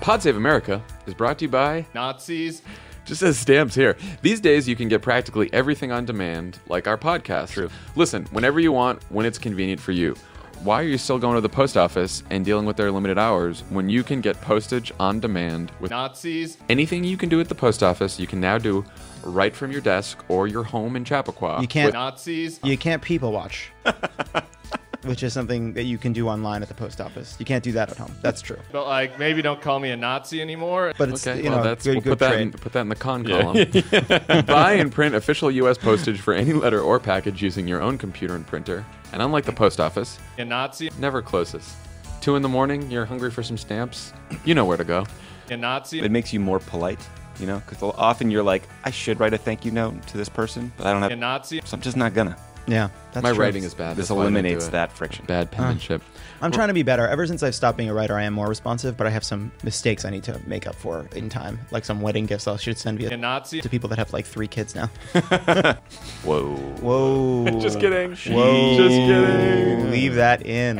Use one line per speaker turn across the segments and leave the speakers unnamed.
Pod Save America is brought to you by
Nazis.
just as stamps here. These days, you can get practically everything on demand, like our podcast.
True.
Listen whenever you want, when it's convenient for you. Why are you still going to the post office and dealing with their limited hours when you can get postage on demand with
Nazis.
anything you can do at the post office? You can now do right from your desk or your home in Chappaqua.
You can't
Nazis.
you can't people watch. Which is something that you can do online at the post office. You can't do that at home. That's true.
But like maybe don't call me a Nazi anymore.
But it's
Okay,
you know
well, that's
good
we'll
good
put that in,
trade.
put that in the con column. Buy and print official U.S. postage for any letter or package using your own computer and printer. And unlike the post office,
A Nazi.
never closes. Two in the morning, you're hungry for some stamps. You know where to go.
A Nazi.
It makes you more polite, you know, because often you're like, I should write a thank you note to this person, but I don't
A
have.
Nazi.
So I'm just not gonna.
yeah, that's
My
true.
writing is bad.
This
that's why I don't do
eliminates
it.
that friction.
bad penmanship.
I'm trying to be better. Ever since I've stopped being a writer, I am more responsive, but I have some mistakes I need to make up for in time, like some wedding gifts I should send
A
via
Nazi.
to people that have like three kids now.
Whoa.
Whoa.
Just kidding.
Whoa.
Just kidding.
Leave that in.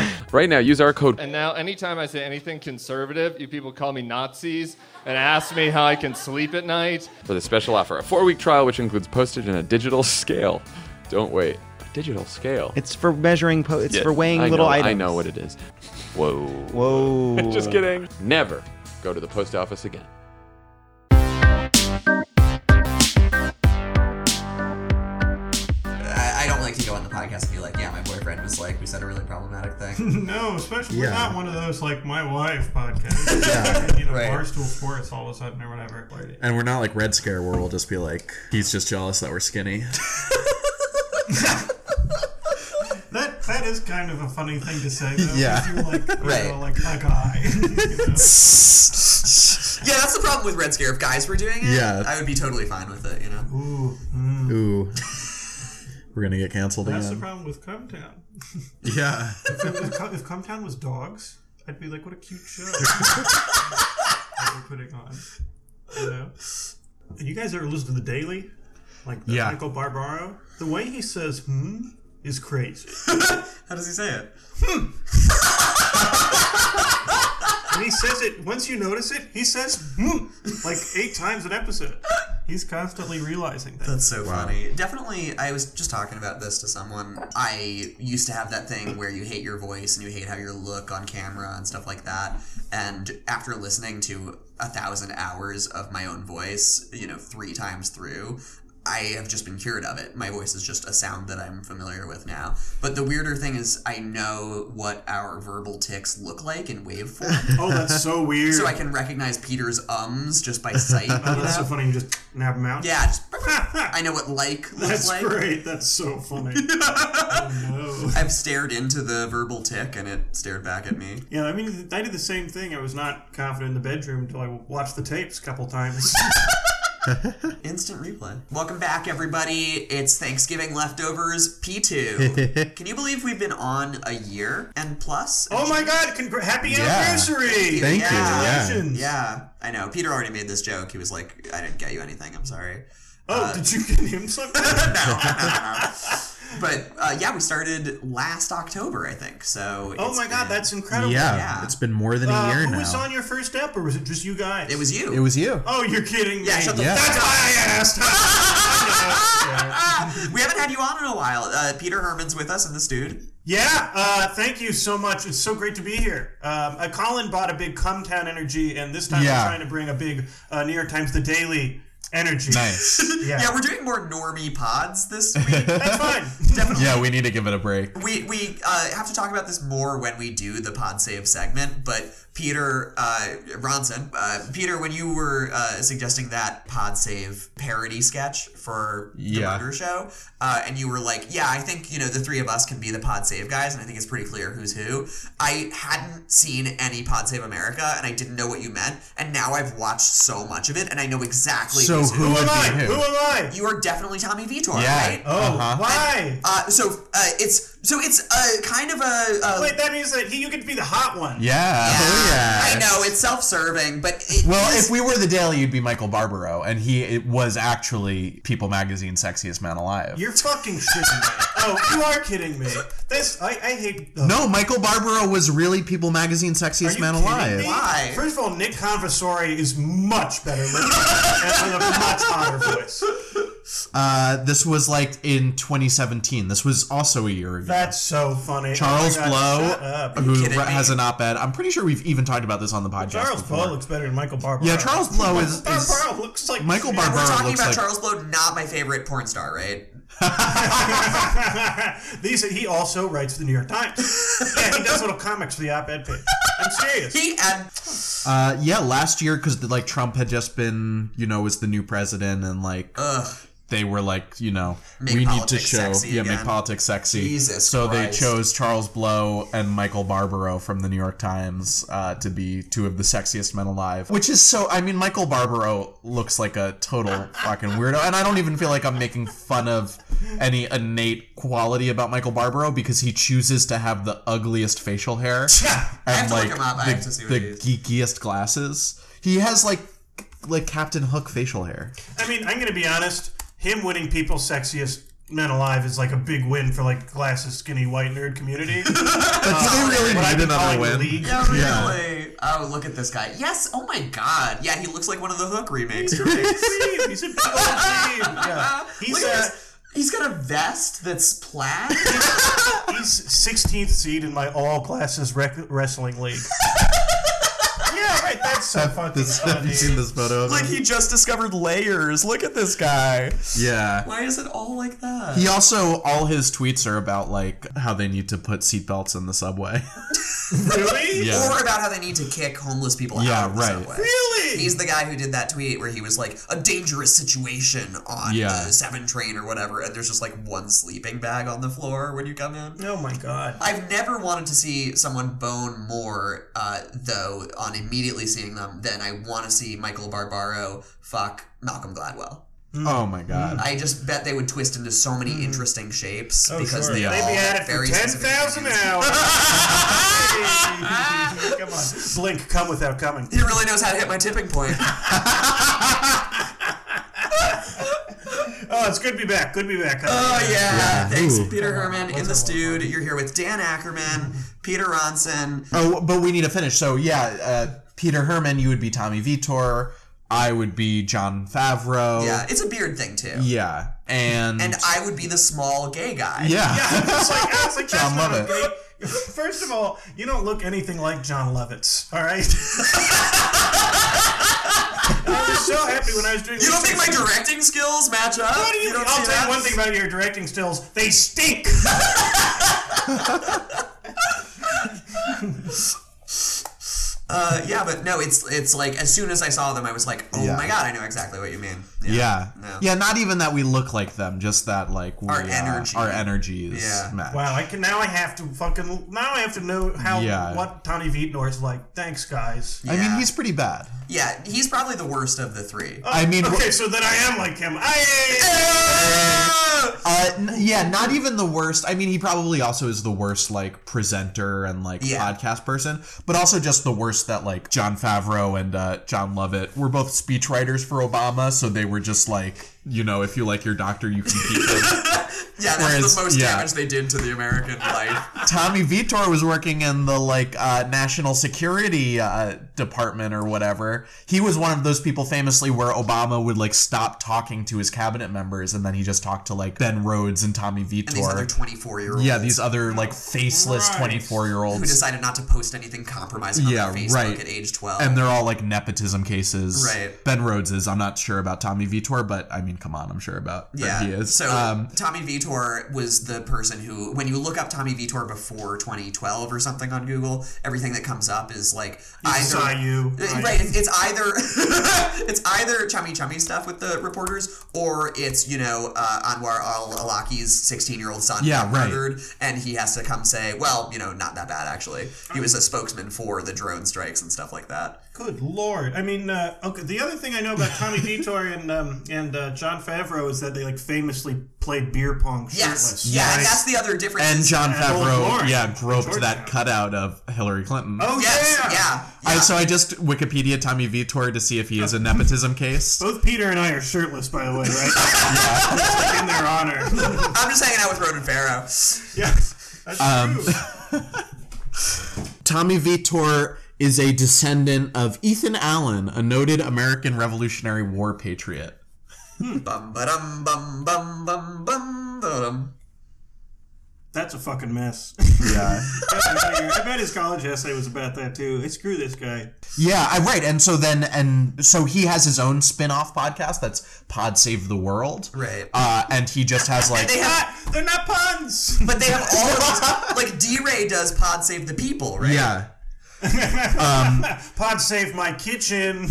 Right now, use our code.
And now anytime I say anything conservative, you people call me Nazis and ask me how I can sleep at night.
for the special offer. A four week trial, which includes postage and a digital scale. Don't wait. A digital scale.
it's for measuring, po- it's
Yeah,
for weighing
I
little
know,
items.
I know what it is. Whoa.
Whoa.
Just kidding. Never go to the post office again.
I, I don't like to go on the podcast and be like, yeah, my boyfriend was like, we said a really problematic thing.
No, especially we're
Yeah.
not one of those like my wife podcasts. You know,
Right.
Barstool Sports all of a sudden or whatever.
And we're not like Red Scare where we'll just be like, he's just jealous that we're skinny.
That that is kind of a funny thing to say. Though,
Yeah.
If you're like, you
Right.
know, like a guy. you know?
yeah, that's the problem with Red Scare. If guys were doing it,
Yeah.
I would be totally fine with it, you know?
Ooh, mm.
Ooh. We're gonna get canceled
That's the
again.
problem with Cumtown.
Yeah.
if, Cum- if Cumtown was dogs, I'd be like, what a cute show that we're putting on. You know? And you guys ever listen to the Daily? Like the
Yeah.
Michael Barbaro? The way he says "hmm" is crazy. Hmm.
How does he say it?
And he says it once you notice it. He says "Hmm," like eight times an episode. He's constantly realizing that.
That's so funny. Definitely, I was just talking about this to someone. I used to have that thing where you hate your voice and you hate how you look on camera and stuff like that. And after listening to a thousand hours of my own voice, you know, three times through, I have just been cured of it. My voice is just a sound that I'm familiar with now. But the weirder thing is, I know what our verbal tics look like in wave form.
Oh, that's so weird.
so I can recognize Peter's ums just by sight.
oh, that's so funny. You just nab him out.
Yeah, just, I know what like looks
That's
like.
great. That's so funny. oh no.
I've stared into the verbal tick and it stared back at me.
Yeah, I mean, I did the same thing. I was not confident in the bedroom until I watched the tapes a couple times.
Instant replay. Welcome back, everybody. It's Thanksgiving leftovers P2. Can you believe we've been on a year and plus?
oh my god! Congr- happy anniversary!
Thank
Yeah.
you. Yeah.
Congratulations.
Yeah, I know. Peter already made this joke. He was like, I didn't get you anything. I'm sorry. Uh,
Oh, did you get him something?
But uh, yeah, we started last October, I think. So.
oh
it's
my god,
been-
that's incredible.
Yeah.
Yeah.
It's been more than a
Uh,
year
who
now.
was on your first step, or was it just you guys?
It was you.
it was you.
Oh, you're kidding me.
Yeah, shut the
Yeah.
fuck
That's
up.
why I asked.
we haven't had you on in a while. Uh, Peter Herman's with us in this dude.
Yeah, uh, thank you so much. It's so great to be here. Um, uh, Colin bought a big Cumtown energy, and this time
Yeah.
I'm trying to bring a big uh, New York Times The Daily energy.
Nice.
Yeah,
Yeah, we're doing more normie pods this week.
that's fine.
Definitely.
yeah, we need to give it a break.
We, we uh, have to talk about this more when we do the pod save segment, but Peter uh, Ronson, uh, Peter, when you were uh, suggesting that pod save parody sketch for the
Yeah.
murder show, uh, and you were like, "Yeah, I think you know the three of us can be the pod save guys," and I think it's pretty clear who's who. I hadn't seen any pod save America, and I didn't know what you meant, and now I've watched so much of it, and I know exactly
So
who's
who
Who
would
am I?
be
Who
who?
am I?
You are definitely Tommy Vitor,
Yeah. Uh-huh.
Oh,
right?
why?
Uh, so uh, it's So it's a kind of a, a
Wait, that means that he, you could be the hot one.
Yeah. Oh yeah.
I know it's self-serving, but it
Well,
is-
if we were the Daily, you'd be Michael Barbaro, and he it was actually People Magazine's sexiest man alive.
You're fucking shitting me. Oh, you are kidding me. This I, I hate. uh,
no, Michael Barbaro was really People Magazine's
are
sexiest
you
man
kidding
alive.
me?
Why?
First of all, Nick Conversori is much better looking and with a much hotter voice.
Uh, this was like in 2017. This was also a year ago.
That's so funny.
Charles
Oh my God, shut up.
Blow, who
kidding me?
ra- has an op-ed. I'm pretty sure we've even talked about this on the podcast.
Charles
before.
Blow looks better than Michael Barbaro.
Yeah, Charles Blow is-
Michael
is-
Barbaro looks like
Michael
shit.
Barbaro-
we're talking
looks
about
like-
Charles Blow, not my favorite porn star, right?
These he also writes for the New York Times. Yeah, he does little comics for the op-ed page. I'm serious.
He and
Uh, yeah, last year because like Trump had just been, you know, was the new president, and like they were like, you know,
Make
we need to
politics
show,
sexy
yeah, make
again.
politics sexy.
Jesus
so
Christ.
they chose Charles Blow and Michael Barbaro from the New York Times uh, to be two of the sexiest men alive, which is so. I mean, Michael Barbaro looks like a total fucking weirdo, and I don't even feel like I'm making fun of any innate quality about Michael Barbaro because he chooses to have the ugliest facial hair
I have
and
to
like
look him up. I
the,
have to see what
the
he is.
geekiest glasses. He has like like Captain Hook facial hair.
I mean, I'm going to be honest. Him winning people's sexiest men alive is like a big win for like glasses, skinny, white nerd community. Uh,
But do they really
What I've
need
been
another
calling the
win?
league.
Yeah, really. Oh, look at this guy. Yes. Oh my God. Yeah, he looks like one of the Hook remakes. You're right.
Steve, He's a big old Steve. Yeah.
Look
He's
at
uh,
this. He's got a vest that's plaid.
he's 16th seed in my all glasses rec- wrestling league. yeah, right. That's so fucking
This, have
funny.
you seen this photo? Of
like
him?
he just discovered layers. Look at this guy.
yeah.
Why is it all like that?
He also all his tweets are about like how they need to put seatbelts in the subway.
Really?
Or about how they need to kick homeless people
Yeah,
out of the
right.
subway.
Really?
He's the guy who did that tweet where he was like, a dangerous situation on
Yeah.
the 7 train or whatever, and there's just like one sleeping bag on the floor when you come in.
oh my god.
I've never wanted to see someone bone more, uh, though, on immediately seeing them than I want to see Michael Barbaro fuck Malcolm Gladwell.
oh my god.
I just bet they would twist into so many interesting shapes because
Mm-hmm. Oh, sure.
they
They'd
all
be at it
have
for
very specific
10,000
opinions.
hours. come on. Blink, come without coming.
He really knows how to hit my tipping point.
Oh, it's good to be back. Good to be back.
Oh yeah. Thanks,
Ooh.
Peter Herman in the stewed. You're here with Dan Ackerman, Peter Ronson.
Oh, but we need to finish. So yeah, uh, Peter Herman, you would be Tommy Vitor. I would be John Favreau.
Yeah, it's a beard thing too.
Yeah. Oh. And,
And I would be the small gay guy.
yeah.
Yeah, it's like, it's like that's
John
not
Lovett.
okay. First of all, you don't look anything like John Lovitz. All right. I was so happy when I was doing.
You don't
research.
think my directing skills match up?
What do you?
don't
I'll
see
tell
that?
you one thing about your directing stills. They stink.
Uh, yeah, but no, it's it's like as soon as I saw them, I was like, oh
Yeah.
my god, I know exactly what you mean.
Yeah.
No.
Yeah, not even that we look like them, just that like we,
Our
uh,
energy.
our energies
Yeah.
match.
Wow, I can now. I have to fucking now. I have to know how
Yeah.
what Tony Vitor is like. Thanks, guys.
I
Yeah.
mean, he's pretty bad.
Yeah, he's probably the worst of the three.
I mean,
Uh, Okay, so then I am like him. I.
uh, n- yeah, not even the worst. I mean, he probably also is the worst like presenter and like
Yeah.
podcast person, but also just the worst that like John Favreau and uh, John Lovett were both speechwriters for Obama, so they were just like, you know, if you like your doctor, you can keep him.
yeah, that's
whereas-
the most
yeah.
damage they did to the American life.
Tommy Vitor was working in the like uh, national security uh, department or whatever. He was one of those people famously where Obama would like stop talking to his cabinet members and then he just talked to like Ben Rhodes and Tommy
And these other
Vitor.
24 year olds.
yeah, these other like faceless
Christ.
twenty four year
who
olds,
decided not to post anything compromising on
Yeah,
their Facebook
right.
at age 12.
and they're all like nepotism cases.
Right.
Ben Rhodes is. I'm not sure about Tommy Vitor, but I mean, come on, I'm sure about that
yeah.
he is.
So
um,
Tommy Vitor was the person who, when you look up Tommy Vitor before 2012 or something on Google, everything that comes up is like either
saw you.
Uh, Right. It's, it's either it's either chummy chummy stuff with the reporters, or it's you know uh, Anwar Al Awlaki's 16 year old son
Yeah,
got
right.
murdered, and he has to come say, well, you know, not that bad actually. He was a spokesman for the drone strikes and stuff like that.
Good lord! I mean, uh, okay. The other thing I know about Tommy Vitor and um, and uh, John Favreau is that they like famously played beer
Pong
Yes.
shirtless.
Yeah, and that's the other difference.
And
is-
John Favreau,
Lawrence
yeah,
in
groped
Georgetown.
that cutout of Hillary Clinton.
Oh
Yes.
yeah.
Yeah.
I,
yeah.
so I just Wikipedia Tommy Vitor to see if he is a nepotism case.
Both Peter and I are shirtless, by the way, right? Like, in their honor.
I'm just hanging out with Roden Farrow.
yeah, that's
Um,
true.
Tommy Vitor is a descendant of Ethan Allen, a noted American Revolutionary War patriot.
Bum ba-dum, bum bum bum bum ba-dum.
That's a fucking mess.
Yeah.
I bet his college essay was about that too. Hey, screw this guy.
Yeah, I, right. And so then, and so he has his own spin off podcast that's Pod Save the World.
Right.
Uh, and he just has like.
They have,
They're not puns.
but they have all of these, like D-Ray does. Pod save the people, right?
yeah. Um,
Pod save my kitchen.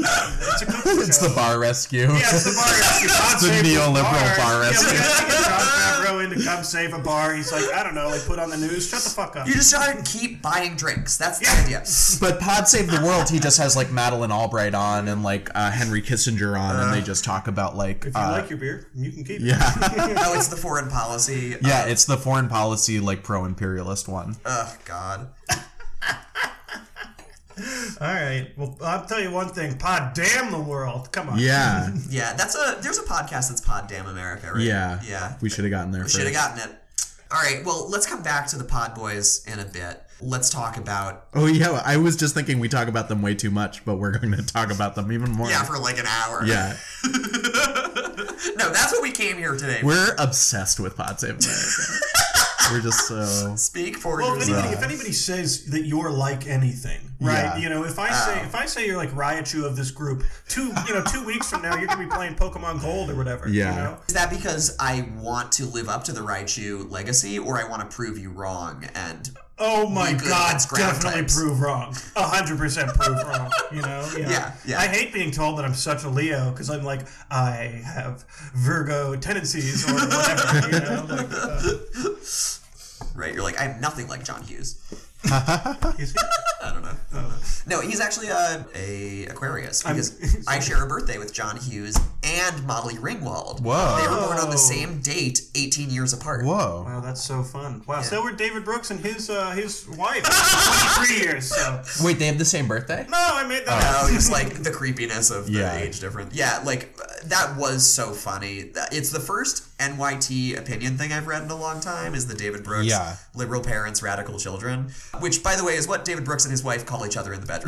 it's a cooking
It's
show.
the bar rescue.
Yeah, it's the bar. rescue. Pod
the
save
neoliberal bar
Yeah, we
rescue.
gotta get John Favreau in to come save a bar. He's like, I don't know, like put on the news. Shut the fuck up.
You just gotta keep buying drinks. That's the
Yeah.
idea.
But Pod Save the World, he just has like Madeline Albright on and like uh, Henry Kissinger on, and they just talk about like.
if you
uh,
like your beer, you can keep it.
yeah.
Oh, it's the foreign policy.
uh,
yeah, it's the foreign policy, like pro imperialist one.
Oh God.
All right. Well, I'll tell you one thing. Pod damn the world. Come on.
Yeah.
Yeah, that's a. There's a podcast that's Pod Damn America, right?
Yeah.
Yeah.
We should have gotten there
We
first.
should have gotten it. All right. Well, let's come back to the Pod Boys in a bit. Let's talk about
Oh yeah, I was just thinking we talk about them way too much, but we're going to talk about them even more.
yeah for like an hour.
Yeah.
no, that's what we came here today.
We're obsessed with Pod Save America. we're just so
Speak for
Well, if
yourself.
anybody, if anybody says that you're like anything, right?
Yeah.
You know, if I
Oh.
say if I say you're like Raichu of this group, two you know two weeks from now you're gonna be playing Pokemon Gold or whatever.
Yeah.
You know?
Is that because I want to live up to the Raichu legacy, or I want to prove you wrong? And
Oh my
Good
God!
as ground
Definitely
types.
prove wrong. A hundred percent prove wrong. You know?
Yeah, yeah.
I hate being told that I'm such a Leo because I'm like I have Virgo tendencies or whatever. you know? Like, uh,
right, you're like, I'm nothing like John Hughes.
is-
I don't know. No, he's actually a, a Aquarius because I share a birthday with John Hughes and Molly Ringwald.
Whoa.
They were born on the same date, 18 years apart.
whoa.
wow, that's so fun. Wow. So were David Brooks and his uh, his wife. Twenty-three years. So.
Wait, they have the same birthday?
No, I made that. up.
Oh, just like the creepiness of the
Yeah.
age difference. Yeah, like uh, that was so funny. That- It's the first NYT opinion thing I've read in a long time is the David Brooks
Yeah.
liberal parents, radical children, which by the way is what David Brooks and his wife call each other in the bedroom.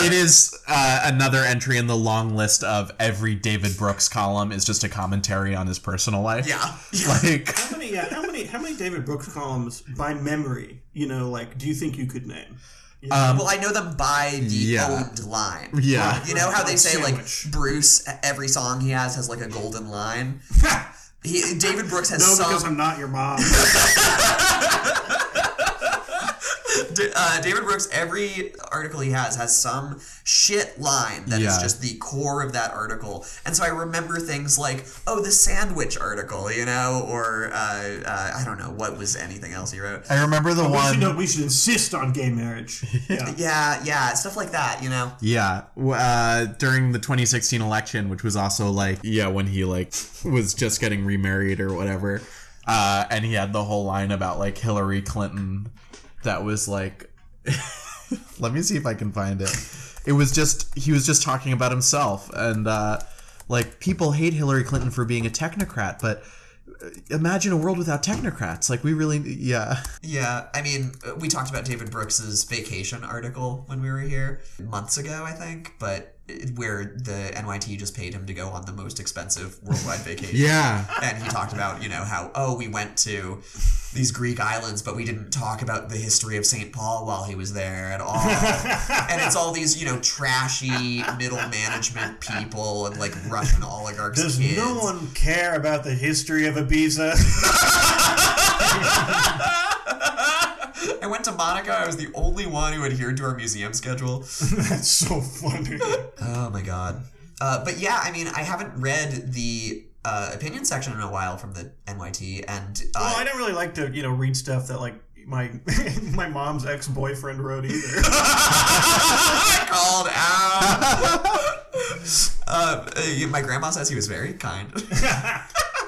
It is uh, another entry in the long list of every David Brooks column is just a commentary on his personal life.
yeah.
Like
How many? Yeah, how many? How many David Brooks columns by memory? You know, like, do you think you could name?
Um, well, I know them by the
Yeah.
owned line.
Yeah.
You know how they say
Sandwich.
like Bruce every song he has has like a golden line? He, David Brooks has
No,
some
because I'm not your mom.
D- uh, David Brooks, every article he has has some shit line that is
Yeah.
just the core of that article. And so I remember things like, oh, the sandwich article, you know, or uh, uh, I don't know, what was anything else he wrote?
I remember the
we, should,
one
no, we should insist on gay marriage. Yeah.
Yeah, yeah, stuff like that, you know?
Yeah, w- uh, during the 2016 election, which was also like, yeah, when he like was just getting remarried or whatever, uh, and he had the whole line about like Hillary Clinton, that was like, let me see if I can find it. It was just he was just talking about himself and uh, like people hate Hillary Clinton for being a technocrat, but uh, imagine a world without technocrats. Like we really, yeah,
Yeah, I mean, uh, we talked about David Brooks's vacation article when we were here months ago, I think, but it- where the NYT just paid him to go on the most expensive worldwide vacation.
yeah.
and he talked about you know how oh we went to these greek islands but we didn't talk about the history of st paul while he was there at all and it's all these you know trashy middle management people and like russian oligarchs
Does
kids.
no one care about the history of Ibiza?
i went to monaco i was the only one who adhered to our museum schedule
That's so funny.
oh my god uh, but yeah i mean i haven't read the uh, opinion section in a while from the nyt and uh,
Well, I don't really like to, you know, read stuff that like my my mom's ex boyfriend wrote either.
called out. Uh, uh, my grandma says he was very kind,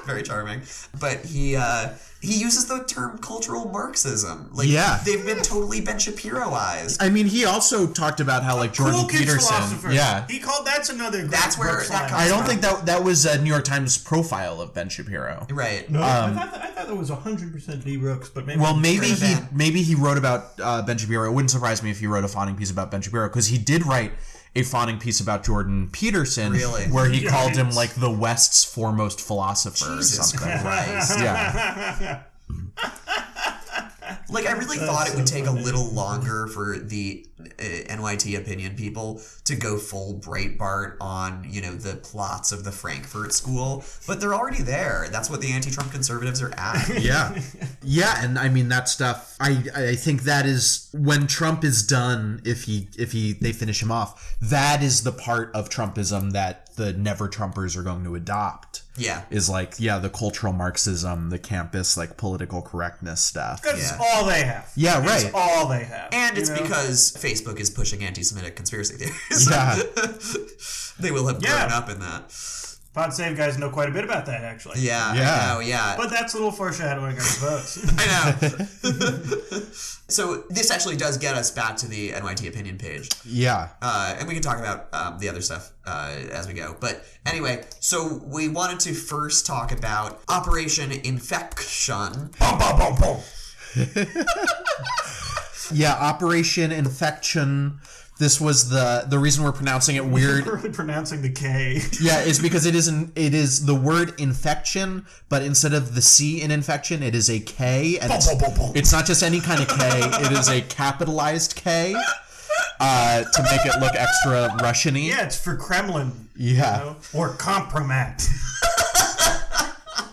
very charming, but he uh, he uses the term cultural Marxism. Like,
Yeah.
they've been totally Ben Shapiroized.
I mean, he also talked about how like Jordan
Cool kids philosopher.
Peterson. Yeah.
He called that's another. great
That's where
book
that
line.
comes-
I don't think that that was a New York Times profile of Ben Shapiro.
Right.
No, I, thought that, I thought that was 100% D. Rooks, but maybe.
um, Well, maybe
Sure,
he
Ben.
maybe he wrote about uh, Ben Shapiro. It wouldn't surprise me if he wrote a fawning piece about Ben Shapiro because he did write a fawning piece about Jordan Peterson,
Really?
where he
Yeah.
called him like the West's foremost philosopher or
Jesus
something.
Christ.
Yeah,
Like, I really thought it would take a little longer for the uh, NYT opinion people to go full Breitbart on, you know, the plots of the Frankfurt School, but they're already there. That's what the anti Trump conservatives are at.
yeah, yeah. And I mean that stuff. I I think that is when Trump is done. If he if he they finish him off, that is the part of Trumpism that the never Trumpers are going to adopt.
yeah.
Is like yeah, the cultural Marxism, the campus like political correctness stuff.
That's
Yeah.
all they have.
Yeah,
That's
right.
all they have.
And
you
it's
know?
because Facebook is pushing anti Semitic conspiracy theories.
Yeah.
they will have grown
Yeah.
up in that.
Pod Save guys know quite a bit about that actually.
Yeah,
Yeah.
I know, yeah.
But that's a little foreshadowing of votes.
I know. so this actually does get us back to the NYT opinion page.
Yeah.
Uh, and we can talk about um, the other stuff uh, as we go. But anyway, so we wanted to first talk about Operation Infection.
Yeah, Operation Infection. This was the the reason we're pronouncing it weird.
really pronouncing the K.
yeah, is because it isn't it is the word infection, but instead of the C in infection, it is a K and it's, it's not just any kind of K, it is a capitalized K. Uh, to make it look extra Russian-y.
Yeah, it's for Kremlin. you
Yeah.
know? Or compromat.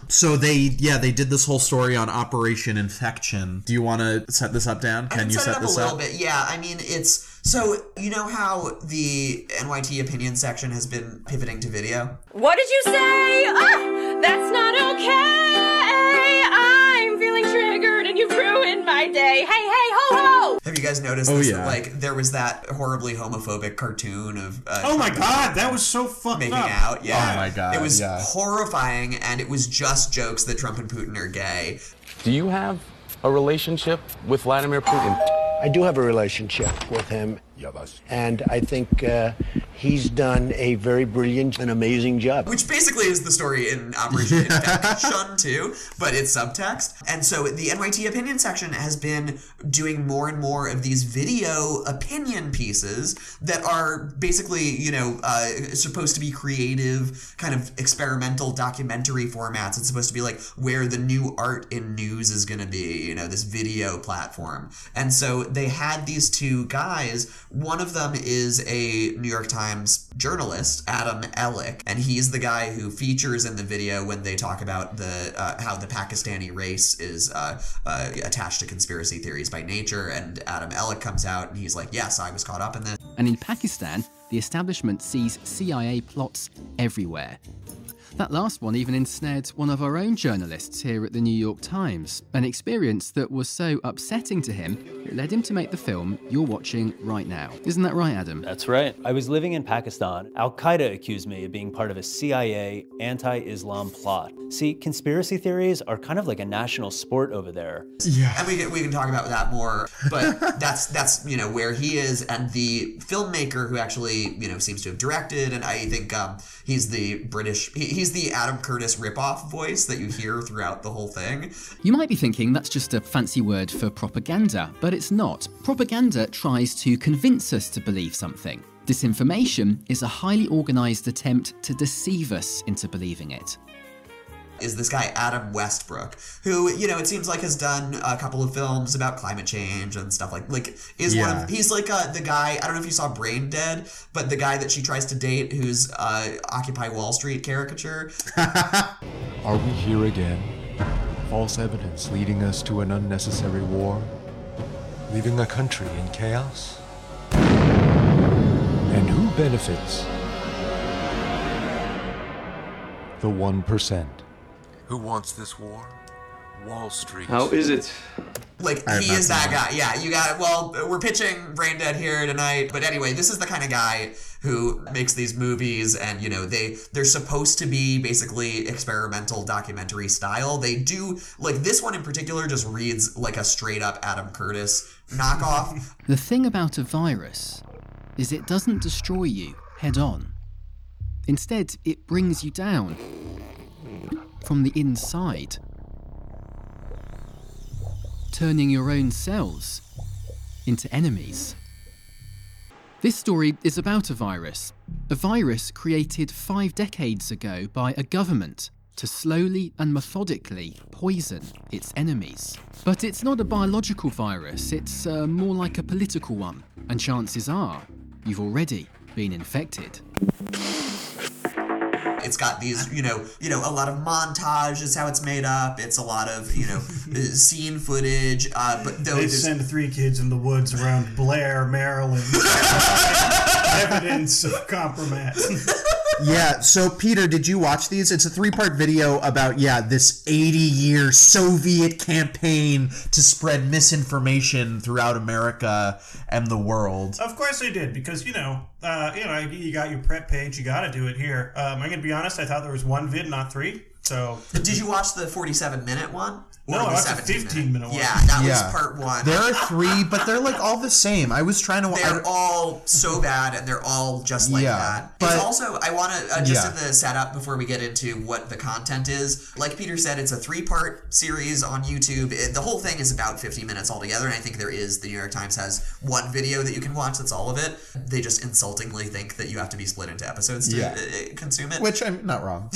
So they yeah, they did this whole story on Operation Infection. Do you want to set this up, Dan? Can
can
you
set,
set
it up
this
a little
up?
bit? Yeah, I mean it's so you know how the NYT opinion section has been pivoting to video.
What did you say? Ah, that's not okay. I'm feeling triggered and you've ruined my day. Hey, hey, ho, ho.
Have you guys noticed?
Oh,
this?
yeah.
Like there was that horribly homophobic cartoon of. Uh,
Oh my god, that was so fucked
Making
up.
out, yeah.
Oh my God,
It was
yeah.
horrifying, and it was just jokes that Trump and Putin are gay.
Do you have a relationship with Vladimir Putin?
I do have a relationship with him, and I think uh, he's done a very brilliant and amazing job.
Which basically is the story in Operation Infection too, but it's subtext. And so the NYT opinion section has been doing more and more of these video opinion pieces that are basically, you know, uh, supposed to be creative, kind of experimental documentary formats. It's supposed to be like where the new art in news is going to be, you know, this video platform. And so they had these two guys. One of them is a New York Times journalist, Adam Ellick, and he's the guy who features in the video when they talk about the uh, how the Pakistani race is uh, uh, attached to conspiracy theories by nature. And Adam Ellick comes out and he's like, "Yes, I was caught up in this."
And in Pakistan, the establishment sees CIA plots everywhere. That last one even ensnared one of our own journalists here at the New York Times, an experience that was so upsetting to him it led him to make the film you're watching right now. Isn't that right, Adam?
That's right. I was living in Pakistan. Al Qaeda accused me of being part of a CIA anti Islam plot. See, conspiracy theories are kind of like a national sport over there.
and we can, we can talk about that more but that's that's you know where he is and the filmmaker who actually you know seems to have directed and i think um, he's the british he, he's the adam curtis ripoff voice that you hear throughout the whole thing
You might be thinking that's just a fancy word for propaganda, but it's not. Propaganda tries to convince us to believe something. Disinformation is a highly organised attempt to deceive us into believing it.
is this guy adam westbrook who you know it seems like has done a couple of films about climate change and stuff like like is one of
Yeah.
he's like uh, the guy i don't know if you saw brain dead but the guy that she tries to date who's uh, occupy wall street caricature
Are we here again? False evidence leading us to an unnecessary war, leaving a country in chaos? And who benefits? The 1%. Who wants this war? Wall Street.
How is it
Like
I have
he
not
is
seen
that
that.
guy. Yeah, you got. Well, we're pitching Brain Dead here tonight, but anyway, this is the kind of guy who makes these movies, and you know they they're supposed to be basically experimental documentary style. They do like this one in particular just reads like a straight up Adam Curtis knockoff.
The thing about a virus is it doesn't destroy you head on. Instead, it brings you down from the inside, turning your own cells into enemies. This story is about a virus, a virus created five decades ago by a government to slowly and methodically poison its enemies. But it's not a biological virus, it's uh, more like a political one, and chances are you've already been infected.
It's got these, you know, you know, a lot of montage is how it's made up. It's a lot of, you know, scene footage. Uh, but though
They
there's-
send three kids in the woods around Blair, Maryland. evidence of compromise.
yeah. So, Peter, did you watch these? It's a three-part video about yeah this eighty-year Soviet campaign
to spread misinformation throughout America and the world.
Of course they did, because you know, uh, you know, you got your prep page. You got to do it here. Um, I'm gonna be honest. I thought there was one vid, not three. So
did you watch the 47 minute one?
No,
Or the
I watched the
17 minute?
15 minute one.
Yeah, that
Yeah.
was part one.
There are three, but they're like all the same. I was trying to. I-
They're all so bad, and they're all just like
Yeah,
that.
but-
it's also I want to uh, just
Yeah.
in the setup before we get into what the content is. Like Peter said, it's a three-part series on YouTube. It- the whole thing is about 50 minutes altogether, and I think there is the New York Times has one video that you can watch that's all of it. They just insultingly think that you have to be split into episodes to
Yeah.
uh, consume it.
Which I'm not wrong.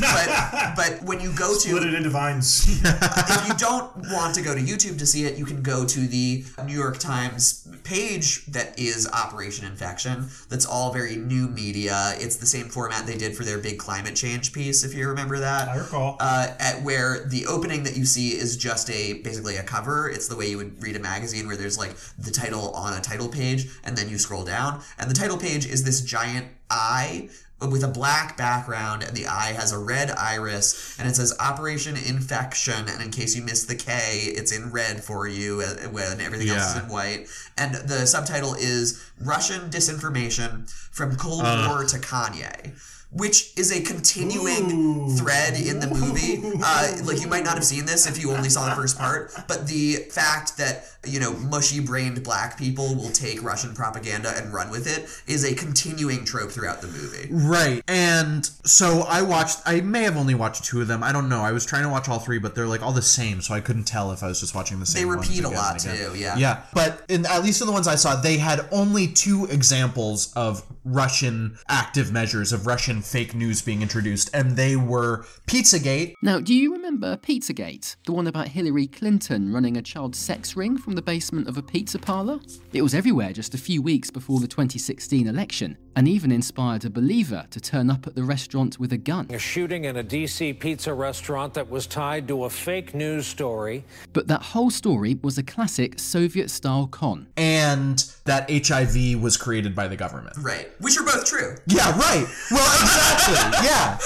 but but when you go to
split it into vines.
if you don't want to go to YouTube to see it, you can go to the New York Times page that is Operation Infection. That's all very new media. It's the same format they did for their big climate change piece, if you remember that. I
recall.
Uh, at where the opening that you see is just a basically a cover. It's the way you would read a magazine, where there's like the title on a title page, and then you scroll down, and the title page is this giant eye with a black background and the eye has a red iris and it says operation infection and in case you missed the k it's in red for you uh, when everything else is
Yeah.
in white and the subtitle is russian disinformation from cold
Uh.
war to kanye which is a continuing thread in the movie. Uh, like you might not have seen this if you only saw the first part, but the fact that you know mushy-brained black people will take Russian propaganda and run with it is a continuing trope throughout the movie.
Right. And so I watched I may have only watched two of them. I don't know. I was trying to watch all three, but they're like all the same, so I couldn't tell if I was just watching the
They
same ones
repeat a
again
lot,
and again.
too, yeah.
Yeah. But in at least in the ones I saw, they had only two examples of Russian active measures of Russian fake news being introduced, and they were Pizzagate
Now, do you remember Pizzagate? The one about Hillary Clinton running a child sex ring from the basement of a pizza parlour? It was everywhere just a few weeks before the 2016 election, and even inspired a believer to turn up at the restaurant with a gun.
A shooting in a D.C. pizza restaurant that was tied to a fake news story.
But that whole story was a classic Soviet style con.
and that HIV was created by the government.
Right. Which are both true.
Yeah, right. Well, exactly. yeah.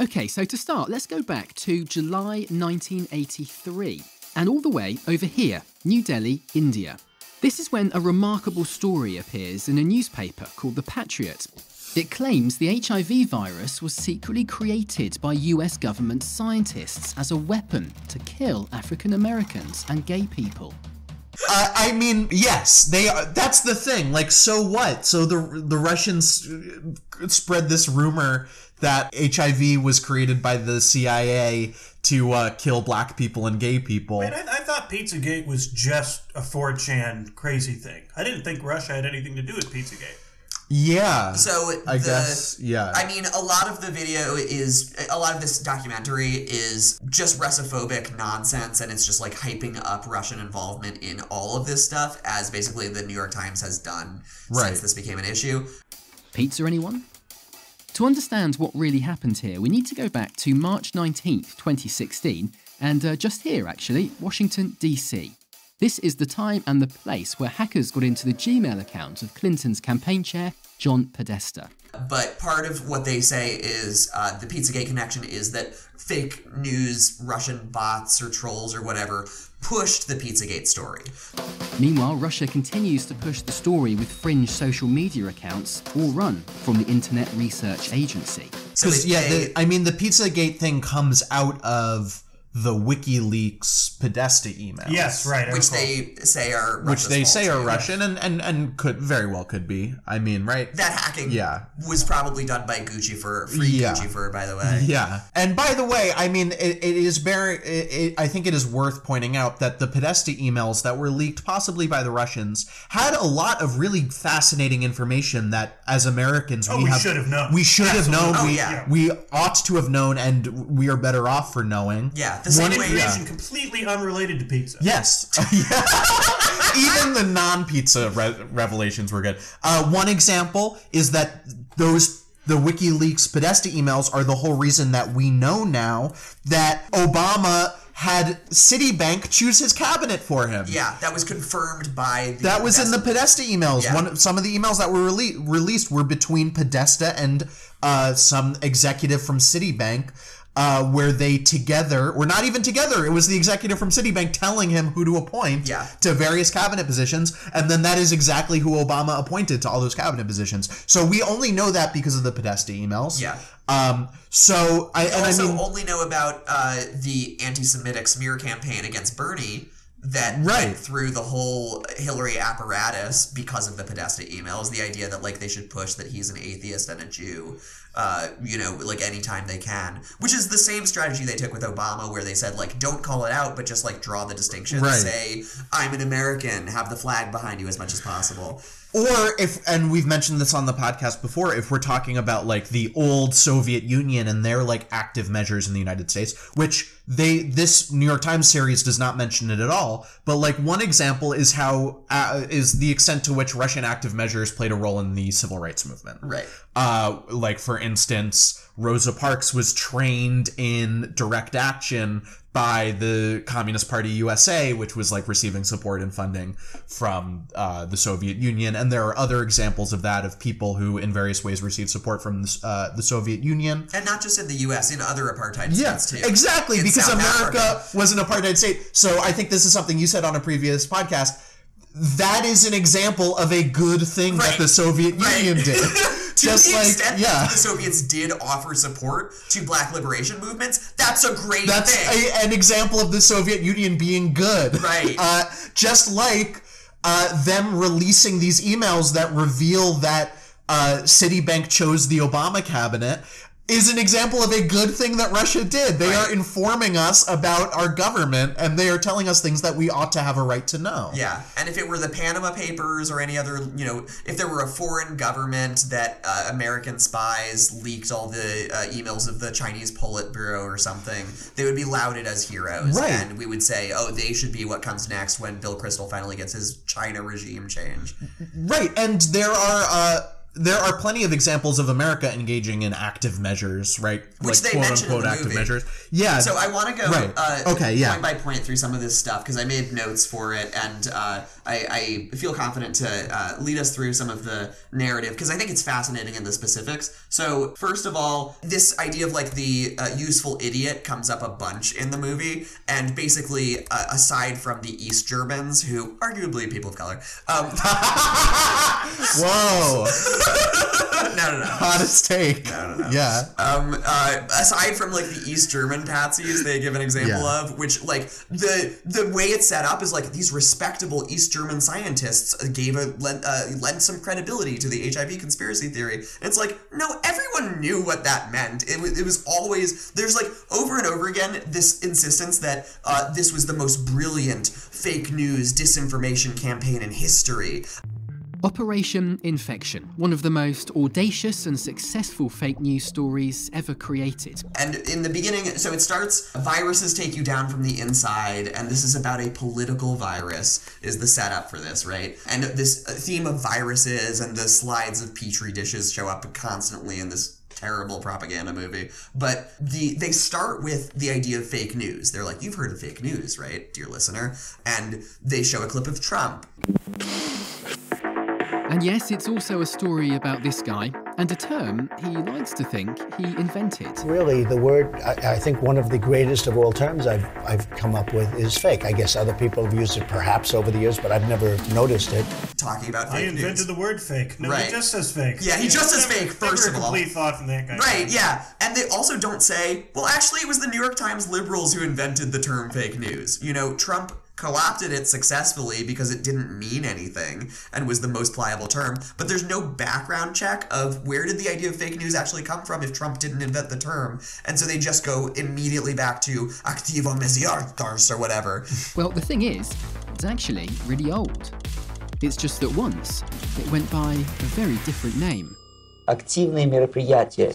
Okay, so to start, let's go back to July 1983 and all the way over here, New Delhi, India. This is when a remarkable story appears in a newspaper called The Patriot. It claims the HIV virus was secretly created by US government scientists as a weapon to kill African Americans and gay people.
Uh, I mean, yes, they are. That's the thing. Like, so what? So the the Russians uh, spread this rumor that HIV was created by the CIA to uh, kill black people and gay people.
I, I thought Pizzagate was just a 4chan crazy thing. I didn't think Russia had anything to do with Pizzagate.
yeah.
So
I
the-
guess yeah.
I mean, a lot of the video is a lot of this documentary is just Russophobic nonsense, and it's just like hyping up Russian involvement in all of this stuff, as basically the New York Times has done
Right.
since this became an issue.
Pizza, anyone? To understand what really happened here, we need to go back to March 19th, 2016, and uh, just here, actually, Washington, D.C. This is the time and the place where hackers got into the Gmail account of Clinton's campaign chair, John Podesta.
But part of what they say is uh, the Pizzagate connection is that fake news, Russian bots or trolls or whatever pushed the Pizzagate story.
Meanwhile, Russia continues to push the story with fringe social media accounts, all run from the Internet Research Agency.
Because yeah, the, I mean the Pizzagate thing comes out of the WikiLeaks Podesta emails.
Which they say are
which
Russia's
they
fault.
say are Russian and, and and could very well could be. I mean, right?
That hacking
Yeah.
was probably done by Gucci for free
Yeah.
Gucci fur, by the way.
Yeah. And by the way, I mean, it, it is very, it, it, I think it is worth pointing out that the Podesta emails that were leaked, possibly by the Russians, had a lot of really fascinating information that as Americans
Oh,
we,
we
have,
should have known.
We should
Absolutely.
have known.
Oh,
we,
yeah.
we ought to have known, and we are better off for knowing.
Yeah.
The same
One-
information
yeah.
completely unrelated to pizza.
Yes. Even the non pizza re- revelations were good. Uh, one example is that those the WikiLeaks Podesta emails are the whole reason that we know now that Obama had Citibank choose his cabinet for him.
Yeah, that was confirmed by the
That was in the Podesta emails.
Yeah.
One some of the emails that were rele- released were between Podesta and uh, some executive from Citibank, uh, where they together or not even together. It was the executive from Citibank telling him who to appoint to various cabinet positions, and then that is exactly who Obama appointed to all those cabinet positions. So we only know that because of the Podesta emails.
Yeah.
Um. So I
We
and
also
I mean
only know about uh, the anti-Semitic smear campaign against Bernie that
Right.
went through the whole Hillary apparatus because of the Podesta emails. The idea that like they should push that he's an atheist and a Jew, uh, you know, like anytime they can, which is the same strategy they took with Obama, where they said like don't call it out, but just like draw the distinction.
Right.
Say I'm an American, have the flag behind you as much as possible.
Or if, and we've mentioned this on the podcast before, if we're talking about like the old Soviet Union and their like active measures in the United States, which they, this New York Times series does not mention it at all. But like one example is how, uh, is the extent to which Russian active measures played a role in the civil rights movement.
Right.
Uh, like for instance, Rosa Parks was trained in direct action by the Communist Party USA, which was like receiving support and funding from uh, the Soviet Union. And there are other examples of that of people who, in various ways, received support from uh, the Soviet Union.
And not just in the U.S., in other apartheid
Yeah,
states too.
exactly.
In
Because
South
America
Africa.
was an apartheid state. So I think this is something you said on a previous podcast. That is an example of a good thing that the Soviet Union did.
to
Just
the
like
extent
yeah.
that the Soviets did offer support to black liberation movements, that's a great
That's
thing.
a, an example of the Soviet Union being good.
Right.
Uh, just like uh, them releasing these emails that reveal that uh, Citibank chose the Obama cabinet is an example of a good thing that Russia did. They are informing us about our government and they are telling us things that we ought to have a right to know.
yeah, and if it were the Panama Papers or any other, you know, if there were a foreign government that uh, American spies leaked all the uh, emails of the Chinese Politburo or something, they would be lauded as heroes,
Right.
and we would say, "Oh, they should be what comes next when Bill Kristol finally gets his China regime change."
Right, and there are uh, there are plenty of examples of America engaging in active measures, right?
which they mention in the
active
movie.
measures. Yeah.
So I want to go
Right.
uh,
okay. Yeah.
point by point through some of this stuff because I made notes for it, and uh, I, I feel confident to uh, lead us through some of the narrative because I think it's fascinating in the specifics. So first of all, this idea of like the uh, useful idiot comes up a bunch in the movie, and basically, uh, aside from the East Germans, who arguably people of color, um,
Whoa.
no, no, no.
Hottest take. Yeah.
Um, uh, aside from like the East German patsies, they give an example
Yeah.
of which like the the way it's set up is like these respectable East German scientists gave a lent, uh, lent some credibility to the HIV conspiracy theory. It's like no, everyone knew what that meant. It was it was always there's like over and over again this insistence that uh, this was the most brilliant fake news disinformation campaign in history.
Operation Infection, one of the most audacious and successful fake news stories ever created.
And in the beginning, so it starts viruses take you down from the inside, and this is about a political virus, is the setup for this, right? And this uh, theme of viruses and the slides of petri dishes show up constantly in this terrible propaganda movie. But the they start with the idea of fake news. They're like, you've heard of fake news, right, dear listener? And they show a clip of Trump.
And yes, it's also a story about this guy and a term he likes to think he invented.
Really, the word, I, I think one of the greatest of all terms I've, I've come up with is fake. I guess other people have used it perhaps over the years, but I've never noticed it.
Talking about
fake
I invented
news.
the word fake. No,
Right.
he just says fake.
Yeah, he just says
never-
fake, first
never
of
a
all.
complete thought from that guy.
Right, yeah. And they also don't say, well, actually, it was the New York Times liberals who invented the term fake news. You know, Trump co opted it successfully because it didn't mean anything and was the most pliable term. But there's no background check of where did the idea of fake news actually come from if Trump didn't invent the term. And so they just go immediately back to Activo Mesiartars or whatever.
Well, the thing is, it's actually really old. It's just that once it went by a very different name.
Активные мероприятия.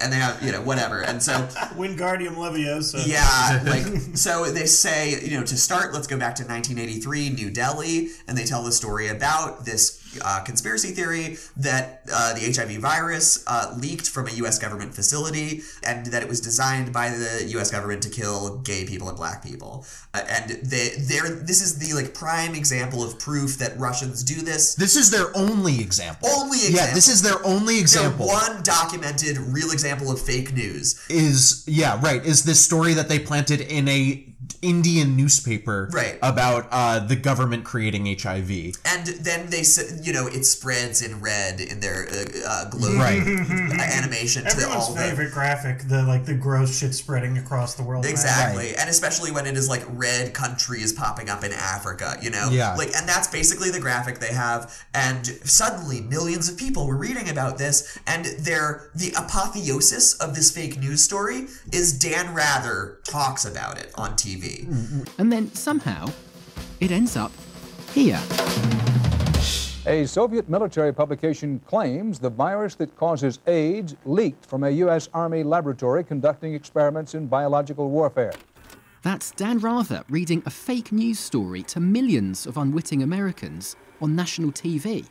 And they have, you know, whatever. And so
Wingardium Leviosa.
Yeah, like so they say, you know, to start, let's go back to 1983, New Delhi, and they tell the story about this uh, conspiracy theory that uh, the HIV virus uh, leaked from a U.S. government facility, and that it was designed by the U.S. government to kill gay people and black people. Uh, and they, they're this is the like prime example of proof that Russians do this.
This is their only example.
Only
Yeah,
example.
this is their only example.
Their one documented real example of fake news.
is yeah right is this story that they planted in a Indian newspaper
Right.
about uh, the government creating HIV.
and then they s- you know it spreads in red in their uh, uh, glowing
Right.
animation to
Everyone's
all the
favorite graphic, the like the gross shit spreading across the world.
exactly and especially when it is like red countries popping up in africa you know
Yeah.
like and that's basically the graphic they have and suddenly millions of people were reading about this and their the apotheosis of this fake news story is dan rather talks about it on tv
And then somehow it ends up here.
A Soviet military publication claims the virus that causes AIDS leaked from a U.S. Army laboratory conducting experiments in biological warfare.
That's Dan Rather reading a fake news story to millions of unwitting Americans on national TV.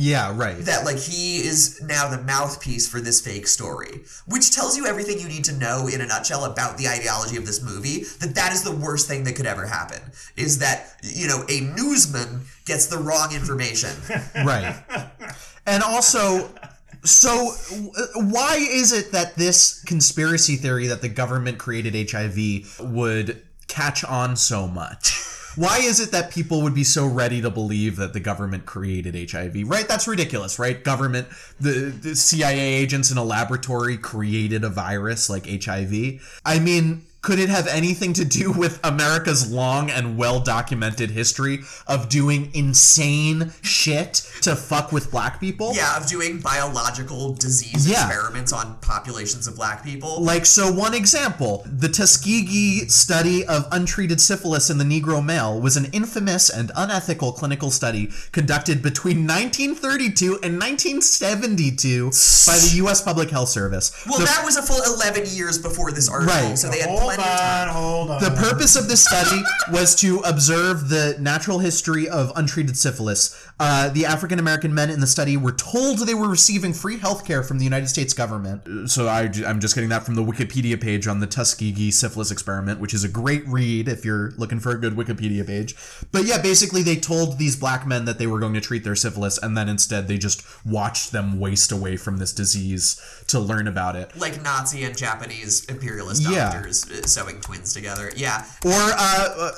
Yeah, right.
that like he is now the mouthpiece for this fake story which tells you everything you need to know in a nutshell about the ideology of this movie that that is the worst thing that could ever happen is that you know a newsman gets the wrong information
right. And also, so w- why is it that this conspiracy theory that the government created HIV would catch on so much? Why is it that people would be so ready to believe that the government created HIV? Right? That's ridiculous, right? Government, the, the CIA agents in a laboratory created a virus like HIV. I mean, could it have anything to do with America's long and well documented history of doing insane shit to fuck with black people?
yeah of doing biological disease
Yeah.
experiments on populations of black people
Like, so one example the Tuskegee study of untreated syphilis in the Negro male was an infamous and unethical clinical study conducted between 1932 and 1972 by the U.S. Public Health Service.
well
The-
that was a full 11 years before this article
Right.
so they had
Hold
plenty of time
hold
The purpose of this study was to observe the natural history of untreated syphilis. Uh, the African American men in the study were told they were receiving free health care from the United States government. Uh, So I, am just getting that from the Wikipedia page on the Tuskegee syphilis experiment, which is a great read if you're looking for a good Wikipedia page. But yeah, basically, they told these black men that they were going to treat their syphilis, and then instead they just watched them waste away from this disease to learn about it.
like Nazi and Japanese imperialist
Yeah.
doctors uh, sewing twins together. Yeah,
Or uh, uh,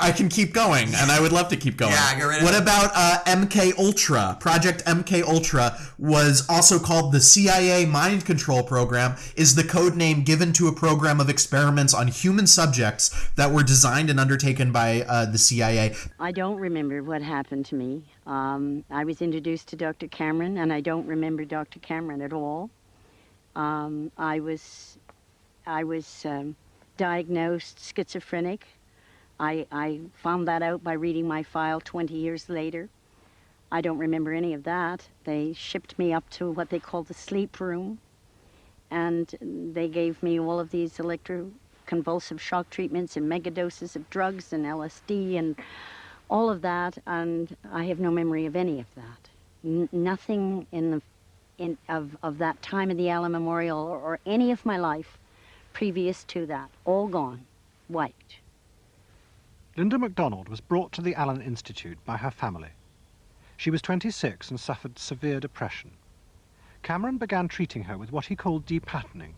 I can keep going, and I would love to keep going.
Yeah, get rid of
what
it.
about uh, MK Ultra? Project MK Ultra was also called the CIA Mind Control Program. Is the code name given to a program of experiments on human subjects that were designed and undertaken by uh, the CIA?
I don't remember what happened to me. Um, I was introduced to Dr. Cameron, and I don't remember Dr. Cameron at all. Um, I was, I was um, diagnosed schizophrenic. I, I found that out by reading my file 20 years later. I don't remember any of that. They shipped me up to what they call the sleep room, and they gave me all of these electroconvulsive shock treatments and megadoses of drugs and LSD and all of that, and I have no memory of any of that. N- nothing in the in, of, of that time in the Allen Memorial or, or any of my life previous to that. All gone, wiped.
Linda MacDonald was brought to the Allen Institute by her family. She was 26 and suffered severe depression. Cameron began treating her with what he called depatterning.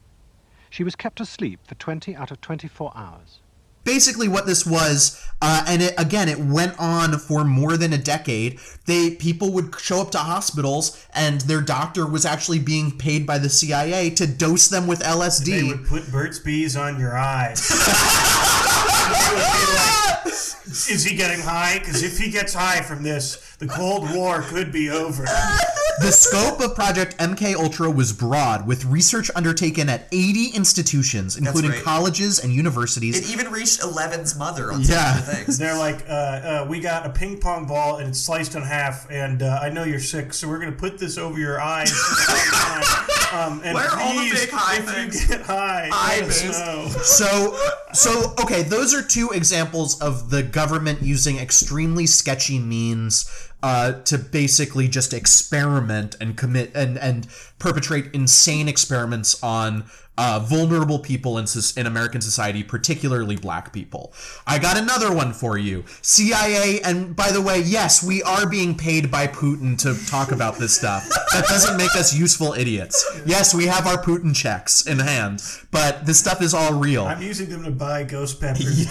She was kept asleep for 20 out of 24 hours.
basically what this was uh, and it, again it went on for more than a decade they people would show up to hospitals and their doctor was actually being paid by the cia to dose them with lsd
They would put Burt's Bees on your eyes. Is he getting high? Because if he gets high from this, the Cold War could be over.
the scope of project mk ultra was broad with research undertaken at 80 institutions including
great.
colleges and universities
It even reached Eleven's mother on
Yeah.
some of the things.
They're like, uh, uh, we got a ping pong ball and it's sliced in half, and uh, I know you're sick, so we're gonna put this over your eyes. um, and
Where are all the
please,
big high
if
things?
you get high,
High
let us
boost.
know.
so so okay those are two examples of the government using extremely sketchy means uh, to basically just experiment and commit and and perpetrate insane experiments on uh, vulnerable people in, soc- in American society, particularly black people. I got another one for you. CIA, and by the way, yes, we are being paid by Putin to talk about this stuff. That doesn't make us useful idiots. Yes, we have our Putin checks in hand, but this stuff is all real.
I'm using them to buy ghost peppers.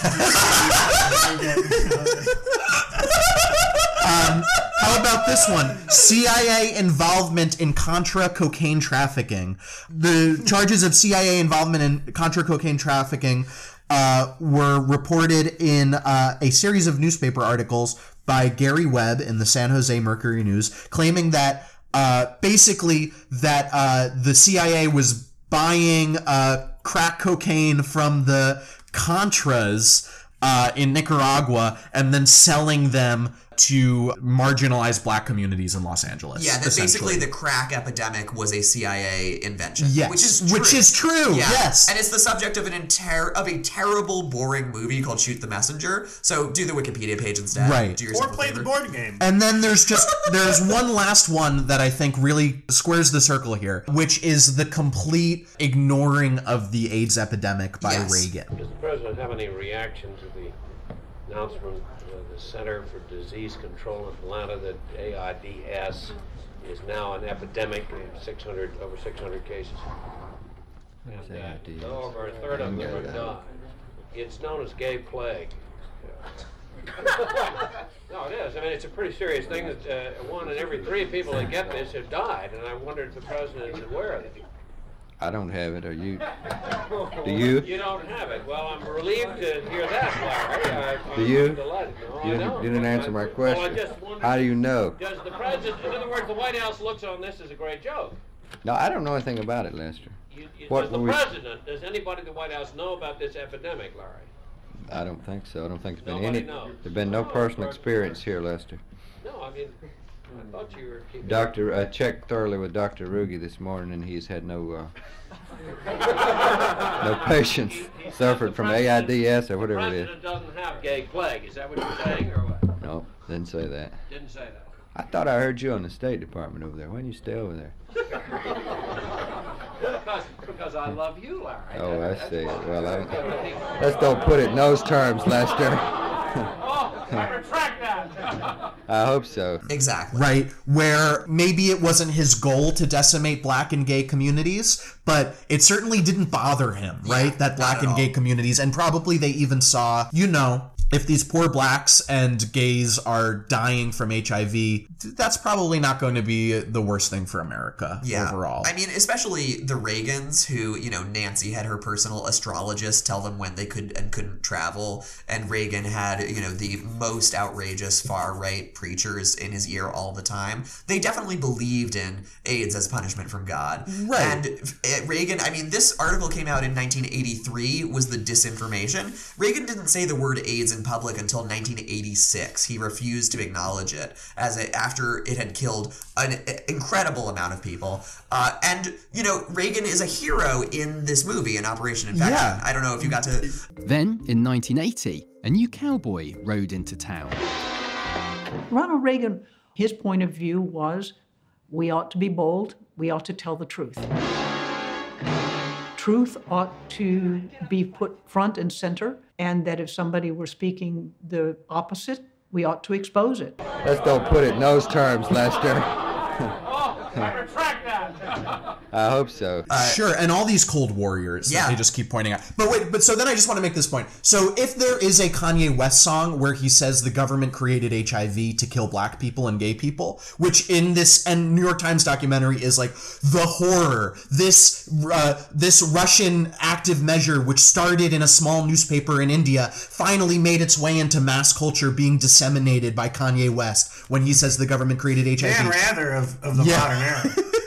Um, how about this one? CIA involvement in Contra cocaine trafficking. The charges of CIA involvement in Contra cocaine trafficking uh, were reported in uh, a series of newspaper articles by Gary Webb in the San Jose Mercury News, claiming that uh, basically that uh, the CIA was buying uh, crack cocaine from the Contras uh, in Nicaragua and then selling them to marginalized black communities in Los Angeles.
Yeah, that
essentially.
basically the crack epidemic was a CIA invention.
Yes,
which is true.
which is true, yes.
and it's the subject of an entire of a terrible, boring movie called Shoot the Messenger. So do the Wikipedia page instead.
Right.
Do
or
yourself a
play the
favor.
board game.
And then there's just there's one last one that I think really squares the circle here, which is the complete ignoring of the AIDS epidemic by Reagan.
Does the president have any reaction to the announcement of the Center for Disease Control in Atlanta that AIDS is now an epidemic, we have 600 over 600 cases, and uh, over a third of them have died. It's known as gay plague. no, it is. I mean, it's a pretty serious thing. That uh, one in every three people that get this have died, and I wonder if the president is aware of it.
I don't have it. Are you? Do you?
You don't have it. Well, I'm relieved to hear that, Larry. I, I'm
Do you?
Delighted. No, I
You
don't.
didn't, didn't answer my
Well, I
question.
just wondered,
How do you know?
does the president, in other words, the White House looks on this as a great joke.
No, I don't know anything about it, Lester.
You, you,
What
does the
were we-
president, does anybody at the White House know about this epidemic, Larry?
I don't think so. I don't think there's been
Nobody
any.
knows.
There's been no
Oh,
personal
or-
experience here, Lester.
No, I mean, I thought you were keeping.
Doctor, uh, I checked thoroughly with Doctor Rugi this morning, and he's had no uh, no patients suffered from AIDS or whatever it is.
President doesn't have gay plague. Is that what you're saying, or what?
No, didn't say that.
Didn't say that.
I thought I heard you on the State Department over there. When you stay over there?
Because, because I love you, Larry.
Oh, I see. Well, I
don't-
let's don't put it in those terms, Lester.
Oh, I retract that.
I hope so.
Exactly.
Right, where maybe it wasn't his goal to decimate black and gay communities, but it certainly didn't bother him, right? That black and gay communities, and probably they even saw, you know, if these poor blacks and gays are dying from HIV, that's probably not going to be the worst thing for America
Yeah.
overall.
I mean, especially the Reagans, who you know, Nancy had her personal astrologist tell them when they could and couldn't travel, and Reagan had you know the most outrageous far right preachers in his ear all the time. They definitely believed in AIDS as punishment from God.
Right.
And uh, Reagan, I mean, this article came out in 1983. Was the disinformation? Reagan didn't say the word AIDS in public until 1986. He refused to acknowledge it as it after it had killed an incredible amount of people. Uh, and you know, Reagan is a hero in this movie, in Operation Infection.
Yeah.
I don't know if you got to.
Then, in 1980, a new cowboy rode into town.
Ronald Reagan, his point of view was We ought to be bold. We ought to tell the truth. Truth ought to be put front and center, and that if somebody were speaking the opposite, we ought to expose it.
Let's don't put it in those terms, Lester. I hope so.
Uh,
sure, and all these cold warriors yeah.
Yeah.
that they just keep pointing out. But wait, but so then I just want to make this point. So if there is a Kanye West song where he says the government created HIV to kill black people and gay people, which in this and New York Times documentary is like the horror, this uh, this Russian active measure which started in a small newspaper in India finally made its way into mass culture being disseminated by Kanye West when he says the government created HIV.
Dan Rather of, of the
Yeah.
modern era.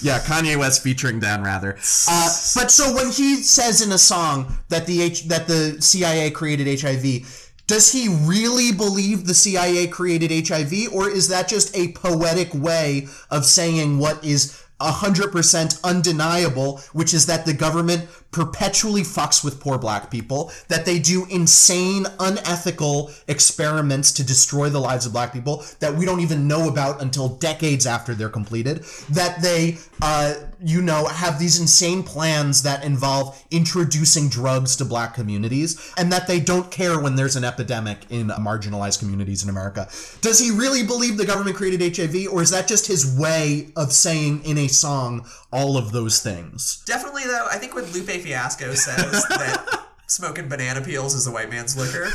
Yeah, Kanye West featuring Dan Rather. Uh, but so when he says in a song that the H- that the CIA created HIV, does he really believe the CIA created HIV, or is that just a poetic way of saying what is hundred percent undeniable, which is that the government perpetually fucks with poor black people, that they do insane, unethical experiments to destroy the lives of black people that we don't even know about until decades after they're completed, that they, uh, you know, have these insane plans that involve introducing drugs to black communities, and that they don't care when there's an epidemic in marginalized communities in America. Does he really believe the government created HIV, or is that just his way of saying in a song all of those things?
Definitely, though, I think when Lupe Fiasco says that smoking banana peels is the white man's liquor,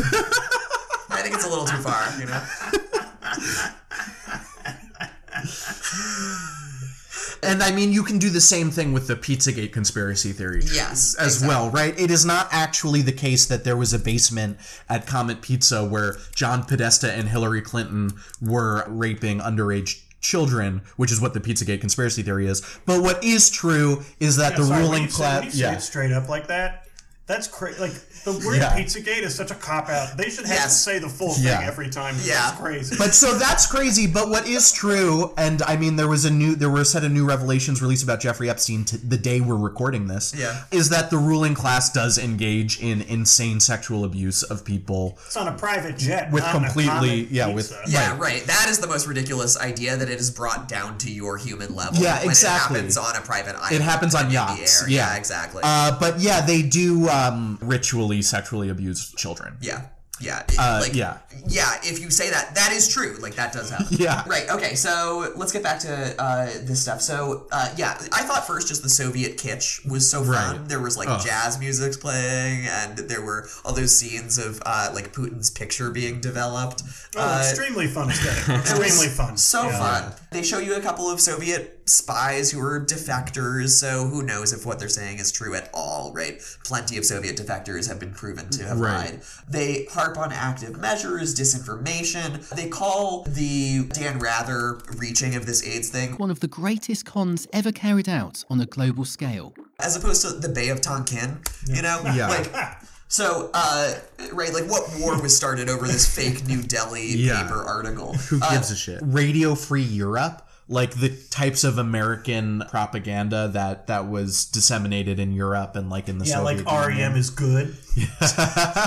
I think it's a little too far, you know?
And I mean, you can do the same thing with the Pizzagate conspiracy theory.
Yes,
As well, right? It is not actually the case that there was a basement at Comet Pizza where John Podesta and Hillary Clinton were raping underage children, which is what the Pizzagate conspiracy theory is. But what is true is that
Yeah,
the
sorry, when
ruling
you say- when
class.
you say it straight up like that. That's crazy. Like the word
Yeah.
Pizzagate is such a cop out. They should have to say the full
Yeah.
thing every time.
Yeah.
That's crazy.
But so that's crazy. But what is true, and I mean, there was a new, there were a set of new revelations released about Jeffrey Epstein t- the day we're recording this.
Yeah.
is that the ruling class does engage in insane sexual abuse of people
It's on a private jet.
with
not on a
completely,
common
yeah,
pizza.
with
Yeah, right. That is the most ridiculous idea that it is brought down to your human level.
Yeah,
When
exactly.
it happens on a private island.
It happens on
in the
yachts.
air.
Yeah.
exactly.
Uh, but yeah, they do um, ritually sexually abuse children.
yeah, yeah.
Uh,
like,
yeah.
yeah, if you say that, that is true. Like that does happen.
Yeah.
Right. Okay. So let's get back to uh, this stuff. So uh, yeah, I thought first just the Soviet kitsch was so fun. There was like
Oh.
jazz music playing, and there were all those scenes of uh, like Putin's picture being developed.
Oh,
Uh,
extremely fun aesthetic.
it was
extremely fun.
So
Yeah.
fun. They show you a couple of Soviet spies who were defectors, so who knows if what they're saying is true at all, right? Plenty of Soviet defectors have been proven to have
Right.
lied. They harp on active measures, disinformation. They call the Dan Rather reaching of this AIDS thing
One of the greatest cons ever carried out on a global scale.
as opposed to the Bay of Tonkin, you know?
Yeah.
Like, so, uh, right, like what war was started over this fake New Delhi
Yeah.
paper article? Uh,
Who gives a shit? Radio Free Europe, like the types of American propaganda that that was disseminated in Europe and like in the
Yeah, like
Soviet
E REM
Union.
is good.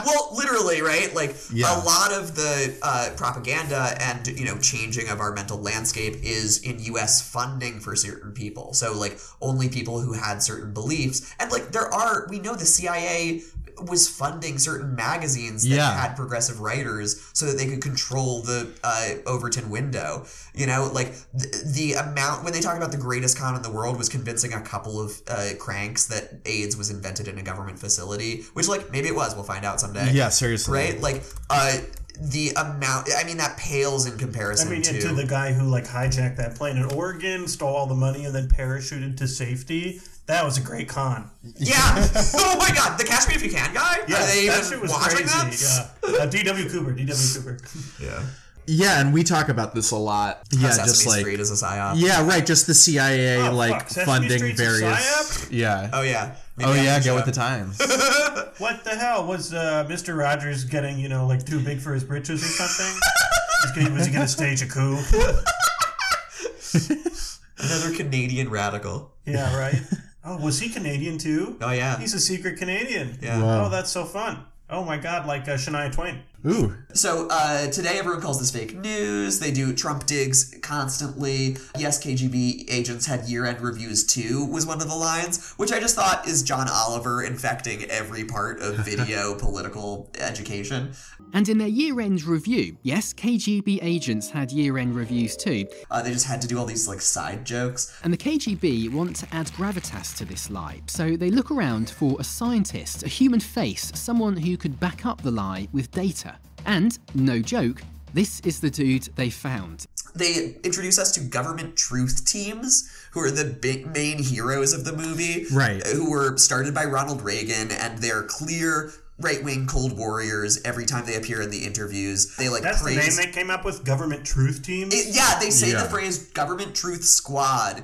well, literally, right? Like a
Yeah.
lot of the uh, propaganda and you know changing of our mental landscape is in U.S. funding for certain people. So like only people who had certain beliefs, and like there are we know the CIA was funding certain magazines that
Yeah.
had progressive writers so that they could control the uh, Overton window. You know, like th- the amount when they talk about the greatest con in the world was convincing a couple of uh, cranks that AIDS was invented in a government facility, which like maybe it was. We'll find out someday.
Yeah, seriously.
Right? Like uh, the amount. I mean, that pales in
I
comparison
mean,
to.
to the guy who like hijacked that plane in Oregon, stole all the money, and then parachuted to safety. That was a great con.
Yeah. oh my God, the Catch Me If You Can guy.
Yeah,
Are they
that
even
shit was crazy.
watching that?
Yeah. Uh, D.W. Cooper. D.W. Cooper. yeah.
Yeah, and we talk about this a lot.
How
Yeah,
Sesame
just like
Street is a psyop.
yeah, right. Just the CIA
Oh,
like
fuck, Sesame
funding
Street's a
various. Yeah.
Oh yeah.
oh yeah. Go with the times.
what the hell was uh, Mister Rogers getting? You know, like too big for his britches or something? was, he, was he gonna stage a coup?
Another Canadian radical.
Yeah, right. Oh, was he Canadian too?
Oh yeah.
He's a secret Canadian.
Yeah. Wow.
Oh, that's so fun. Oh my God, like uh, Shania Twain.
Ooh.
So uh, today, everyone calls this fake news. They do Trump digs constantly. Yes, KGB agents had year-end reviews too. Was one of the lines, which I just thought is John Oliver infecting every part of video political education.
And in their year end review, yes, KGB agents had year end reviews too.
Uh, they just had to do all these like side jokes.
And the KGB want to add gravitas to this lie, so they look around for a scientist, a human face, someone who could back up the lie with data. And, no joke, this is the dude they found.
They introduce us to government truth teams, who are the big main heroes of the movie,
Right.
Who were started by Ronald Reagan, and they're clear right-wing cold warriors. Every time they appear in the interviews, they like
That's the
praise.
name they came up with. Government truth teams.
It- yeah, they say
Yeah.
the phrase government truth squad.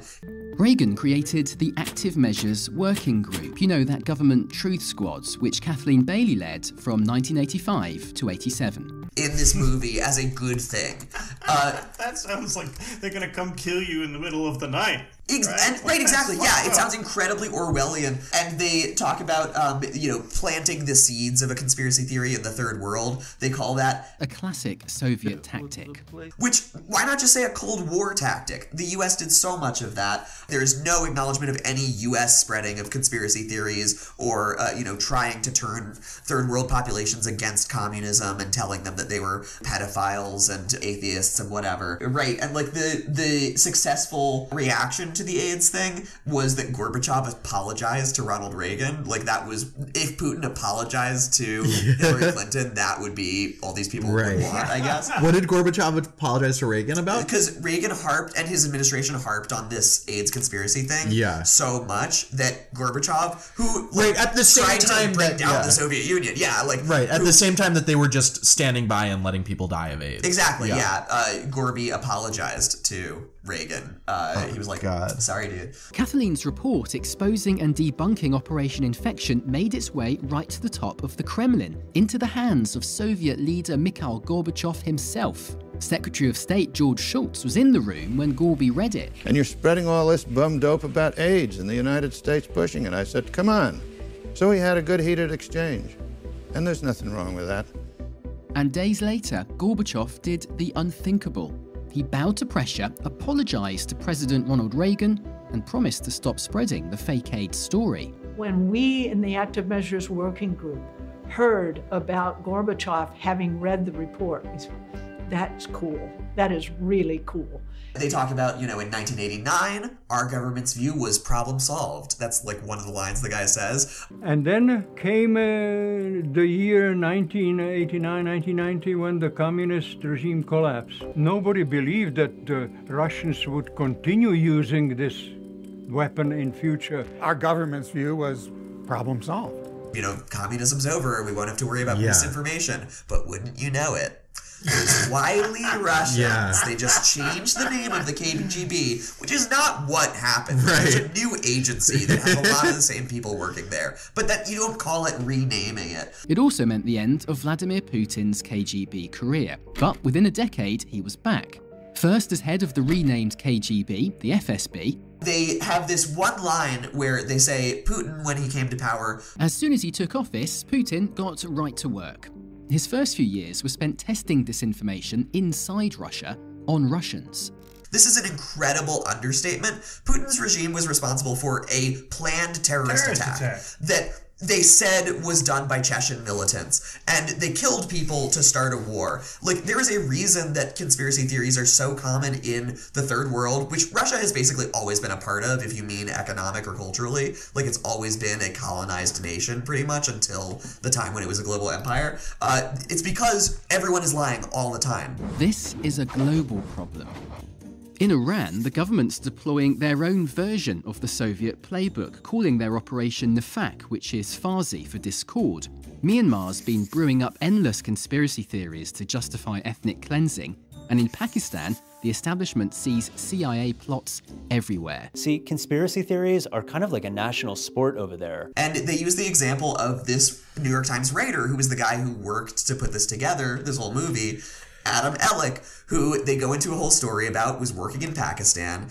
Reagan created the Active Measures Working Group, you know, that government truth squads, which Kathleen Bailey led from 1985 to 87.
In this movie, as a good thing. Uh,
that sounds like they're gonna come kill you in the middle of the night.
Ex-
right?
and,
Like,
right,
that's
exactly.
fucked
Yeah, it
up.
sounds incredibly Orwellian. And they talk about, um, you know, planting the seeds of a conspiracy theory in the third world. They call that,
A classic Soviet tactic.
which, why not just say a Cold War tactic? The US did so much of that. There's no acknowledgement of any US spreading of conspiracy theories or, uh, you know, trying to turn third world populations against communism and telling them that they were pedophiles and atheists and whatever. Right. And like the the successful reaction to the AIDS thing was that Gorbachev apologized to Ronald Reagan. Like that was if Putin apologized to Hillary Clinton, that would be all these people
Right.
would want, I guess.
What did Gorbachev apologize to Reagan about?
Because Reagan harped and his administration harped on this AIDS conspiracy thing
Yeah.
so much that Gorbachev, who like,
Right, at the same
tried
time
to break
that-
down
yeah.
the Soviet Union, yeah, like
Right, at
who-
the same time that they were just standing by and letting people die of AIDS.
Exactly. Yeah. Uh, Gorby apologized to Reagan. Uh,
Oh
he was like, "Sorry, dude."
Kathleen's report exposing and debunking Operation Infection made its way right to the top of the Kremlin, into the hands of Soviet leader Mikhail Gorbachev himself. Secretary of State George Shultz was in the room when Gorby read it.
And you're spreading all this bum dope about AIDS in the United States pushing it. I said, come on. So we had a good heated exchange. And there's nothing wrong with that.
And days later, Gorbachev did the unthinkable. He bowed to pressure, apologized to President Ronald Reagan, and promised to stop spreading the fake AIDS story.
When we in the Active Measures Working Group heard about Gorbachev having read the report, we said, that's cool. That is really cool.
They talk about, you know, in 1989, our government's view was problem solved. That's like one of the lines the guy says.
And then came uh, the year 1989 1990 when the communist regime collapsed. Nobody believed that the Russians would continue using this weapon in future. Our government's view was problem solved.
You know, communism's over. We won't have to worry about
Yeah.
misinformation. But wouldn't you know it? Those wily Russians,
Yeah.
they just changed the name of the KGB, which is not what happened. It's a new agency that has a lot of the same people working there. But that you don't call it renaming it.
It also meant the end of Vladimir Putin's KGB career, but within a decade, he was back. First as head of the renamed KGB, the FSB,
They have this one line where they say Putin, when he came to power,
As soon as he took office, Putin got right to work. His first few years were spent testing disinformation inside Russia on Russians.
This is an incredible understatement. Putin's regime was responsible for a planned terrorist,
Terrorist
attack,
attack.
that they said was done by Chechen militants, and they killed people to start a war. Like, there is a reason that conspiracy theories are so common in the third world, which Russia has basically always been a part of, if you mean economic or culturally. Like, it's always been a colonized nation, pretty much, until the time when it was a global empire. Uh, it's because everyone is lying all the time.
This is a global problem. In Iran, the government's deploying their own version of the Soviet playbook, calling their operation Nafak, which is Farsi for discord. Myanmar's been brewing up endless conspiracy theories to justify ethnic cleansing, and in Pakistan, the establishment sees CIA plots everywhere.
See, conspiracy theories are kind of like a national sport over there.
And they use the example of this New York Times writer who was the guy who worked to put this together, this whole movie, Adam Ellick, who they go into a whole story about was working in Pakistan.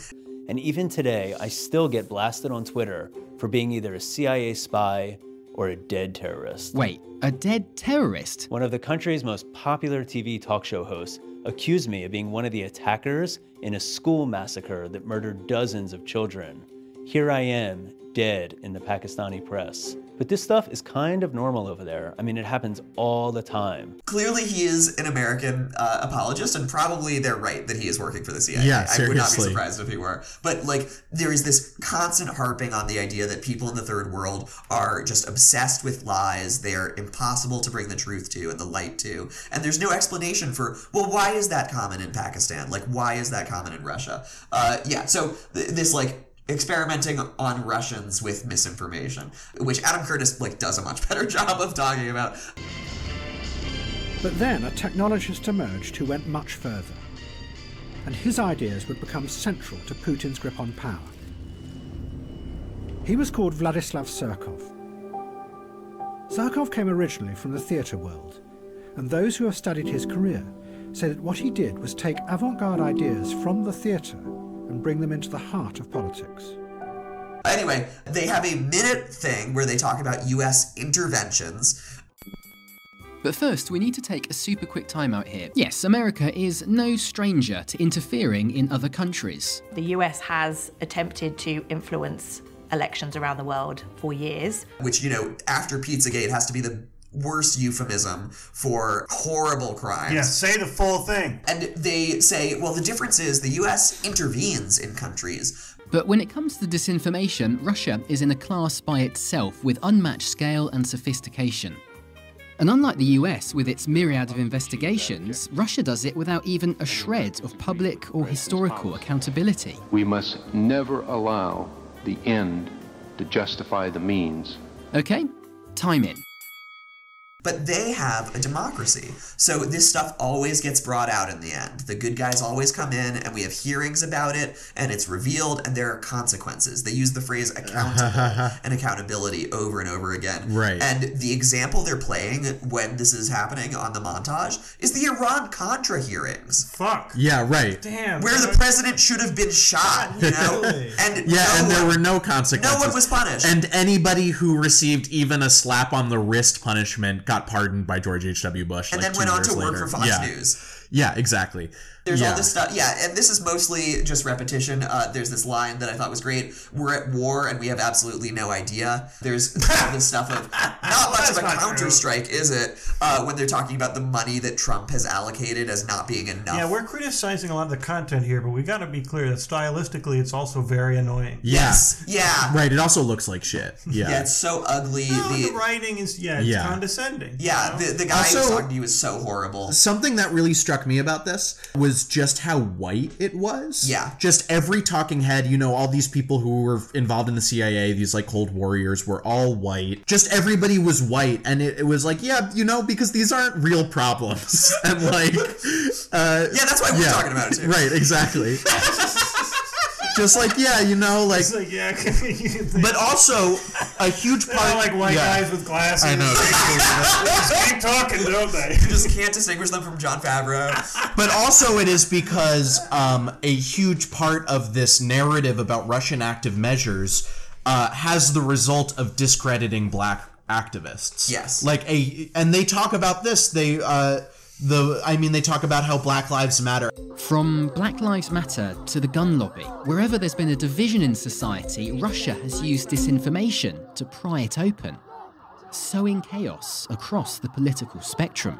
And even today, I still get blasted on Twitter for being either a CIA spy or a dead terrorist.
Wait, a dead terrorist?
One of the country's most popular TV talk show hosts accused me of being one of the attackers in a school massacre that murdered dozens of children. Here I am, dead in the Pakistani press. But this stuff is kind of normal over there. I mean, it happens all the time.
Clearly, he is an American uh, apologist, and probably they're right that he is working for the CIA.
Yeah,
I would not be
seriously.
surprised if he were. But like, there is this constant harping on the idea that people in the third world are just obsessed with lies. They are impossible to bring the truth to and the light to, and there's no explanation for well, why is that common in Pakistan? Like, why is that common in Russia? Uh, yeah. So th- this like experimenting on Russians with misinformation, which Adam Curtis like does a much better job of talking about.
But then a technologist emerged who went much further. And his ideas would become central to Putin's grip on power. He was called Vladislav Surkov. Surkov came originally from the theatre world, and those who have studied his career say that what he did was take avant garde ideas from the theatre and bring them into the heart of politics.
Anyway, they have a minute thing where they talk about U.S. interventions.
But first, we need to take a super quick timeout here. Yes, America is no stranger to interfering in other countries.
The US has attempted to influence elections around the world for years.
Which, you know, after Pizzagate has to be the worst euphemism for horrible crimes.
Yeah, say the full thing.
And they say, well, the difference is the U.S. intervenes in countries.
But when it comes to disinformation, Russia is in a class by itself with unmatched scale and sophistication. And unlike the US with its myriad of investigations, Russia does it without even a shred of public or historical accountability.
We must never allow the end to justify the means.
Okay, time in.
But they have a democracy. So this stuff always gets brought out in the end. The good guys always come in, and we have hearings about it, and it's revealed, and there are consequences. They use the phrase accountable and accountability over and over again.
Right.
And the example they're playing when this is happening on the montage is the Iran Contra hearings.
Fuck.
Yeah, right.
Damn.
Where the president should have been shot, you know? And
yeah,
no
and there
one-
were no consequences.
no one was punished.
And anybody who received even a slap on the wrist punishment got pardoned by George H.W. Bush.
And
like,
then
two
went on
years
to work
later.
for Fox
yeah.
News.
Yeah, exactly.
There's
yeah.
all this stuff. Yeah, and this is mostly just repetition. Uh, there's this line that I thought was great. We're at war and we have absolutely no idea. There's all this stuff of not much of a counter strike, is it? Uh, when they're talking about the money that Trump has allocated as not being enough.
Yeah, we're criticizing a lot of the content here, but we got to be clear that stylistically, it's also very annoying.
Yeah.
Yeah.
Right. It also looks like shit. Yeah.
Yeah, it's so ugly. the,
writing is yeah, it's
Yeah.
condescending.
Yeah,
you know? Uh,
the, the guy who was
Also-
talking to you is so horrible.
Something that really struck me about this was just how white it was.
Yeah.
Just every talking head, you know, all these people who were involved in the CIA, these like cold warriors were all white. Just everybody was white and it, it was like, yeah, you know, because these aren't real problems. and like uh
Yeah, that's why we're talking about it, too.
Right, exactly. just like, yeah, you know, like
It's like yeah,
but also a huge
They're all
part
like white
yeah.
guys with glasses.
I know.
They keep talking, don't they?
You just can't distinguish them from John Favreau.
but also it is because um, a huge part of this narrative about Russian active measures uh, has the result of discrediting black activists.
Yes.
like a and they talk about this. They uh, the I mean they talk about how Black Lives Matter.
From Black Lives Matter to the gun lobby, wherever there's been a division in society, Russia has used disinformation to pry it open, sowing chaos across the political spectrum.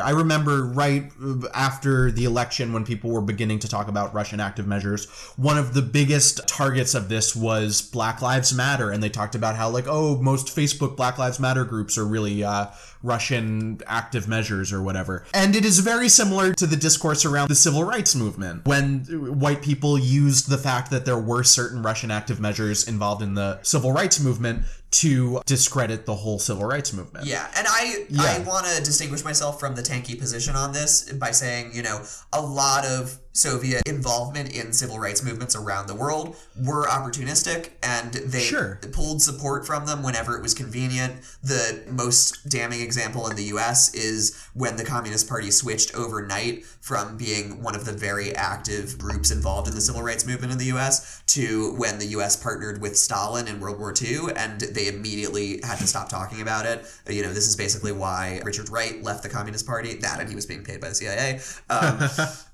I remember right uh, after the election when people were beginning to talk about Russian active measures, one of the biggest targets of this was Black Lives Matter. And they talked about how, like, oh, most Facebook Black Lives Matter groups are really uh, Russian active measures or whatever. And it is very similar to the discourse around the civil rights movement when white people used the fact that there were certain Russian active measures involved in the civil rights movement to discredit the whole civil rights movement.
Yeah, and I
Yeah.
I want to distinguish myself from the tanky position on this by saying you know a lot of Soviet involvement in civil rights movements around the world were opportunistic and they
Sure.
pulled support from them whenever it was convenient. The most damning example in the US is when the Communist Party switched overnight from being one of the very active groups involved in the civil rights movement in the US to when the US partnered with Stalin in World War II and they immediately had to stop talking about it. You know, this is basically why Richard Wright left the Communist Party, that and he was being paid by the CIA. Um,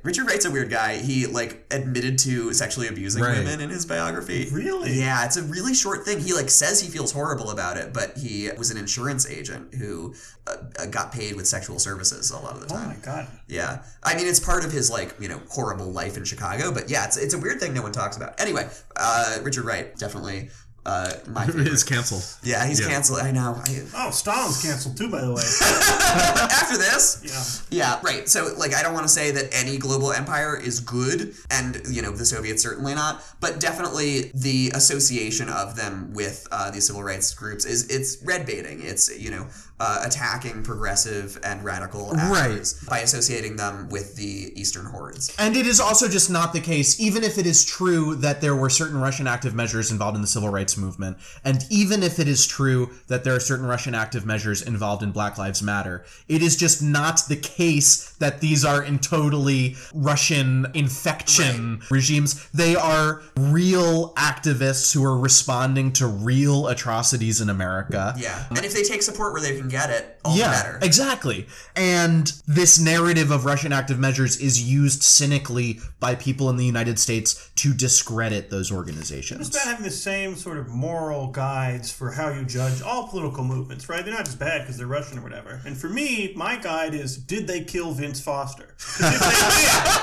Richard Wright's a weird guy. He like admitted to sexually abusing
Right.
women in his biography.
Really?
Yeah, it's a really short thing. He like says he feels horrible about it, but he was an insurance agent who uh, uh, got paid with sexual services a lot of the time. Oh my
god.
Yeah, I mean it's part of his like you know horrible life in Chicago, but yeah, it's it's a weird thing no one talks about. Anyway, uh, Richard Wright definitely uh, my favorite.
It's canceled.
Yeah, he's
Yeah.
canceled. I know. I,
Oh, Stalin's canceled too, by the way.
after this. Yeah, right. So, like, I don't want to say that any global empire is good, and, you know, the Soviets certainly not, but definitely the association of them with uh, these civil rights groups is it's red baiting. It's, you know, uh, attacking progressive and radical actors by associating them with the Eastern hordes.
And it is also just not the case, even if it is true that there were certain Russian active measures involved in the civil rights movement, and even if it is true that there are certain Russian active measures involved in Black Lives Matter, it is just not the case that these are in totally Russian infection regimes. They are real activists who are responding to real atrocities in America.
Yeah. And if they take support where they can get it, all
yeah,
the better.
Exactly. And this narrative of Russian active measures is used cynically by people in the United States to discredit those
It's
organizations.
about having the same sort of moral guides for how you judge all political movements, right? They're not just bad because they're Russian or whatever. And for me, my guide is: Did they kill Vince Foster? 'Cause if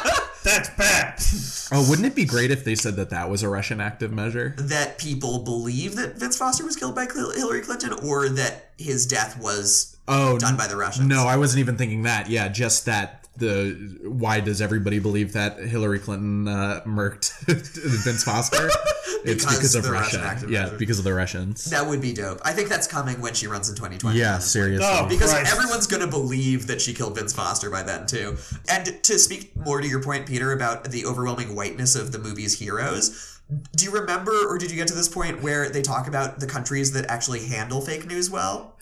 they did, that's bad.
Oh, wouldn't it be great if they said that that was a Russian active measure?
That people believe that Vince Foster was killed by Cl- Hillary Clinton or that his death was
Oh,
done by the Russians.
No, I wasn't even thinking that. Yeah, just that. The why does everybody believe that Hillary Clinton uh, murked Vince Foster? it's
Because
because of
the Russian
Russia.
active
Yeah,
measures.
because of the Russians.
That would be dope. I think that's coming when she runs in 2020.
Yeah, seriously.
No, because
Oh, Christ.
everyone's going to believe that she killed Vince Foster by then, too. And to speak more to your point, Peter, about the overwhelming whiteness of the movie's heroes, do you remember or did you get to this point where they talk about the countries that actually handle fake news well?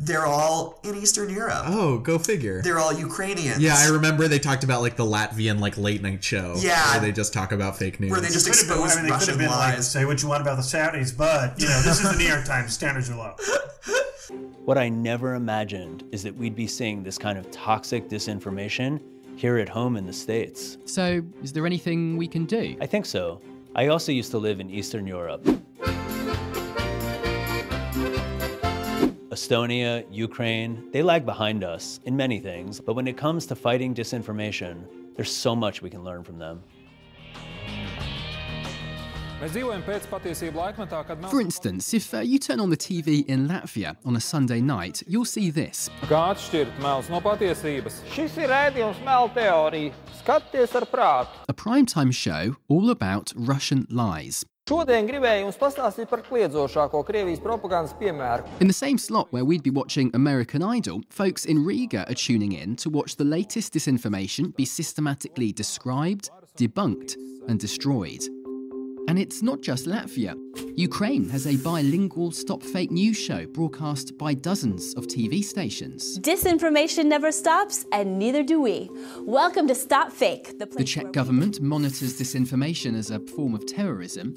They're all in Eastern Europe.
Oh, go figure.
They're all Ukrainians.
Yeah, I remember they talked about like the Latvian like late night show.
Yeah.
where they just talk about fake news.
Where they just
Could have been-
expose
I mean, they could
Russian
have been like,
lies.
say what you want about the Saudis, but you know, this is the New York Times. Standards are low.
What I never imagined is that we'd be seeing this kind of toxic disinformation here at home in the States.
So, is there anything we can do?
I think so. I also used to live in Eastern Europe. Estonia, Ukraine, they lag behind us in many things, but when it comes to fighting disinformation, there's so much we can learn from them.
Mēs dzīvojam pēc patiesību laikmetā, kad
For instance, if uh, you turn on the TV in Latvia on a Sunday night, you'll see this.
Kā atšķirt melus no patiesības?
Šis ir rēdījums melu teorija. Skaties ar prātu.
A primetime show all about Russian lies.
Šodien gribēju jums pastāstīt par kliedzošāko Krievijas propagandas piemēru.
In the same slot where we'd be watching American Idol, folks in Riga are tuning in to watch the latest disinformation be systematically described, debunked, and destroyed. And it's not just Latvia. Ukraine has a bilingual stop fake news show broadcast by dozens of TV stations.
Disinformation never stops, and neither do we. Welcome to Stop Fake, the
The Czech government monitors disinformation as a form of terrorism.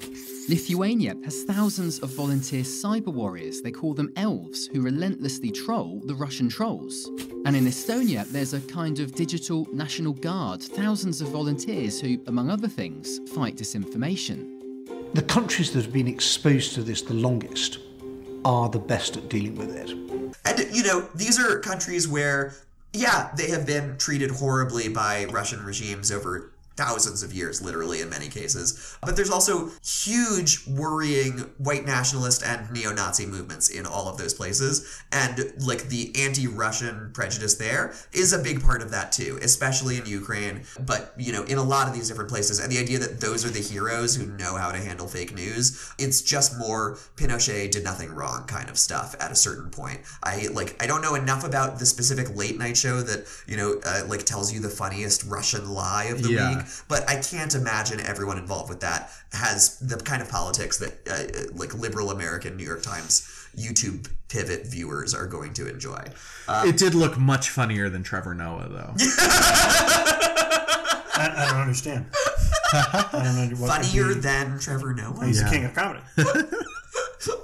Lithuania has thousands of volunteer cyber warriors. They call them elves who relentlessly troll the Russian trolls. And in Estonia, there's a kind of digital national guard, thousands of volunteers who, among other things, fight disinformation.
The countries that have been exposed to this the longest are the best at dealing with it.
And, you know, these are countries where, yeah, they have been treated horribly by Russian regimes over thousands of years, literally, in many cases. But there's also huge, worrying white nationalist and neo Nazi movements in all of those places. And, like, the anti Russian prejudice there is a big part of that, too, especially in Ukraine, but, you know, in a lot of these different places. And the idea that those are the heroes who know how to handle fake news, it's just more Pinochet did nothing wrong kind of stuff at a certain point. I, like, I don't know enough about the specific late night show that, you know, uh, like, tells you the funniest Russian lie of the
Yeah.
week but I can't imagine everyone involved with that has the kind of politics that uh, like liberal American New York Times YouTube pivot viewers are going to enjoy. Um,
it did look much funnier than Trevor Noah, though.
I, I don't understand. I don't know what could
funnier
be-
than Trevor Noah.
He's the king of comedy.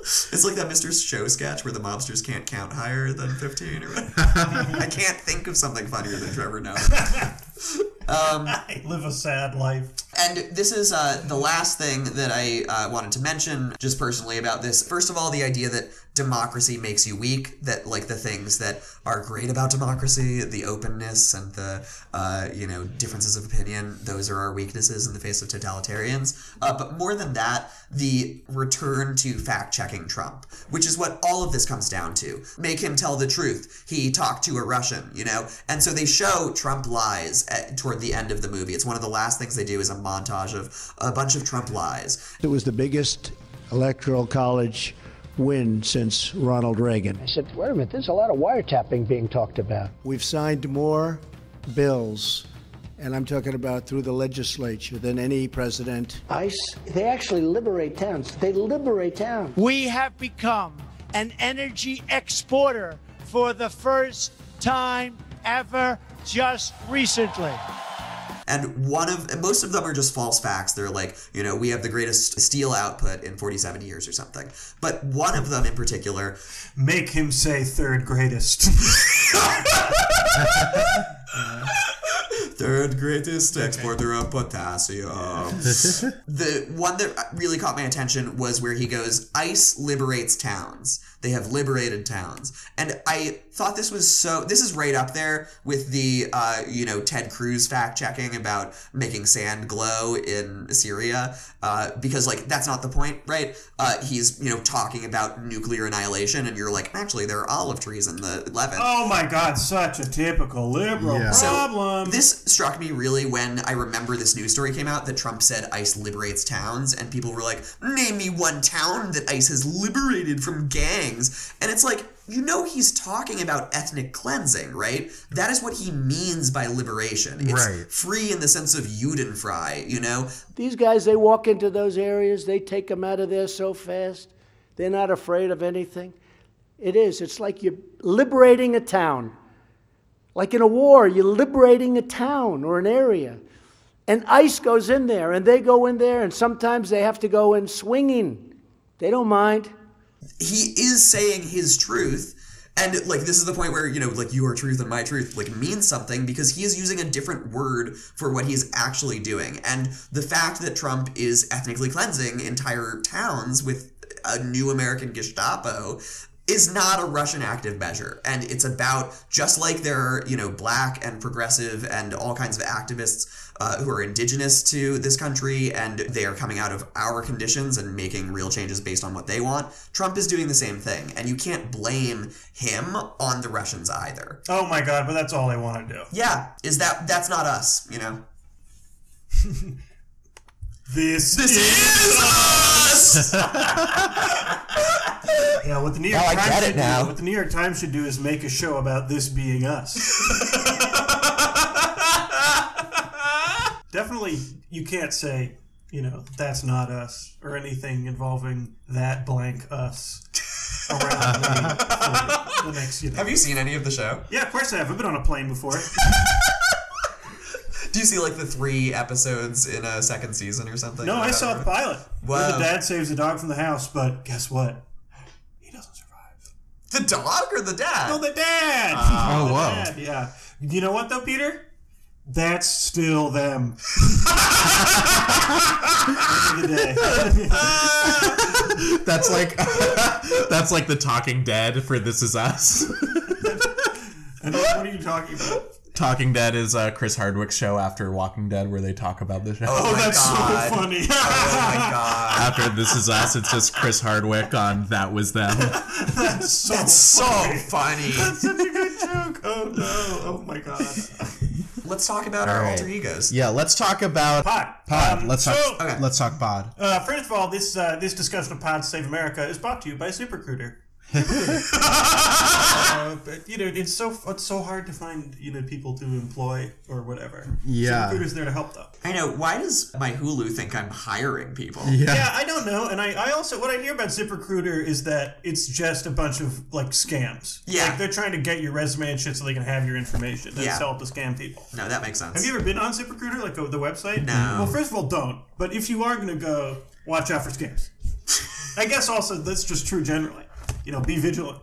It's like that Mr. Show sketch where the mobsters can't count higher than 15 or whatever. I can't think of something funnier than Trevor Noah. Um,
live a sad life.
And this is uh, the last thing that I uh, wanted to mention, just personally about this. First of all, the idea that democracy makes you weak, that like the things that are great about democracy, the openness and the, uh, you know, differences of opinion, those are our weaknesses in the face of totalitarians. Uh, but more than that, the return to fact checking Trump, which is what all of this comes down to. Make him tell the truth. He talked to a Russian, you know? And so they show Trump lies at, toward the end of the movie. It's one of the last things they do is a montage of a bunch of Trump lies.
It was the biggest electoral college win since Ronald Reagan.
I said, wait a minute, there's a lot of wiretapping being talked about.
We've signed more bills, and I'm talking about through the legislature, than any president.
ICE, they actually liberate towns. They liberate towns.
We have become an energy exporter for the first time ever just recently.
And one of and most of them are just false facts. They're like, you know, we have the greatest steel output in 47 years or something. But one of them in particular,
Make him say third greatest.
third greatest exporter of potassium. the one that really caught my attention was where he goes, ICE liberates towns. They have liberated towns. And I thought this was so, this is right up there with the, uh, you know, Ted Cruz fact checking about making sand glow in Syria, uh, because, like, that's not the point, right? Uh, he's, you know, talking about nuclear annihilation, and you're like, actually, there are olive trees in the Levant.
oh my God, such a typical liberal problem.
So this struck me really when I remember this news story came out that Trump said ICE liberates towns, and people were like, "Name me one town that ICE has liberated from gangs," and it's like. You know he's talking about ethnic cleansing, right? That is what he means by liberation. It's
Right.
free in the sense of Judenfrei, you know?
These guys, they walk into those areas, they take them out of there so fast. They're not afraid of anything. It is. It's like you're liberating a town. Like in a war, you're liberating a town or an area. And ICE goes in there, and they go in there, and sometimes they have to go in swinging. They don't mind.
he is saying his truth and like this is the point where you know like your truth and my truth like means something because he is using a different word for what he's actually doing and the fact that trump is ethnically cleansing entire towns with a new american gestapo is not a russian active measure and it's about just like there are you know black and progressive and all kinds of activists uh, who are indigenous to this country and they are coming out of our conditions and making real changes based on what they want. Trump is doing the same thing, and you can't blame him on the Russians either.
Oh my God, but that's all I want to do.
Yeah, is that that's not us, you know?
This,
this is us.
yeah, what the New York
Now I
Times
get it
should
now.
do, what the New York Times should do is make a show about this being us. Definitely, you can't say, you know, that's not us or anything involving that blank us. Around me for the next, you know.
Have you seen any of the show?
Yeah, of course I have. I've been on a plane before.
Do you see like the three episodes in a second season or something?
no, I saw the pilot. where
Wow.
The dad saves the dog from the house, but guess what?
The dog or the dad?
No, the dad.
Oh,
The
whoa.
dad, Yeah. You know what though, Peter? That's still them. End of the day.
that's like that's like the Talking Dead for This Is Us.
And what are you talking about?
Talking Dead is uh, Chris Hardwick's show after Walking Dead, where they talk about the show.
Oh, that's so funny. oh my god.
After This Is Us, it's just Chris Hardwick on That Was Them.
That's so
So
funny.
funny.
That's such a good joke. Oh no. Oh my god.
Let's talk about our
All right.
alter egos.
Yeah, let's talk about
Pod.
Pod.
Um,
let's talk.
so- Okay.
Let's talk pod.
Uh, first of all, this uh, this discussion of Pod Save America is brought to you by Supercruder. uh, but, you know, it's so it's so hard to find you know people to employ or whatever.
Yeah.
Supercruder's there to help though.
I know. Why does my Hulu think I'm hiring people?
Yeah. I don't know. And I, I also what I hear about ZipRecruiter is that it's just a bunch of like scams.
Yeah.
like, they're trying to get your resume and shit so they can have your information. They
Yeah.
sell it to scam people.
No, that makes sense.
Have you ever been on ZipRecruiter, like the, the website?
No.
Well, first of all, don't. But if you are going to go, watch out for scams. I guess also that's just true generally. You know, be vigilant.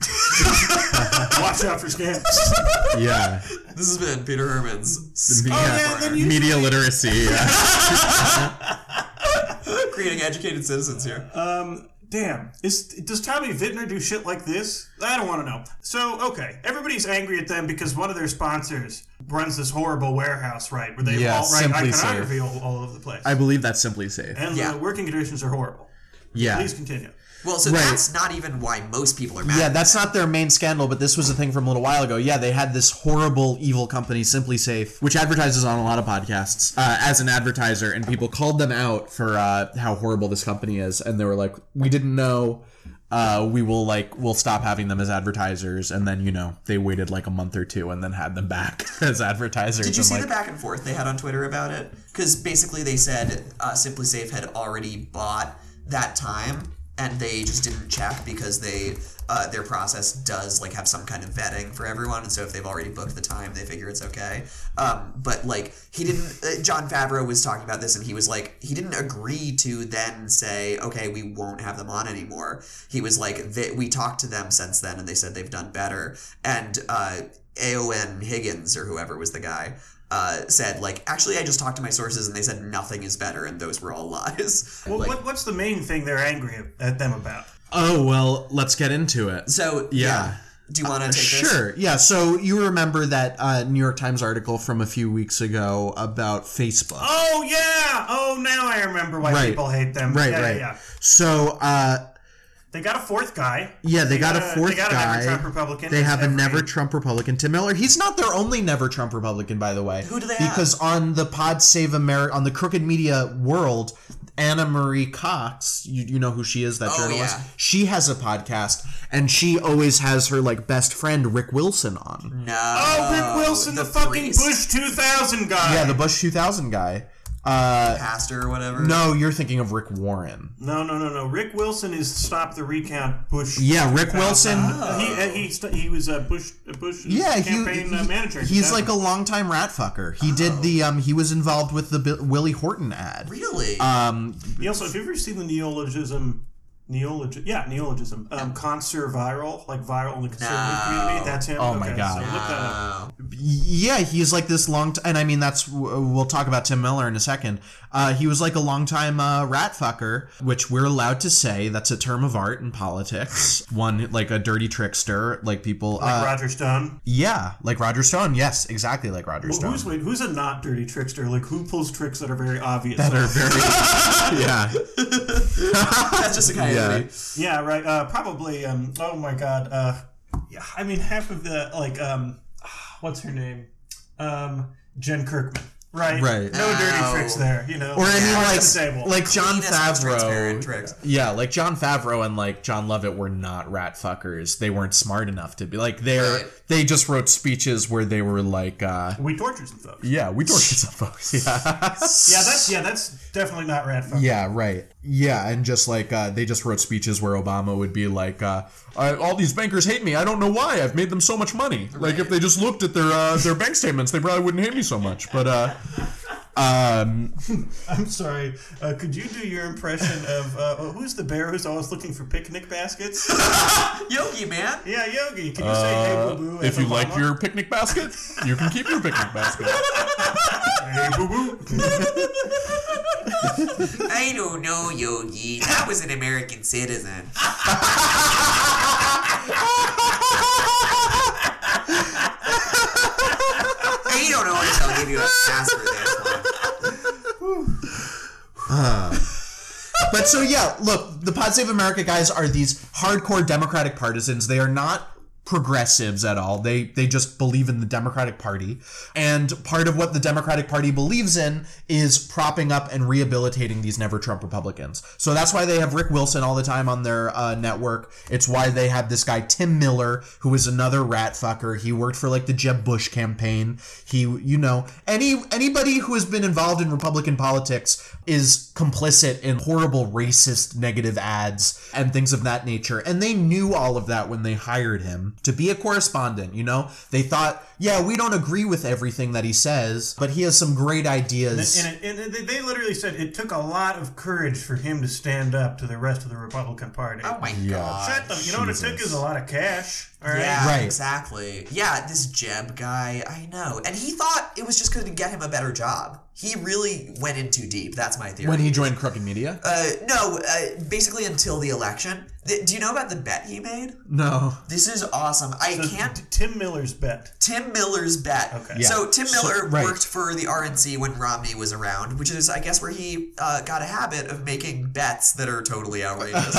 watch out for scams.
Yeah.
This has been Peter Herman's
Media,
Oh,
Scam Corner.
media literacy. Yeah.
creating educated citizens here.
Um, damn. Is does Tommy Vittner do shit like this? I don't want to know. So okay, everybody's angry at them because one of their sponsors runs this horrible warehouse, right? Where they
Yeah,
have alt-right
Simply
iconography
Safe.
all, all over the place,
I believe that's simply safe.
and the working conditions are horrible.
Yeah.
Please continue.
Well, so
Right.
that's not even why most people are mad.
Yeah, that's not their main scandal, but this was a thing from a little while ago. Yeah, they had this horrible, evil company, Simply Safe, which advertises on a lot of podcasts uh, as an advertiser, and people called them out for uh, how horrible this company is, and they were like, "We didn't know. Uh, we will like we'll stop having them as advertisers." And then you know they waited like a month or two, and then had them back as advertisers.
Did you
and,
see
like,
the back and forth they had on Twitter about it? Because basically they said uh, Simply Safe had already bought that time, and they just didn't check because they uh, their process does like have some kind of vetting for everyone, and so if they've already booked the time, they figure it's okay. Um, but like he didn't. Uh, John Favreau was talking about this, and he was like, he didn't agree to then say, okay, we won't have them on anymore. He was like, they, we talked to them since then, and they said they've done better. And uh, Aon Higgins or whoever was the guy uh, said like, actually, I just talked to my sources, and they said nothing is better, and those were all lies.
Well, what, what's the main thing they're angry at them about?
Oh well, let's get into it.
So
yeah.
Do you want to take this?
Uh, Sure. Yeah. So you remember that uh, New York Times article from a few weeks ago about Facebook?
Oh yeah. Oh, now I remember why
Right.
people hate them.
Right,
Yeah, yeah,
right.
yeah.
So, uh,
They got a fourth guy.
yeah, they, got,
a-
a fourth
they got
guy.
A never Trump Republican.
They have a never Trump Republican. Tim Miller. He's not their only never Trump Republican, by the way. Who
do they have?
Because on the Pod Save America, on the Crooked Media world, Anna Marie Cox, you, you know who she is, that
Oh,
journalist.
yeah.
She has a podcast, and she always has her like best friend Rick Wilson on.
No.
Oh,
Uh,
Rick Wilson, the, fucking Bush 2000 guy.
Yeah, the Bush 2000 guy. Uh,
pastor or whatever.
No, you're thinking of Rick Warren.
No, no, no, no. Rick Wilson is stop the recount Bush.
Yeah, Rick
2000.
Wilson-
Uh, He uh, he, st- he was a Bush a Bush
Yeah, he-
campaign uh,
he-
manager.
He's like a longtime rat fucker. He
Oh.
did the um. He was involved with the Bill, Willie Horton ad.
Really?
Um.
He also, if you ever seen the neologism, neologism, yeah, neologism, um, conserviral, like viral in the conservative community, that's him.
Oh my
Okay,
God.
So look that up.
Yeah, he's like this long. T- and I mean, that's we'll talk about Tim Miller in a second. Uh, he was like a longtime uh, rat fucker, which we're allowed to say. That's a term of art in politics. One like a dirty trickster, like people.
Like
uh,
Roger Stone.
Yeah, like Roger Stone. Yes, exactly like Roger
Well,
Stone.
who's wait, who's a not dirty trickster? Like who pulls tricks that are very obvious?
that are very yeah.
That's just a guy.
Yeah.
Yeah, right. Uh, probably. Um, oh my god. Uh, yeah, I mean, half of the like, um, what's her name? Um, Jen Kirkman. Right.
Right.
No dirty
Oh.
tricks there. You know.
Or I mean,
Across
like,
the table.
like John Favreau. Yeah, like John Favreau and like John Lovett were not rat fuckers. They weren't smart enough to be like they're they just wrote speeches where they were like, uh,
We torture some folks.
yeah, we tortured some folks. Yeah,
yeah, that's yeah, that's definitely not rat fuck.
yeah, right. Yeah, and just like uh, they just wrote speeches where Obama would be like, uh, I, all these bankers hate me. I don't know why. I've made them so much money. Like if they just looked at their uh, their bank statements, they probably wouldn't hate me so much. But uh, um,
I'm sorry. Uh, could you do your impression of uh, who's the bear who's always looking for picnic baskets?
Yogi man.
Yeah, Yogi. Can you say hey
Uh,
boo boo?
if you like your picnic basket, you can keep your picnic basket.
hey boo boo.
I don't know, Yogi. That was an American citizen. I'll give you a pass for
Uh, but so yeah, look, the Pod Save America guys are these hardcore Democratic partisans. They are not progressives at all. They they just believe in the Democratic Party. And part of what the Democratic Party believes in is propping up and rehabilitating these never Trump Republicans. So that's why they have Rick Wilson all the time on their uh, network. It's why they have this guy Tim Miller who is another rat fucker. He worked for like the Jeb Bush campaign. He you know, any anybody who has been involved in Republican politics is complicit in horrible racist negative ads and things of that nature. And they knew all of that when they hired him to be a correspondent, you know? They thought, yeah, we don't agree with everything that he says, but he has some great ideas.
And, it- and it- they literally said it took a lot of courage for him to stand up to the rest of the Republican Party. Oh
my
Yeah. God.
Shut them. You know what it took
Jesus.
is a lot of cash. All right.
Yeah, exactly. Yeah, this Jeb guy, I know. And he thought it was just going to get him a better job. He really went in too deep. That's my theory.
when he joined Crooked Media?
Uh, no, uh, basically until the election. Th- do you know about the bet he made?
No.
This is awesome. I can't.
Tim Miller's bet.
Tim Miller's bet. Okay.
Yeah.
So Tim
So-
Miller
right.
worked for the RNC when Romney was around, which is, I guess, where he uh, got a habit of making bets that are totally outrageous.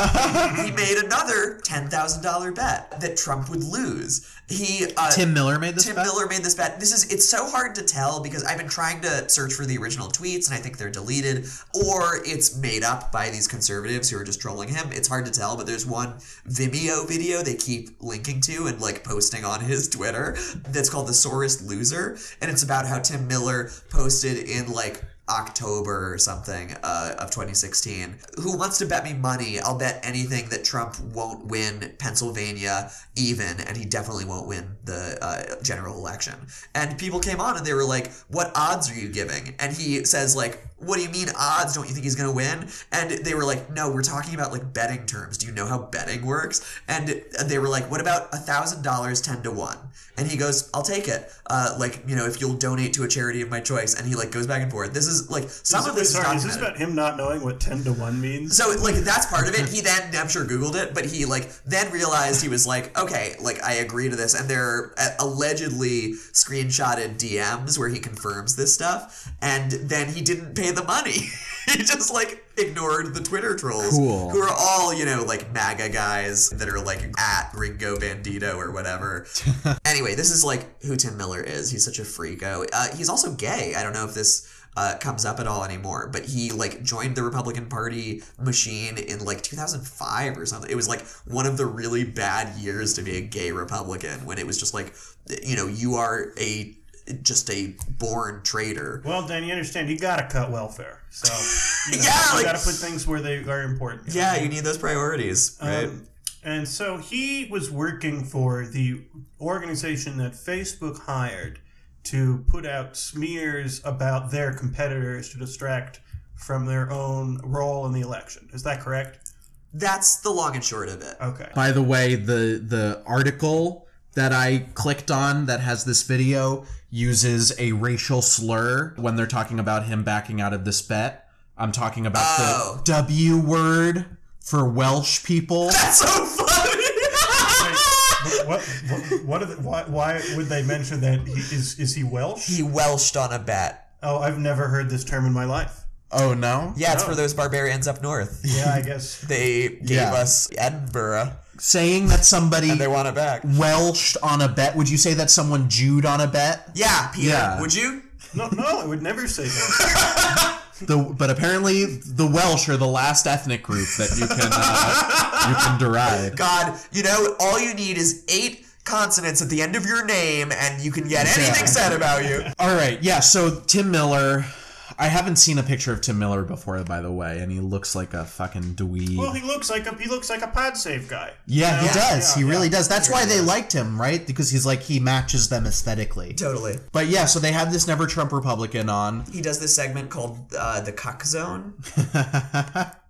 he made another ten thousand dollar bet that Trump would lose. He uh,
Tim Miller made this
Tim
bet?
Miller made this bet. This is it's so hard to tell because I've been trying to search for the original tweets and I think they're deleted or it's made up by these conservatives who are just trolling him. It's hard to tell, but there's one Vimeo video they keep linking to and like posting on his Twitter that's called the sorest loser and it's about how Tim Miller posted in like October or something uh, of 2016. Who wants to bet me money? I'll bet anything that Trump won't win Pennsylvania even, and he definitely won't win the uh, general election. And people came on and they were like, "What odds are you giving?" And he says like. What do you mean odds? Don't you think he's gonna win? And they were like, no, we're talking about like betting terms. Do you know how betting works? And they were like, what about a thousand dollars, ten to one? And he goes, I'll take it. Uh, like you know, if you'll donate to a charity of my choice. And he like goes back and forth. This is like some
Is
of this is
sorry, is this
documented.
about him not knowing what ten to one means?
So like that's part of it. He then I'm sure Googled it, but he like then realized he was like, okay, like I agree to this, and there are uh, allegedly screenshotted DMs where he confirms this stuff, and then he didn't pay the money. he just like ignored the Twitter trolls,
Cool.
who are all you know like MAGA guys that are like at Ringo Bandito or whatever. anyway, this is like who Tim Miller is. He's such a freako. Uh, he's also gay. I don't know if this uh, comes up at all anymore, but he like joined the Republican Party machine in like 2005 or something. It was like one of the really bad years to be a gay Republican when it was just like, you know, you are a just a born traitor.
Well, Dan, you understand you gotta cut welfare. So you know,
Yeah,
you
like-
gotta put things where they are important. you
Yeah,
know?
you need those priorities, right?
Um, and so he was working for the organization that Facebook hired to put out smears about their competitors to distract from their own role in the election. Is that correct?
That's the long and short of it.
Okay.
By the way, the the article that I clicked on that has this video uses a racial slur when they're talking about him backing out of this bet. I'm talking about
Oh.
the W word for Welsh people.
That's so funny.
Wait, what, what, what are the, why, why would they mention that? He, is is he Welsh?
He Welshed on a bet.
Oh, I've never heard this term in my life.
Oh no.
Yeah, it's
No.
for those barbarians up north.
Yeah, I guess
they gave
Yeah.
us Edinburgh.
Saying that somebody
they want it back.
Welshed on a bet. Would you say that someone Jewed on a bet?
Yeah, Peter.
Yeah.
Would you?
No, no, I would never say that.
The, but apparently the Welsh are the last ethnic group that you can uh, you can derive.
God, you know, all you need is eight consonants at the end of your name, and you can get anything
Yeah.
said about you.
All right, yeah. So Tim Miller, I haven't seen a picture of Tim Miller before, by the way, and he looks like a fucking dweeb.
Well, he looks like a he looks like a pod save guy.
yeah, he
Yeah,
does.
yeah,
he really
yeah.
does. That's why they liked him, right? Because he's like he matches them aesthetically.
Totally.
But yeah, so they have this Never Trump Republican on.
He does this segment called uh, the Cuck Zone,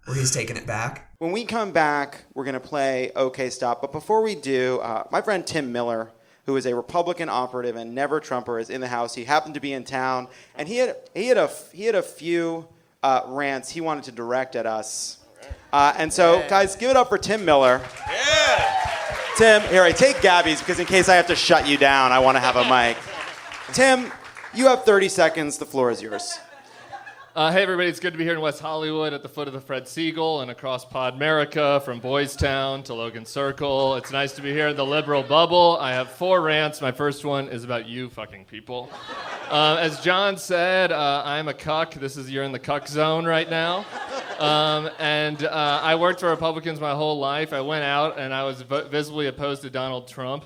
where he's taking it back.
When we come back, we're going to play OK Stop. But before we do, uh, my friend Tim Miller, who is a Republican operative and never Trumper, is in the house. He happened to be in town, and he had he had a he had a few uh, rants he wanted to direct at us. Uh, and so, guys, give it up for Tim Miller. Yeah. Tim, here I take Gabby's because in case I have to shut you down, I want to have a mic. Tim, You have 30 seconds. The floor is yours.
Uh, hey, everybody, it's good to be here in West Hollywood at the foot of the Fred Siegel and across Podmerica from Boys Town to Logan Circle. It's nice to be here in the liberal bubble. I have four rants. My first one is about you fucking people. Uh, as John said, uh, I'm a cuck. This is, you're in the cuck zone right now. Um, and uh, I worked for Republicans my whole life. I went out and I was vo- visibly opposed to Donald Trump.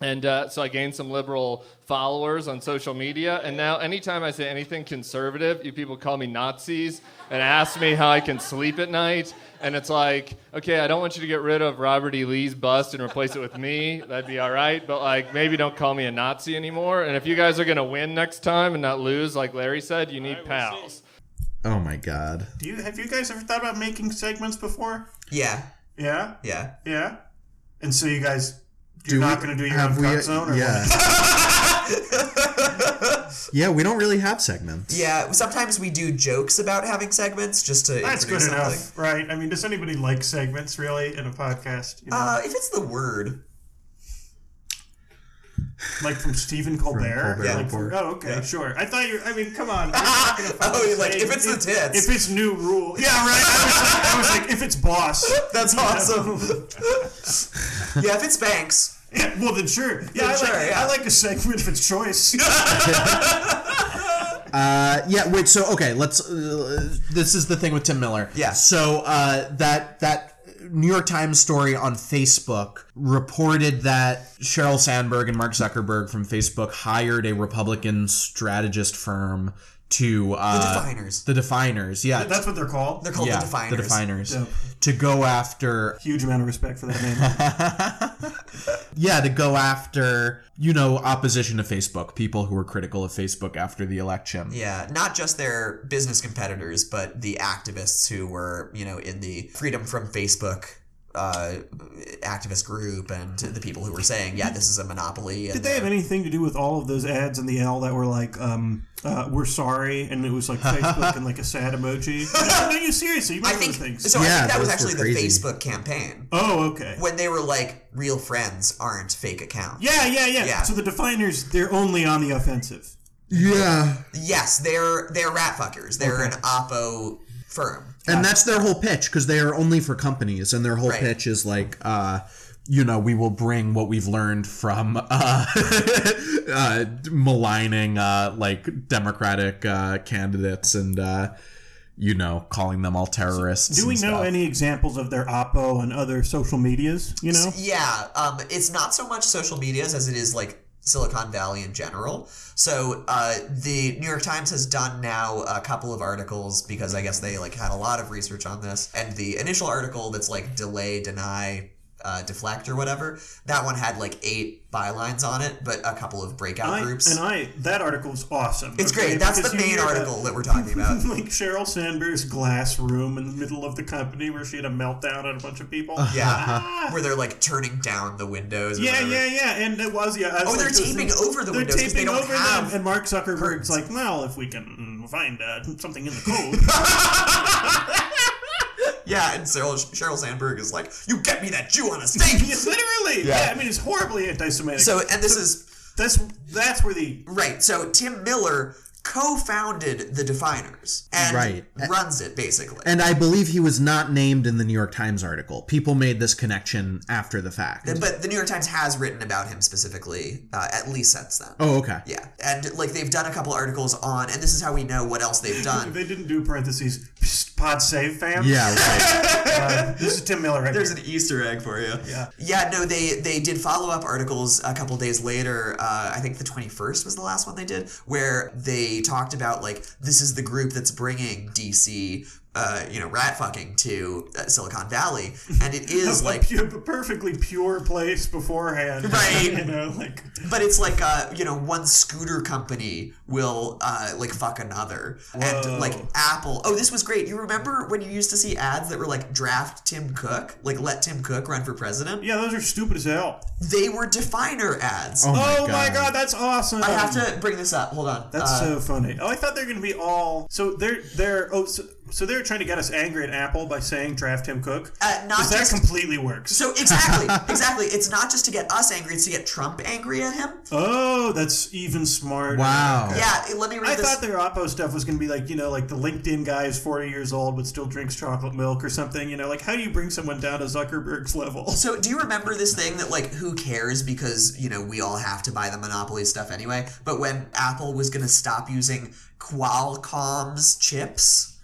And uh, so I gained some liberal followers on social media. And now, anytime I say anything conservative, you people call me Nazis and ask me how I can sleep at night. And it's like, okay, I don't want you to get rid of Robert E. Lee's bust and replace it with me. That'd be all right. But like, maybe don't call me a Nazi anymore. And if you guys are going to win next time and not lose, like Larry said, you need pals.
Oh my god.
Do you have you guys ever thought about making segments before?
Yeah.
Yeah.
Yeah.
Yeah. And so you guys,
Do
you're not
we-
going to do your own
have we-
cut zone, or
yeah. Yeah, we don't really have segments.
Yeah, sometimes we do jokes about having segments just to
That's good
introduce something.
enough, right? I mean, does anybody like segments really in a podcast? You know?
Uh, if it's the word,
like from Stephen Colbert.
Colbert
Like,
Report.
oh, okay,
Yeah.
sure. I thought you. I mean, come on. oh,
like, if it's the tits.
If it's new rule, yeah, right. I was like, I was like if it's boss,
That's awesome. yeah, if it's Banks.
Yeah, well then sure. Yeah,
Then
I,
sure,
like,
yeah.
I like a segment if it's choice.
Uh, yeah. Wait. So okay. Let's. Uh, this is the thing with Tim Miller. Yeah. So uh, that that New York Times story on Facebook reported that Sheryl Sandberg and Mark Zuckerberg from Facebook hired a Republican strategist firm to uh,
Definers.
The Definers. Yeah.
that's what they're called. They're
yeah, The Definers. To go after
Huge amount of respect for that name.
yeah, to go after, you know, opposition to Facebook, people who were critical of Facebook after the election.
Yeah, not just their business competitors, but the activists who were, you know, in the Freedom from Facebook uh, activist group and the people who were saying, yeah, this is a monopoly. And
Did they have anything to do with all of those ads in the L that were like, um, uh, "We're sorry," and it was like Facebook and like a sad emoji? No, no, you seriously? You I think things.
So I think that was actually the Facebook campaign.
Oh, okay.
When they were like, real friends aren't fake accounts.
Yeah, yeah, yeah,
Yeah.
So the definers, they're only on the offensive.
Yeah.
Yes, they're they're rat fuckers. They're an oppo firm.
And that's their whole pitch because they are only for companies, and their whole
Right.
pitch is like, uh, you know, we will bring what we've learned from uh, uh, maligning uh, like Democratic uh, candidates and uh, you know calling them all terrorists.
Do we know
and stuff.
any examples of their Oppo and other social medias? You know,
S- Yeah, um, it's not so much social medias as it is like Silicon Valley in general. So uh, the New York Times has done now a couple of articles because I guess they like had a lot of research on this. And the initial article that's like delay, deny, uh, deflect or whatever, that one had like eight bylines on it, but a couple of breakout
I-
groups.
and I that article is awesome.
It's great. That's the main article that we're talking about.
like Cheryl Sandberg's glass room in the middle of the company where she had a meltdown on a bunch of people.
yeah, where they're like turning down the windows. or
Yeah,
whatever.
yeah, yeah, and it was yeah. I was
Oh, they're
like, those
taping
things-
over the
they're
windows 'cause they
taping
don't
over
have
them, and Mark Zuckerberg's like, well, if we can find uh, something in the code,
Yeah, and Cheryl, Cheryl Sandberg is like, "You get me that Jew on a steak."
literally, yeah. I mean, it's horribly anti-Semitic.
So, and this is
that's that's where the
right. So Tim Miller co-founded the Definers and
Right.
runs it basically.
And I believe he was not named in the New York Times article. People made this connection after the fact.
but the New York Times has written about him specifically, uh, at least since then.
oh, okay.
Yeah, and like they've done a couple articles on, and this is how we know what else they've done.
they didn't do parentheses. "Psst, Pod save fam.
Yeah,
Uh, this is Tim Miller. Right
There's an Easter egg for you.
Yeah.
Yeah, no, they they did follow up articles a couple days later. Uh, I think the 21st was the last one they did, where they talked about like this is the group that's bringing DC, uh, you know, rat fucking to uh, Silicon Valley, and it is
A
like
pu- a perfectly pure place beforehand,
Right.
You know, like
But it's like uh, you know, one scooter company will uh, like fuck another,
Whoa.
and like Apple. Oh, this was great. You remember when you used to see ads that were like draft Tim Cook, like let Tim Cook run for president?
Yeah, those are stupid as hell.
They were definer ads.
Oh my Oh my God. God, that's awesome.
I have to bring this up. Hold on.
That's
Uh,
so funny. Oh, I thought they're going to be all so they're they're oh so, So they're trying to get us angry at Apple by saying draft Tim Cook.
Uh, not
'Cause that
just-
completely works.
So exactly, exactly. It's not just to get us angry; it's to get Trump angry at him.
Oh, that's even smarter.
Wow.
Yeah, let me read
I
this-
thought their Oppo stuff was going to be like, you know, like the LinkedIn guy is 40 years old but still drinks chocolate milk or something. You know, like how do you bring someone down to Zuckerberg's level?
So do you remember this thing that like who cares because you know we all have to buy the monopoly stuff anyway? But when Apple was gonna stop using Qualcomm's chips,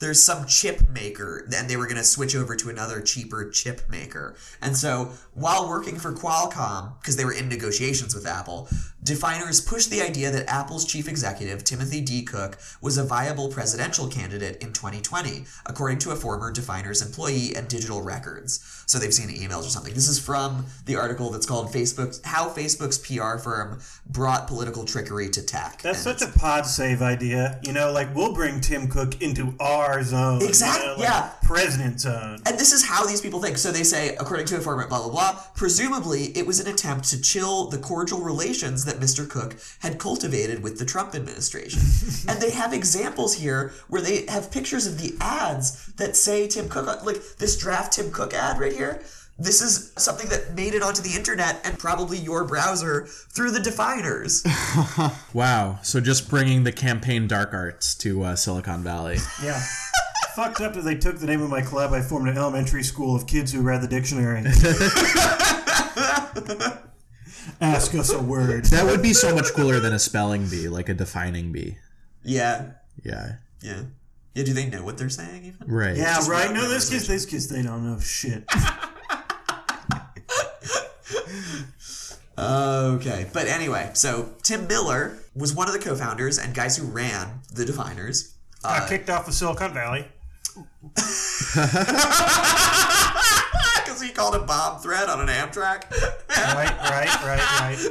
there's some chip maker, and they were gonna switch over to another cheaper chip maker. And so while working for Qualcomm, because they were in negotiations with Apple, definers pushed the idea that Apple's chief executive Timothy D. Cook was a viable presidential candidate in 2020, according to a former definers employee and digital records. So they've seen emails or something. This is from the article that's called Facebook's How Facebook's PR Firm Brought Political Trickery to Tech.
That's such a pod save idea. You know, like we'll bring Tim Cook into our zone.
Exact-
You know, like
yeah.
President zone.
And this is how these people think. So they say, according to informant, blah, blah, blah, presumably it was an attempt to chill the cordial relations that Mr. Cook had cultivated with the Trump administration. and they have examples here where they have pictures of the ads that say Tim Cook, like this draft Tim Cook ad right here. This is something that made it onto the internet and probably your browser through the definers.
Wow. So just bringing the campaign dark arts to uh, Silicon Valley.
Yeah. Fucked up that they took the name of my club. I formed an elementary school of kids who read the dictionary. Ask us a word.
That would be so much cooler than a spelling bee, like a defining bee.
yeah.
Yeah.
Yeah. Yeah, do they know what they're saying even?
Right.
Yeah,
Just
right.
not
No, those kids, those kids, they don't know shit.
Okay, but anyway, so Tim Miller was one of the co-founders and guys who ran the Definers.
Got kicked off of Silicon Valley.
Because he called a bomb threat on an Amtrak.
right, right, right, right.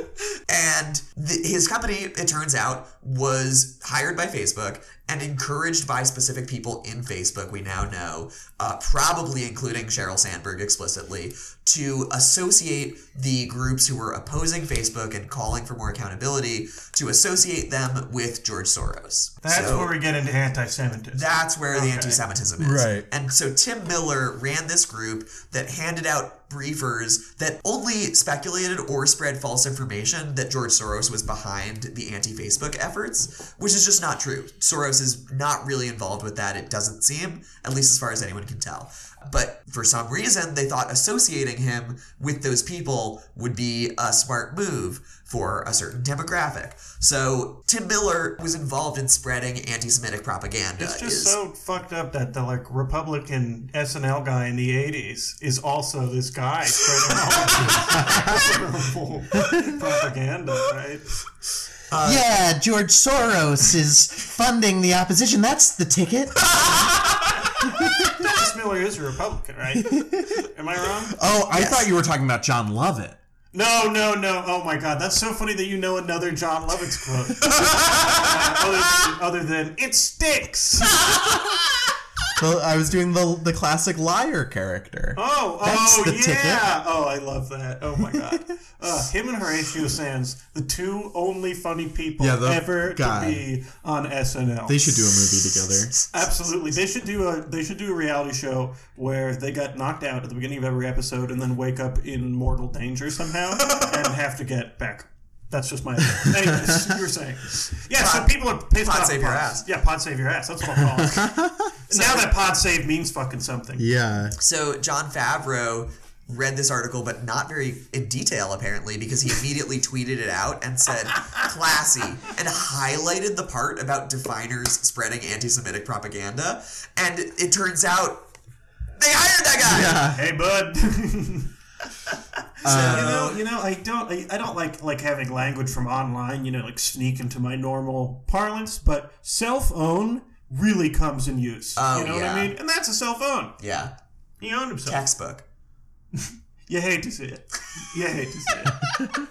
And th- his company, it turns out, was hired by Facebook and encouraged by specific people in Facebook, we now know, uh, probably including Sheryl Sandberg explicitly, to associate the groups who were opposing Facebook and calling for more accountability to associate them with George Soros.
That's
So-
where we get into anti-Semitism.
that's where the anti-Semitism is.
Right.
And so Tim Miller ran this group that handed out briefers that only speculated or spread false information that George Soros was behind the anti-Facebook efforts, which is just not true. Soros is not really involved with that. It doesn't seem, at least as far as anyone can tell. But for some reason, they thought associating him with those people would be a smart move for a certain demographic. So Tim Miller was involved in spreading anti-Semitic propaganda.
It's just
is-
so fucked up that the like Republican SNL guy in the '80s is also this guy spreading all this horrible propaganda, right?
uh,
yeah, George Soros is funding the opposition. That's the ticket.
Oh,
Dennis Miller is a Republican, right? Am I wrong?
Oh, I thought you were talking about John Lovett.
No, no, no. Oh my God, that's so funny that you know another John Lovett's quote. Uh, other, than, other than it stinks.
Well, I was doing the the classic liar character.
Oh,
That's
oh
the
yeah.
ticket.
Oh, I love that. Oh my god. Uh, him and Horatio Sands, the two only funny people
Yeah, the
ever
guy.
to be on SNL.
They should do a movie together.
Absolutely, they should do a they should do a reality show where they got knocked out at the beginning of every episode and then wake up in mortal danger somehow and have to get back. That's just my. opinion. Anyways, you were saying, yeah. so people are pissed
Pod
off.
save your
pods.
ass.
Yeah, pod save your ass. That's what I'll call it. now that pod save means fucking something.
Yeah.
So John Favreau read this article, but not very in detail apparently, because he immediately tweeted it out and said "classy" and highlighted the part about definers spreading anti-Semitic propaganda. And it turns out they hired that guy.
Hey, bud.
Uh,
you know,
So-
you know, I don't, I, I don't like like having language from online. You know, like sneak into my normal parlance, but cell phone really comes in use.
Oh,
you know what
yeah.
I mean? And that's a cell phone.
Yeah.
He owned himself.
Textbook.
You hate to see it. You hate to see it.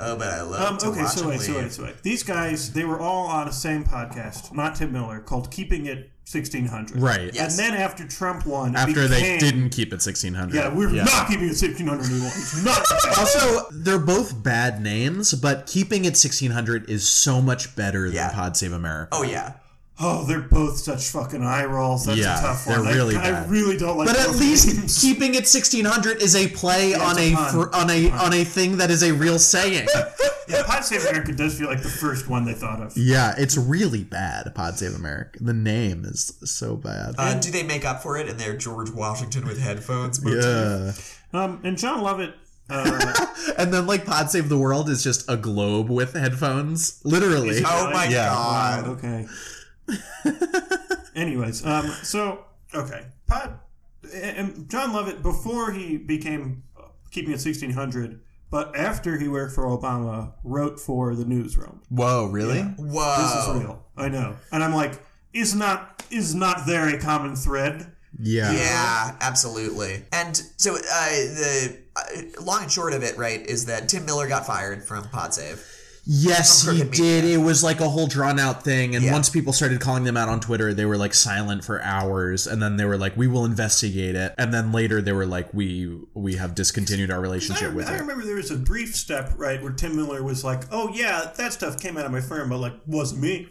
Oh, but I love
Um,
to
okay,
watch
so
him
wait, so
leave.
wait, so wait. These guys, they were all on the same podcast, not Tim Miller, called "Keeping It 1600."
Right.
And
Yes.
then after Trump won, it
After they
became-
didn't keep it 1600.
yeah, we're not keeping it 1600 anymore. It's not.
also, they're both bad names, but keeping it 1600 is so much better than Pod Save America.
Oh yeah.
Oh, they're both such fucking eye rolls. That's
Yeah,
a tough one.
they're
I-
really
I,
bad.
really don't like.
but at
both of
least
these.
keeping it 1600 is a play
Yeah,
on
it's
a
a pun.
fr- on a on a thing that is a real saying.
yeah, Pod Save America does feel like the first one they thought of.
yeah, it's really bad. Pod Save America. The name is so bad.
Uh,
and Uh, do they make up for it in their George Washington with headphones? motif?
yeah.
Um, and John Lovett. Uh,
And then like Pod Save the World is just a globe with headphones, literally.
Oh my
Yeah.
god. okay. Anyways, um, so okay, Pod, and John Lovett before he became keeping it sixteen hundred, but after he worked for Obama, wrote for the newsroom.
Whoa, Oh, really?
Yeah. This is real. I know, and I'm like, is not is not there a common thread?
Yeah.
Yeah, absolutely. And so uh, the uh, long and short of it, right, is that Tim Miller got fired from PodSave.
Yes,
From
he
crooked
did. It was like a whole drawn out thing. And once people started calling them out on Twitter, they were like silent for hours. And then they were like, "We will investigate it." And then later they were like, "We we have discontinued our relationship with
I
it."
remember there was a brief step right where Tim Miller was like, "Oh yeah, that stuff came out of my firm, but like wasn't me."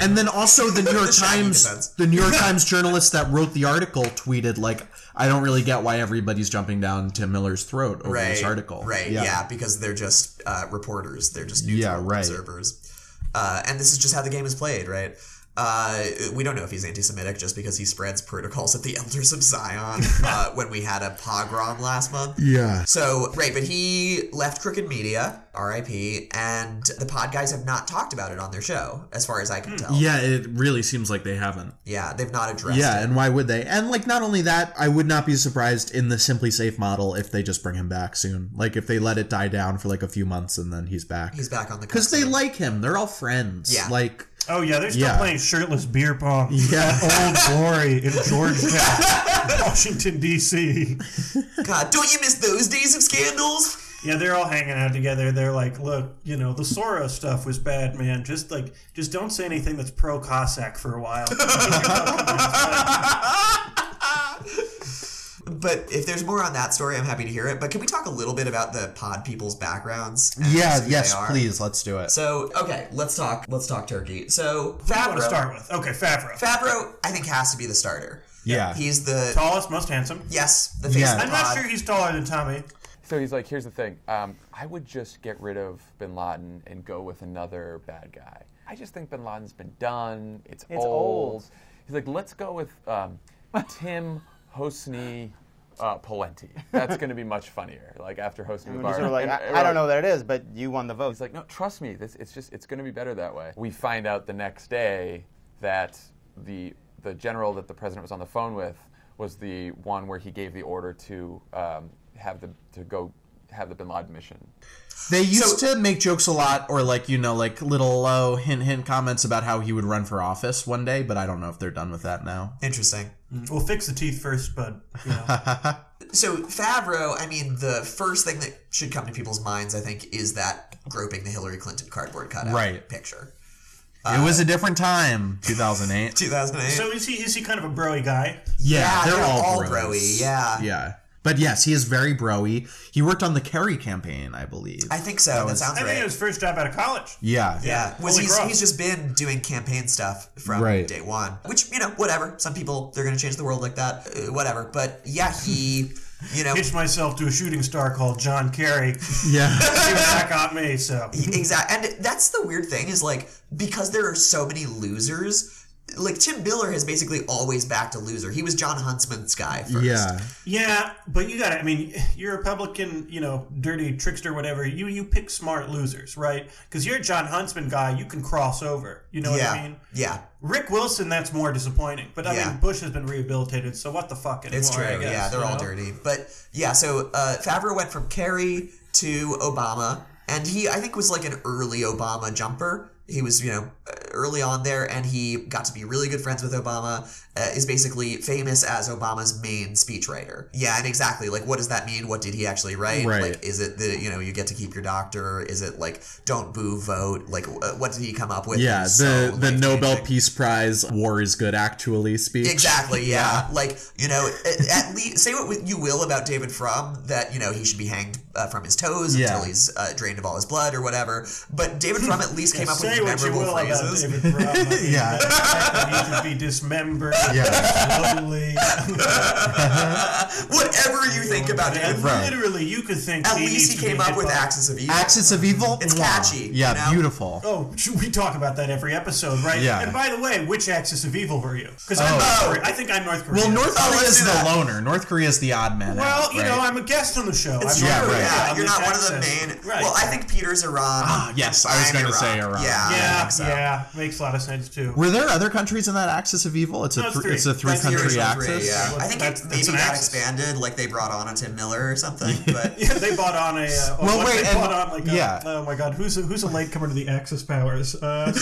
And then also the New York
The shiny defense.
Times, the New York Times journalist that wrote the article tweeted like, "I don't really get why everybody's jumping down Tim Miller's throat over
right,
this article."
Right, yeah. because they're just uh, reporters. They're just neutral
Yeah, right.
observers. Uh, and this is just how the game is played, right? Uh, we don't know if he's anti-Semitic just because he spreads protocols at the Elders of Zion uh, when we had a pogrom last month.
Yeah.
So, right, but he left Crooked Media, RIP, and the pod guys have not talked about it on their show, as far as I can tell.
Hmm, Yeah, it really seems like they haven't.
Yeah, they've not addressed
yeah,
it.
and why would they? And like, not only that, I would not be surprised in the Simply Safe model if they just bring him back soon. Like, if they let it die down for like a few months and then he's back.
He's back on the
because they like him. They're all friends.
Yeah.
Like,
Oh yeah, they're still
Yeah.
playing shirtless beer pong.
Yeah.
old glory in Georgetown, Washington D.C.
God, don't you miss those days of scandals?
Yeah, they're all hanging out together. They're like, "Look, you know, the Soros stuff was bad, man. Just like, just don't say anything that's pro Cossack for a while."
Oh,
But if there's more on that story, I'm happy to hear it. But can we talk a little bit about the pod people's backgrounds? and
yeah,
who they
yes,
are?
please, let's do it.
So, okay, let's talk. Let's talk turkey.
Who
So,
do you
Favreau.
wanna start with? Okay, Favreau.
Favreau, I think has to be the starter.
Yeah.
He's the
tallest, most handsome.
Yes, the face. Of the
I'm not
pod.
sure he's taller than Tommy.
So he's like, here's the thing. Um, I would just get rid of bin Laden and go with another bad guy. I just think bin Laden's been done. It's,
It's old.
He's like, let's go with um, Tim Hosni uh, Palenti. That's going to be much funnier. Like after Hosni
And we're
Mubarak.
just sort of like,
And
I, I don't know that it is, but you won the vote.
He's like, no, trust me. This, it's just, it's going to be better that way. We find out the next day that the the general that the president was on the phone with was the one where he gave the order to um, have the to go have the Bin Laden mission.
They used to make jokes a lot, or like you know, like little low hint hint comments about how he would run for office one day. But I don't know if they're done with that now.
Interesting.
We'll fix the teeth first, bud. You know.
So Favreau, I mean, the first thing that should come to people's minds, I think, is that groping the Hillary Clinton cardboard cutout
Right.
picture.
it
Uh,
was a different time, 2008.
2008.
So is he is he kind of a broy guy?
Yeah, they're, all, bros.
broy, yeah.
yeah. But yes, he is very broy. He worked on the Kerry campaign, I believe.
I think so. That, sounds
I
right.
think it was first job out of college.
Yeah,
Yeah, was
Holy
he's,
cross.
he's just been doing campaign stuff from
Right.
day one, which you know, whatever. Some people they're gonna change the world like that, uh, whatever. But yeah, he, you know,
Hitched myself to a shooting star called John Kerry.
Yeah.
he was back on me, so.
exactly. And that's the weird thing is like because there are so many losers. Like Tim Miller has basically always backed a loser. He was John Huntsman's guy first.
Yeah.
Yeah, but you got to I mean, you're a Republican, you know, dirty trickster, whatever. You you pick smart losers, right? Because you're a John Huntsman guy, you can cross over. You know
yeah.
what I mean?
Yeah.
Rick Wilson, that's more disappointing. But I
Yeah.
mean, Bush has been rehabilitated, so what the fuck anymore?
It's true.
I guess,
yeah, they're
you
all
know?
dirty. But yeah, so uh, Favreau went from Kerry to Obama, and he I think was like an early Obama jumper. He was you know uh, early on there, and he got to be really good friends with Obama. Uh, is basically famous as Obama's main speechwriter. Yeah, and exactly like what does that mean? What did he actually write?
Right.
Like is it the you know you get to keep your doctor? Is it like don't boo vote? Like uh, what did he come up with?
yeah,
It
the
was so
the Nobel Peace Prize "War is Good" actually speech.
Exactly. Yeah. Like you know, at, at least say what you will about David Frum that you know he should be hanged uh, from his toes
Yeah.
until he's uh, drained of all his blood or whatever. But David Frum at least came
Yeah,
up with
say what you
memorable
will about
phrases.
is.
favorite drama.
Yeah.
The fact that you could be dismembered.
Yeah.
Slowly.
Whatever you think about him.
Literally, you could think.
At
he needs
least he
to be
came up with
involved.
Axis of Evil.
Axis of Evil. It's
catchy,
Yeah,
you know?
beautiful.
Oh, should we talk about that every episode, right?
Yeah.
And by the way, which axis of evil were you? Because
Oh.
I'm North Korea. I think I'm North Korea.
Well, North
Oh,
Korea is the loner. North Korea is the odd man.
Well,
out,
you
right?
know, I'm a guest on the show.
It's
I'm
true,
North Korea.
yeah,
I'm
you're
this
not one of the
access.
main-
Right.
Well, I think uh, Peter's Iran. Ah,
yes, I was
I'm
going to say
Iran.
Iran.
Yeah,
Yeah, yeah, makes a lot of sense too.
Were there other countries in that axis of evil? It's a
No, it's
three-
three.
it's a three
That's the
country
original
axis.
three, yeah. I think it maybe
an
got
axis.
expanded, like they brought on a Tim Miller or something. But
Yeah, they bought on a. Uh, oh,
Well,
what-
wait,
they
and-
bought on like a,
yeah.
Oh my God, who's a, who's a latecomer to the Axis powers? Uh,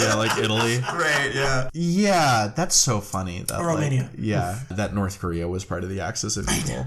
yeah, like Italy.
Right, yeah.
Yeah, that's so funny. That,
Or
like-
Romania.
yeah, that North Korea was part of the axis of evil.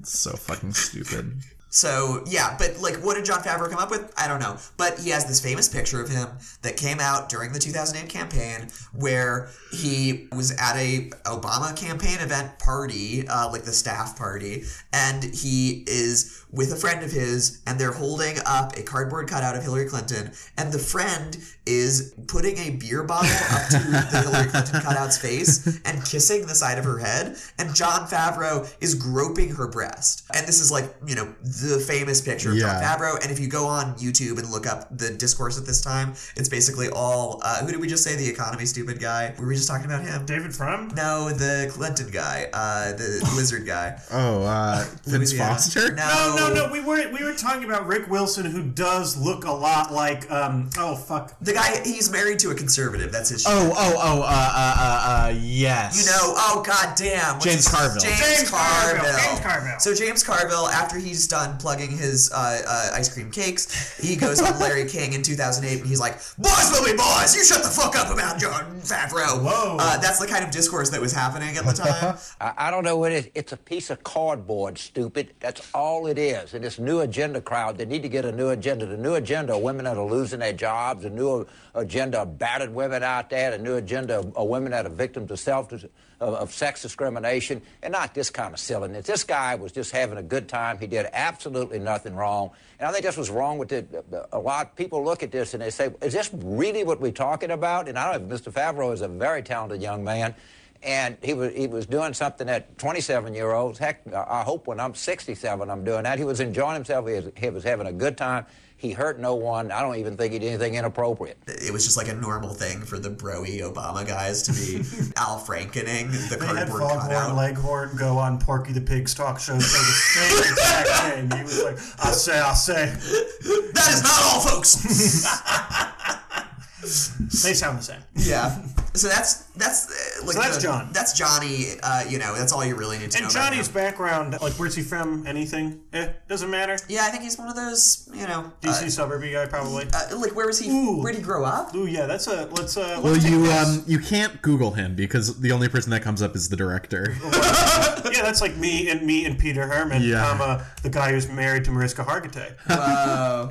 It's so fucking stupid.
So yeah, but like, what did John Favreau come up with? I don't know. But he has this famous picture of him that came out during the 2008 campaign, where he was at a Obama campaign event party, uh, like the staff party, and he is with a friend of his, and they're holding up a cardboard cutout of Hillary Clinton, and the friend is putting a beer bottle up to the Hillary Clinton cutout's face and kissing the side of her head, and John Favreau is groping her breast, and this is like you know the famous picture of John
Yeah.
Favreau, and if you go on YouTube and look up the discourse at this time, it's basically all uh, who did we just say the economy stupid guy? Were we just talking about him?
David Frum?
No, the Clinton guy, uh, the lizard guy.
Oh, uh, Vince
Louisiana.
Foster.
No.
no, no, we were we were talking about Rick Wilson, who does look a lot like um. Oh fuck,
the guy. He's married to a conservative. That's his.
Oh, oh, oh, uh, uh, uh, uh, yes.
You know, oh god damn. what's
James
his-
Carville.
James,
James
Carville.
Carville, James
Carville. So James Carville, after he's done plugging his uh, uh, ice cream cakes, he goes on Larry King in 2008 and he's like, boys will be boys, you shut the fuck up about John Favreau. Whoa. Uh, that's the kind of discourse that was happening at the time.
I, I don't know what it is. It's a piece of cardboard, stupid. That's all it is. And this new agenda crowd, they need to get a new agenda. The new agenda are women that are losing their jobs, the new agenda are battered women out there, the new agenda are women that are victims of self of, of sex discrimination, and not this kind of silliness. This guy was just having a good time. He did absolutely nothing wrong. And I think this was wrong with the, a lot. People look at this and they say, is this really what we're talking about? And I don't know if Mr. Favreau is a very talented young man and he was he was doing something at 27 year olds. Heck, I I hope when I'm 67, I'm doing that. He was enjoying himself. He was, he was having a good time. He hurt no one. I don't even think he did anything inappropriate.
It was just like a normal thing for the broy Obama guys to be Al Frankening the
they had
cardboard
Foghorn
cutout.
Leghorn go on Porky the Pig's talk show and say the same exact thing. He was like, "I say, I say."
That is not all, folks.
they sound the same.
Yeah. So that's that's uh, like
So that's
the-
John.
That's Johnny. Uh, you know, that's all you really need to
And
know. about him.
Johnny's background, like where's he from? Anything? Eh, doesn't matter.
Yeah, I think he's one of those, you know,
DC suburb guy probably.
Uh, like where was he? Where did he grow up?
Ooh, yeah, that's a let's. Uh,
Well,
let's take
you
this.
um, you can't Google him because the only person that comes up is the director.
yeah, that's like me and me and Peter Herman,
Yeah.
comma the guy who's married to Mariska Hargitay,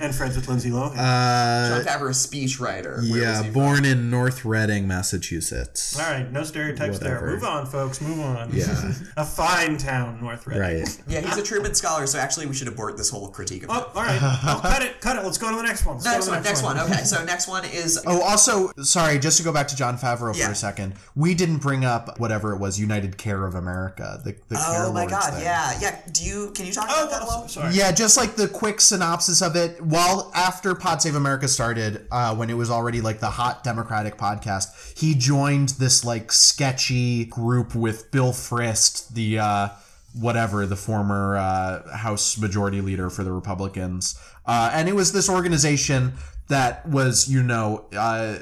and friends with Lindsay Lohan.
Uh,
John Favreau, speechwriter.
yeah, born in North Reading, Massachusetts.
All right, no stereotypes
Whatever.
there. Move on, folks. Move on.
Yeah.
a fine town, North Reading.
Right.
Yeah, he's a Truman scholar, so actually we should abort this whole critique of him.
Oh, all right. Well, cut it. Cut it. Let's go to the next one. Let's go
Next
to the
one, next one. Okay, so next one is
Oh, also, sorry, just to go back to John Favreau for a second, we didn't bring up whatever it was, United Care of America, the, the Care
Oh my
Lords
god,
thing.
yeah, yeah. Do you can you talk
Oh,
about that a little? Sorry.
Yeah, just like the quick synopsis of it. While after Pod Save America started, uh, when it was already like the hot Democratic podcast, he joined this like sketchy group with Bill Frist, the uh, whatever, the former uh, House Majority Leader for the Republicans. Uh, and it was this organization that was, you know, uh,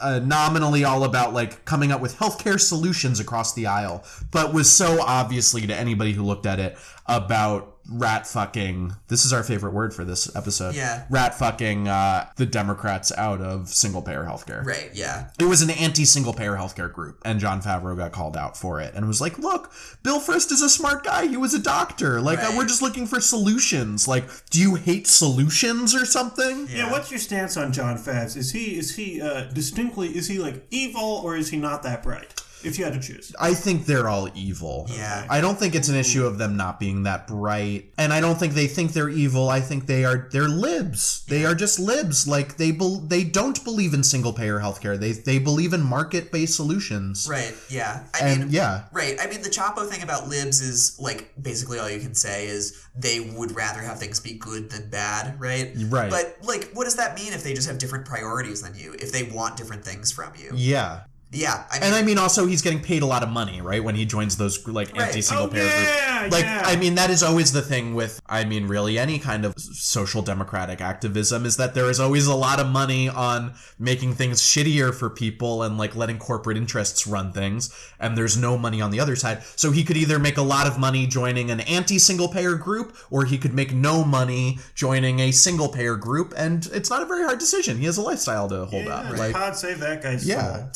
uh, nominally all about like coming up with healthcare solutions across the aisle, but was so obviously to anybody who looked at it about rat fucking. This is our favorite word for this episode.
Yeah.
rat fucking uh, the Democrats out of single payer healthcare.
Right, yeah.
It was an anti single payer healthcare group, and John Favreau got called out for it and was like, Look, Bill Frist is a smart guy. He was a doctor. Like, uh,
Right.
we're just looking for solutions. Like, do you hate solutions or something?
Yeah. what's your stance on John Favs? Is he is he uh, distinctly is he like evil or is he not that bright? If you had to choose.
I think they're all evil.
Yeah.
I don't think it's an issue of them not being that bright, and I don't think they think they're evil. I think they are they're libs. They are just libs. Like they bel they don't believe in single payer healthcare. They they believe in market based solutions.
Right. Yeah. I
and
mean,
yeah,
Right. I mean, the Chapo thing about libs is like basically all you can say is they would rather have things be good than bad, right?
Right.
But like, what does that mean if they just have different priorities than you? If they want different things from you?
yeah.
Yeah. I mean,
and I mean, also, he's getting paid a lot of money, right? When he joins those like
Right.
anti-single
Oh,
payer
yeah,
groups. Like,
yeah.
I mean, that is always the thing with, I mean, really any kind of social democratic activism is that there is always a lot of money on making things shittier for people and like letting corporate interests run things, and there's no money on the other side. So he could either make a lot of money joining an anti-single payer group, or he could make no money joining a single payer group, and it's not a very hard decision. He has a lifestyle to hold
Yeah,
up. Like,
Pod save that guy's soul.
yeah,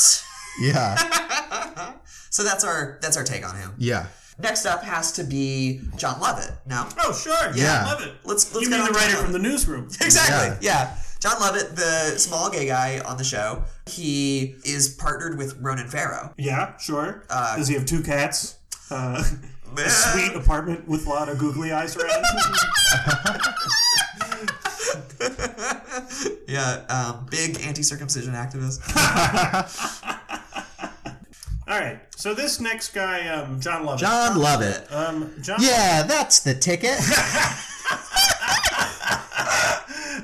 yeah.
so that's our that's our take on him.
Yeah.
Next up has to be John Lovett. No. Oh
sure.
Yeah.
Love it.
Let's let's
you
get
mean
on
the
to
writer
John
from the newsroom?
Exactly. Yeah. John Lovett, the small gay guy on the show, he is partnered with Ronan Farrow.
Yeah, sure.
Uh,
Does he have two cats? Uh, a sweet apartment with a lot of googly eyes around.
Yeah, um, big anti-circumcision activist.
All right. So this next guy, um, John Lovett.
John Lovett.
Um, John.
Yeah, that's the ticket.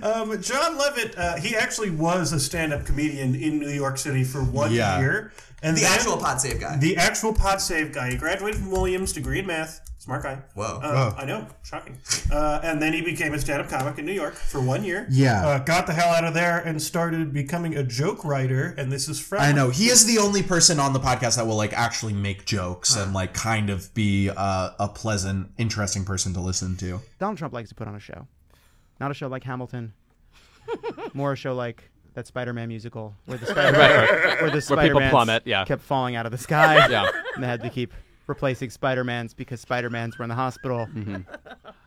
Um, John Lovett. Uh, he actually was a stand-up comedian in New York City for one
Yeah.
year. And
The
then-
actual Pod Save guy.
The actual Pod Save guy. He graduated from Williams, degree in math. Smart guy.
Whoa.
Uh,
Whoa.
I know. Shocking. Uh, and then he became a stand-up comic in New York for one year.
Yeah.
Uh, got the hell out of there and started becoming a joke writer. And this is from.
I know he is the only person on the podcast that will like actually make jokes and like kind of be uh, a pleasant, interesting person to listen to.
Donald Trump likes to put on a show. Not a show like Hamilton, more a show like that Spider-Man musical where the Spider-Man,
Right, right. Where
Where the
people
Spider-Mans
plummet, yeah.
kept falling out of the sky.
Yeah.
And they had to keep replacing Spider-Mans because Spider-Mans were in the hospital.
Mm-hmm.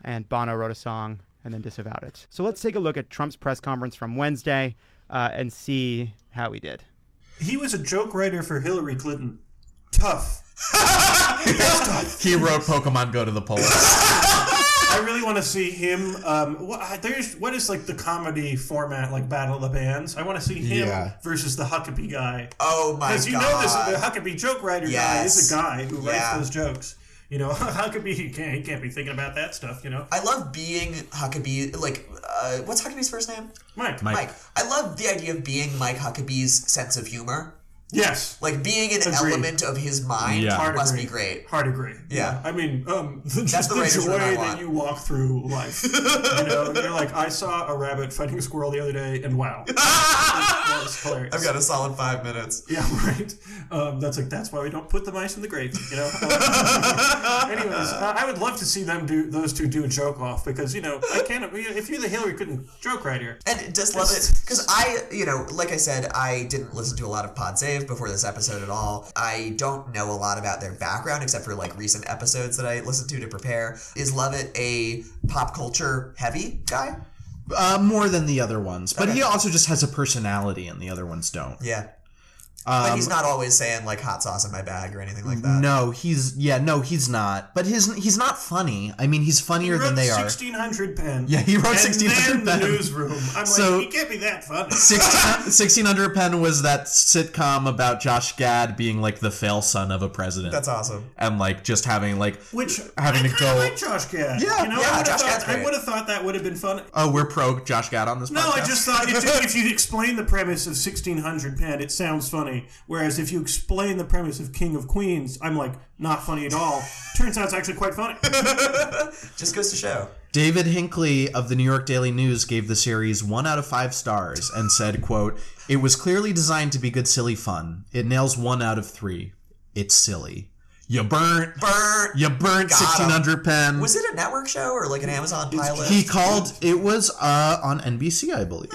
And Bono wrote a song and then disavowed it. So let's take a look at Trump's press conference from Wednesday uh, and see how he did.
He was a joke writer for Hillary Clinton. Tough.
He wrote Pokemon Go to the polls.
I really want to see him. Um, what, I- there's what is like the comedy format, like Battle of the Bands. I want to see him
Yeah.
versus the Huckabee guy.
Oh my
you know this
God.
the Huckabee joke writer guy is a
Yes.
guy who
Yeah.
writes those jokes. You know, Huckabee he can't he can't be thinking about that stuff. You know,
I love being Huckabee. Like, uh, what's Huckabee's first name?
Mike.
Mike. I love the idea of being Mike Huckabee's sense of humor.
Yes.
Like being an
Agreed.
element of his mind
Yeah. Hard
must
agree.
be great.
Hard agree.
Yeah.
I mean, um,
That's
just
the
the,
writer's room I
joy
want.
that you walk through life. you know, you're like, I saw a rabbit fighting a squirrel the other day, and wow, that was hilarious.
I've got a solid five minutes.
Yeah, right. Um, that's like that's why we don't put the mice in the grave. You know. Um, anyways, uh, I would love to see them do those two do a joke off because you know I can't. If you're the Hillary Clinton joke writer,
And just love it because I, you know, like I said, I didn't listen to a lot of Pod Save before this episode at all. I don't know a lot about their background except for like recent episodes that I listened to to prepare. Is Lovett a pop culture heavy guy?
Uh, more than the other ones, but
Okay.
he also just has a personality, and the other ones don't.
Yeah, but
Um,
he's not always saying like hot sauce in my bag or anything like that.
No, he's yeah, no, he's not. But his he's not funny. I mean, he's funnier than they are.
1600 pen.
Yeah, he wrote
and then
1600
the
pen.
newsroom. I'm
So-
like, he can't be that funny.
1600 Pen was that sitcom about Josh Gad being like the fail son of a president.
That's awesome.
And like just having like
Which
having to go.
I like Josh Gad.
Yeah,
you know,
yeah,
I would have
Josh Gad's
thought, I
great.
would have thought that would have been fun.
oh, we're pro Josh Gad on this.
No,
podcast?
I just thought if, if you explain the premise of 1600 Pen, it sounds funny. Whereas if you explain the premise of King of Queens, I'm like, not funny at all. Turns out it's actually quite funny.
Just goes to show.
David Hinckley of the New York Daily News gave the series one out of five stars and said, "quote It was clearly designed to be good, silly fun. It nails one out of three. It's silly. You burnt,
burnt,
you burnt
Got 'em.
1600 Pen.
Was it a network show or like an Amazon pilot?
He called. It was uh, on NBC, I believe.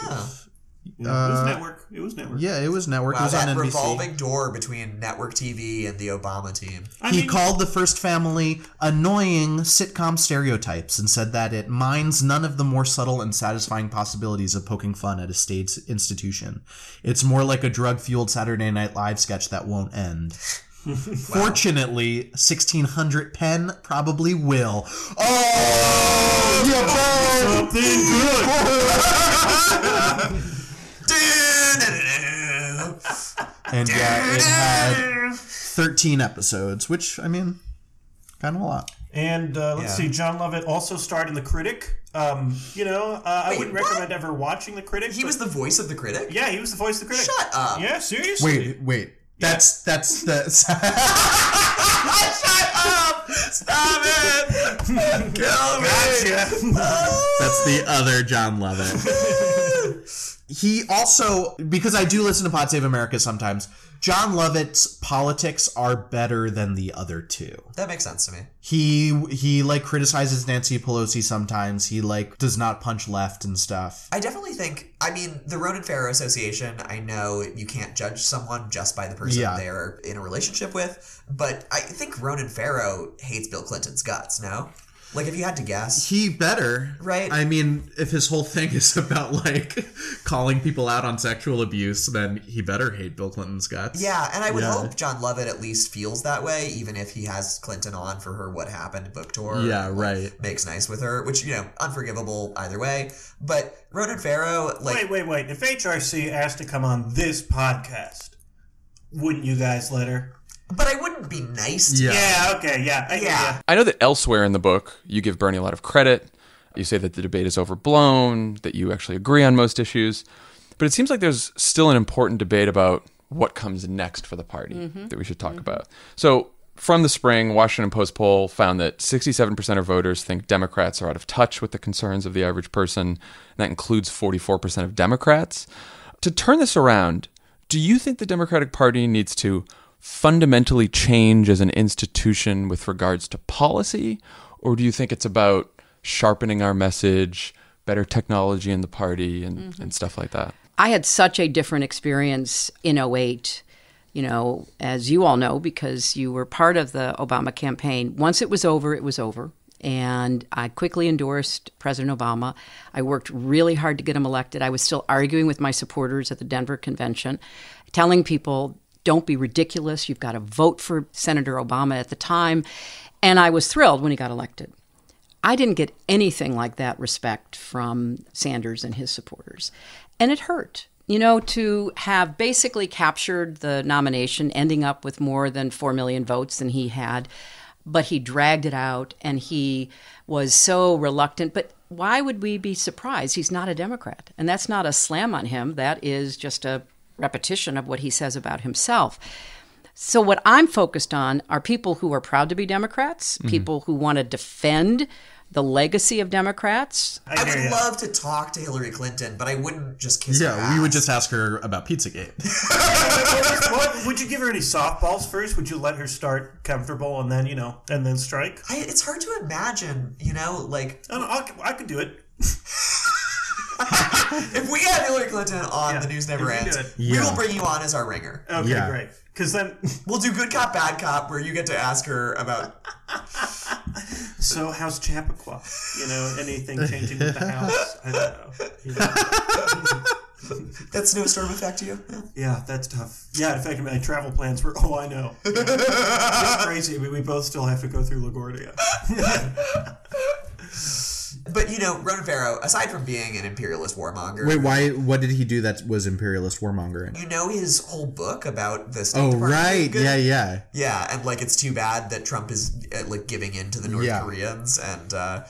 it
Uh,
was
network. It was network.
Yeah, it was network.
Oh. Wow,
it was
that
on NBC.
revolving door between network TV and the Obama team.
he called the first family annoying sitcom stereotypes and said that it mines none of the more subtle and satisfying possibilities of poking fun at a state institution. It's more like a drug fueled Saturday Night Live sketch that won't end. Fortunately, 1600 pen probably will.
Oh, you
burned! And yeah, it had 13 episodes, which, I mean, kind of a lot.
And uh, let's
Yeah.
see, John Lovett also starred in The Critic. Um, you know, uh, I wouldn't recommend ever watching The Critic. He was
the voice of The Critic?
Yeah, he was the voice of The Critic. Shut
up.
Yeah, seriously.
Wait, wait. That's that's the
Stop it! Kill me!
that's the other John Lovett. he also because I do listen to Pod Save America sometimes. John Lovett's politics are better than the other two.
That makes sense to me.
He he like criticizes Nancy Pelosi sometimes. He like does not punch left and stuff.
I definitely think, I mean, the Ronan Farrow Association, I know you can't judge someone just by the person
Yeah.
they're in a relationship with, but I think Ronan Farrow hates Bill Clinton's guts, no? Like, if you had to guess.
He better.
Right.
I mean, if his whole thing is about like calling people out on sexual abuse, then he better hate Bill Clinton's guts.
Yeah, and I would
Yeah.
hope John Lovett at least feels that way, even if he has Clinton on for her What Happened book tour.
Yeah,
like,
right.
Makes nice with her, which, you know, unforgivable either way. But Ronan Farrow, like.
wait, wait, wait. If HRC asked to come on this podcast, wouldn't you guys let her?
But I wouldn't be nice
to
Yeah.
Yeah, okay, yeah. I- yeah.
I know that elsewhere in the book, you give Bernie a lot of credit. You say that the debate is overblown, that you actually agree on most issues. But it seems like there's still an important debate about what comes next for the party
Mm-hmm.
Mhm.
that we should talk about. So, from the spring, Washington Post poll found that 67% of voters think Democrats are out of touch with the concerns of the average person. And that includes 44% of Democrats. To turn this around, do you think the Democratic Party needs to fundamentally change as an institution with regards to policy? Or do you think it's about sharpening our message, better technology in the party, and, and stuff like that?
I had such a different experience in 08, you know, as you all know, because you were part of the Obama campaign. Once it was over, it was over. And I quickly endorsed President Obama. I worked really hard to get him elected. I was still arguing with my supporters at the Denver convention, telling people, don't be ridiculous. You've got to vote for Senator Obama at the time. And I was thrilled when he got elected. I didn't get anything like that respect from Sanders and his supporters. And it hurt, you know, to have basically captured the nomination, ending up with more than 4 million votes than he had. But he dragged it out and he was so reluctant. But why would we be surprised? He's not a Democrat. And that's not a slam on him, that is just a repetition of what he says about himself. So, what I'm focused on are people who are proud to be Democrats,
Mhm.
people who want to defend the legacy of Democrats.
I, would love to talk to Hillary Clinton, but I wouldn't just kiss her
Yeah,
ass.
we would just ask her about Pizzagate.
What, would you give her any softballs first? Would you let her start comfortable and then, you know, and then strike?
I, it's hard to imagine, you know, like.
I, don't know, I, c- I could do it.
if we had Hillary Clinton on The News Never
if we
Ends,
did.
we
Yeah.
will bring you on as our ringer.
Okay, Yeah. great. Because then
we'll do good cop, bad cop, where you get to ask her uh, about.
So how's Chappaqua? You know, anything changing with the house? I don't know. You know.
That snowstorm affect you?
Yeah, that's tough. Yeah, in fact, my travel plans were. Oh, I know. Yeah. it's crazy. I mean, we both still have to go through Laguardia.
But you know, Ronan Farrow, aside from being an imperialist warmonger,
Wait, why? What did he do that was imperialist warmongering?
You know his whole book about the State
Oh
Department
right,
being good?
yeah, yeah.
yeah, and like it's too bad that Trump is uh, like giving in to the North
Yeah.
Koreans and uh,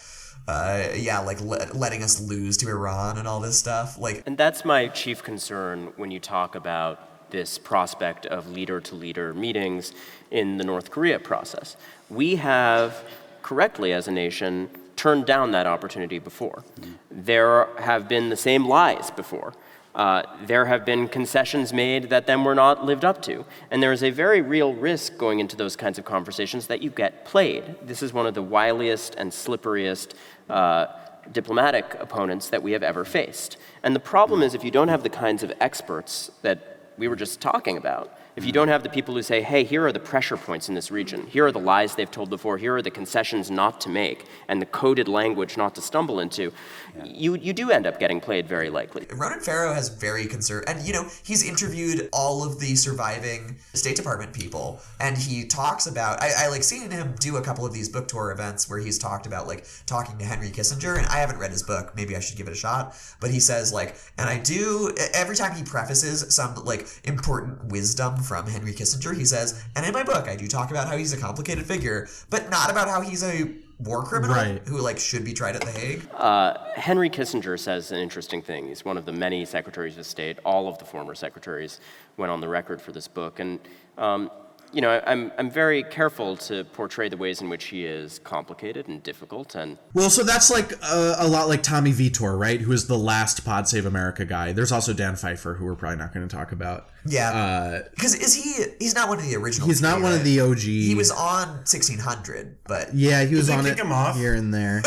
uh, yeah, like le- letting us lose to Iran and all this stuff. Like
And that's my chief concern when you talk about this prospect of leader to leader meetings in the North Korea process. We have correctly, as a nation, turned down that opportunity before. There have been the same lies before. Uh, there have been concessions made that then were not lived up to. And there is a very real risk going into those kinds of conversations that you get played. This is one of the wiliest and slipperiest uh, diplomatic opponents that we have ever faced. And the problem is, if you don't have the kinds of experts that we were just talking about, if you don't have the people who say, hey, here are the pressure points in this region, here are the lies they've told before, here are the concessions not to make, and the coded language not to stumble into, you, you do end up getting played very likely.
Ronan Farrow has very conservative, and you know, he's interviewed all of the surviving State Department people, and he talks about. I, I like seen him do a couple of these book tour events where he's talked about like talking to Henry Kissinger, and I haven't read his book. Maybe I should give it a shot. But he says like, and I do e, every time he prefaces some like important wisdom from Henry Kissinger, he says, and in my book I do talk about how he's a complicated figure, but not about how he's a war criminal
Right.
who like should be tried at the Hague.
Uh, Henry Kissinger says an interesting thing. He's one of the many secretaries of state. All of the former secretaries went on the record for this book, and um, you know, I'm I'm very careful to portray the ways in which he is complicated and difficult, and
Well, so that's like uh, a lot like Tommy Vitor, right? Who is the last Pod Save America guy. There's also Dan Pfeiffer, who we're probably not going to talk about.
Yeah. Because is he? He's not one of the
Uh,
original.
he's not
three,
one of
right?
the OG.
He was on 1600, but
Yeah, he
Did
was
they
on
kick
it
him off?
here and there.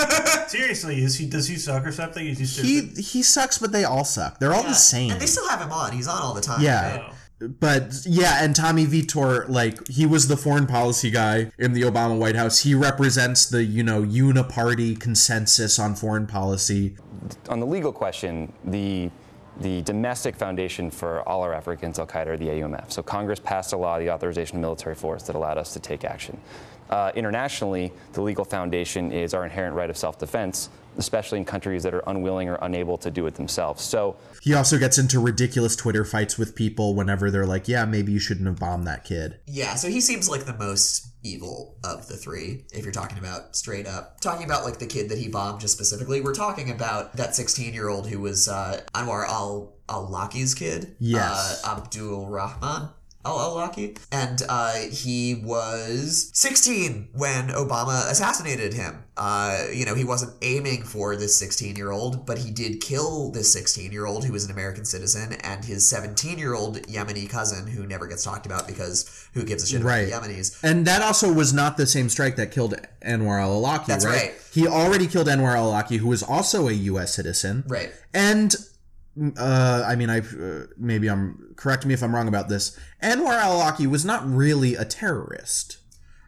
Seriously, is he? Does he suck or something? Is he
he
stupid?
he sucks, but they all suck. They're all the same.
and they still have him on. He's on all the time. right?
Yeah. But yeah, and Tommy Vitor, like he was the foreign policy guy in the Obama White House. He represents the you know uniparty consensus on foreign policy.
on the legal question, the the domestic foundation for all our effort against Al Qaeda are the AUMF. So Congress passed a law, the authorization of military force, that allowed us to take action. Uh, internationally, the legal foundation is our inherent right of self-defense, especially in countries that are unwilling or unable to do it themselves. So
He also gets into ridiculous Twitter fights with people whenever they're like, "Yeah, maybe you shouldn't have bombed that kid."
Yeah, so he seems like the most evil of the three, if you're talking about straight up. Talking about like the kid that he bombed just specifically, we're talking about that 16 year old who was uh, Anwar al Awlaki's kid.
Yes.
Uh, Abdul Rahman. Al Awlaki. And uh, he was 16 when Obama assassinated him. Uh, you know, he wasn't aiming for this 16 year old, but he did kill this 16 year old who was an American citizen and his 17 year old Yemeni cousin who never gets talked about because who gives a shit
Right.
about the Yemenis.
And that also was not the same strike that killed Anwar al-Awlaki,
That's right.
He already killed Anwar al-Awlaki, who was also a U.S. citizen.
Right.
And uh, I mean, I uh, maybe I'm correct me if I'm wrong about this. Anwar al-Awlaki was not really a terrorist.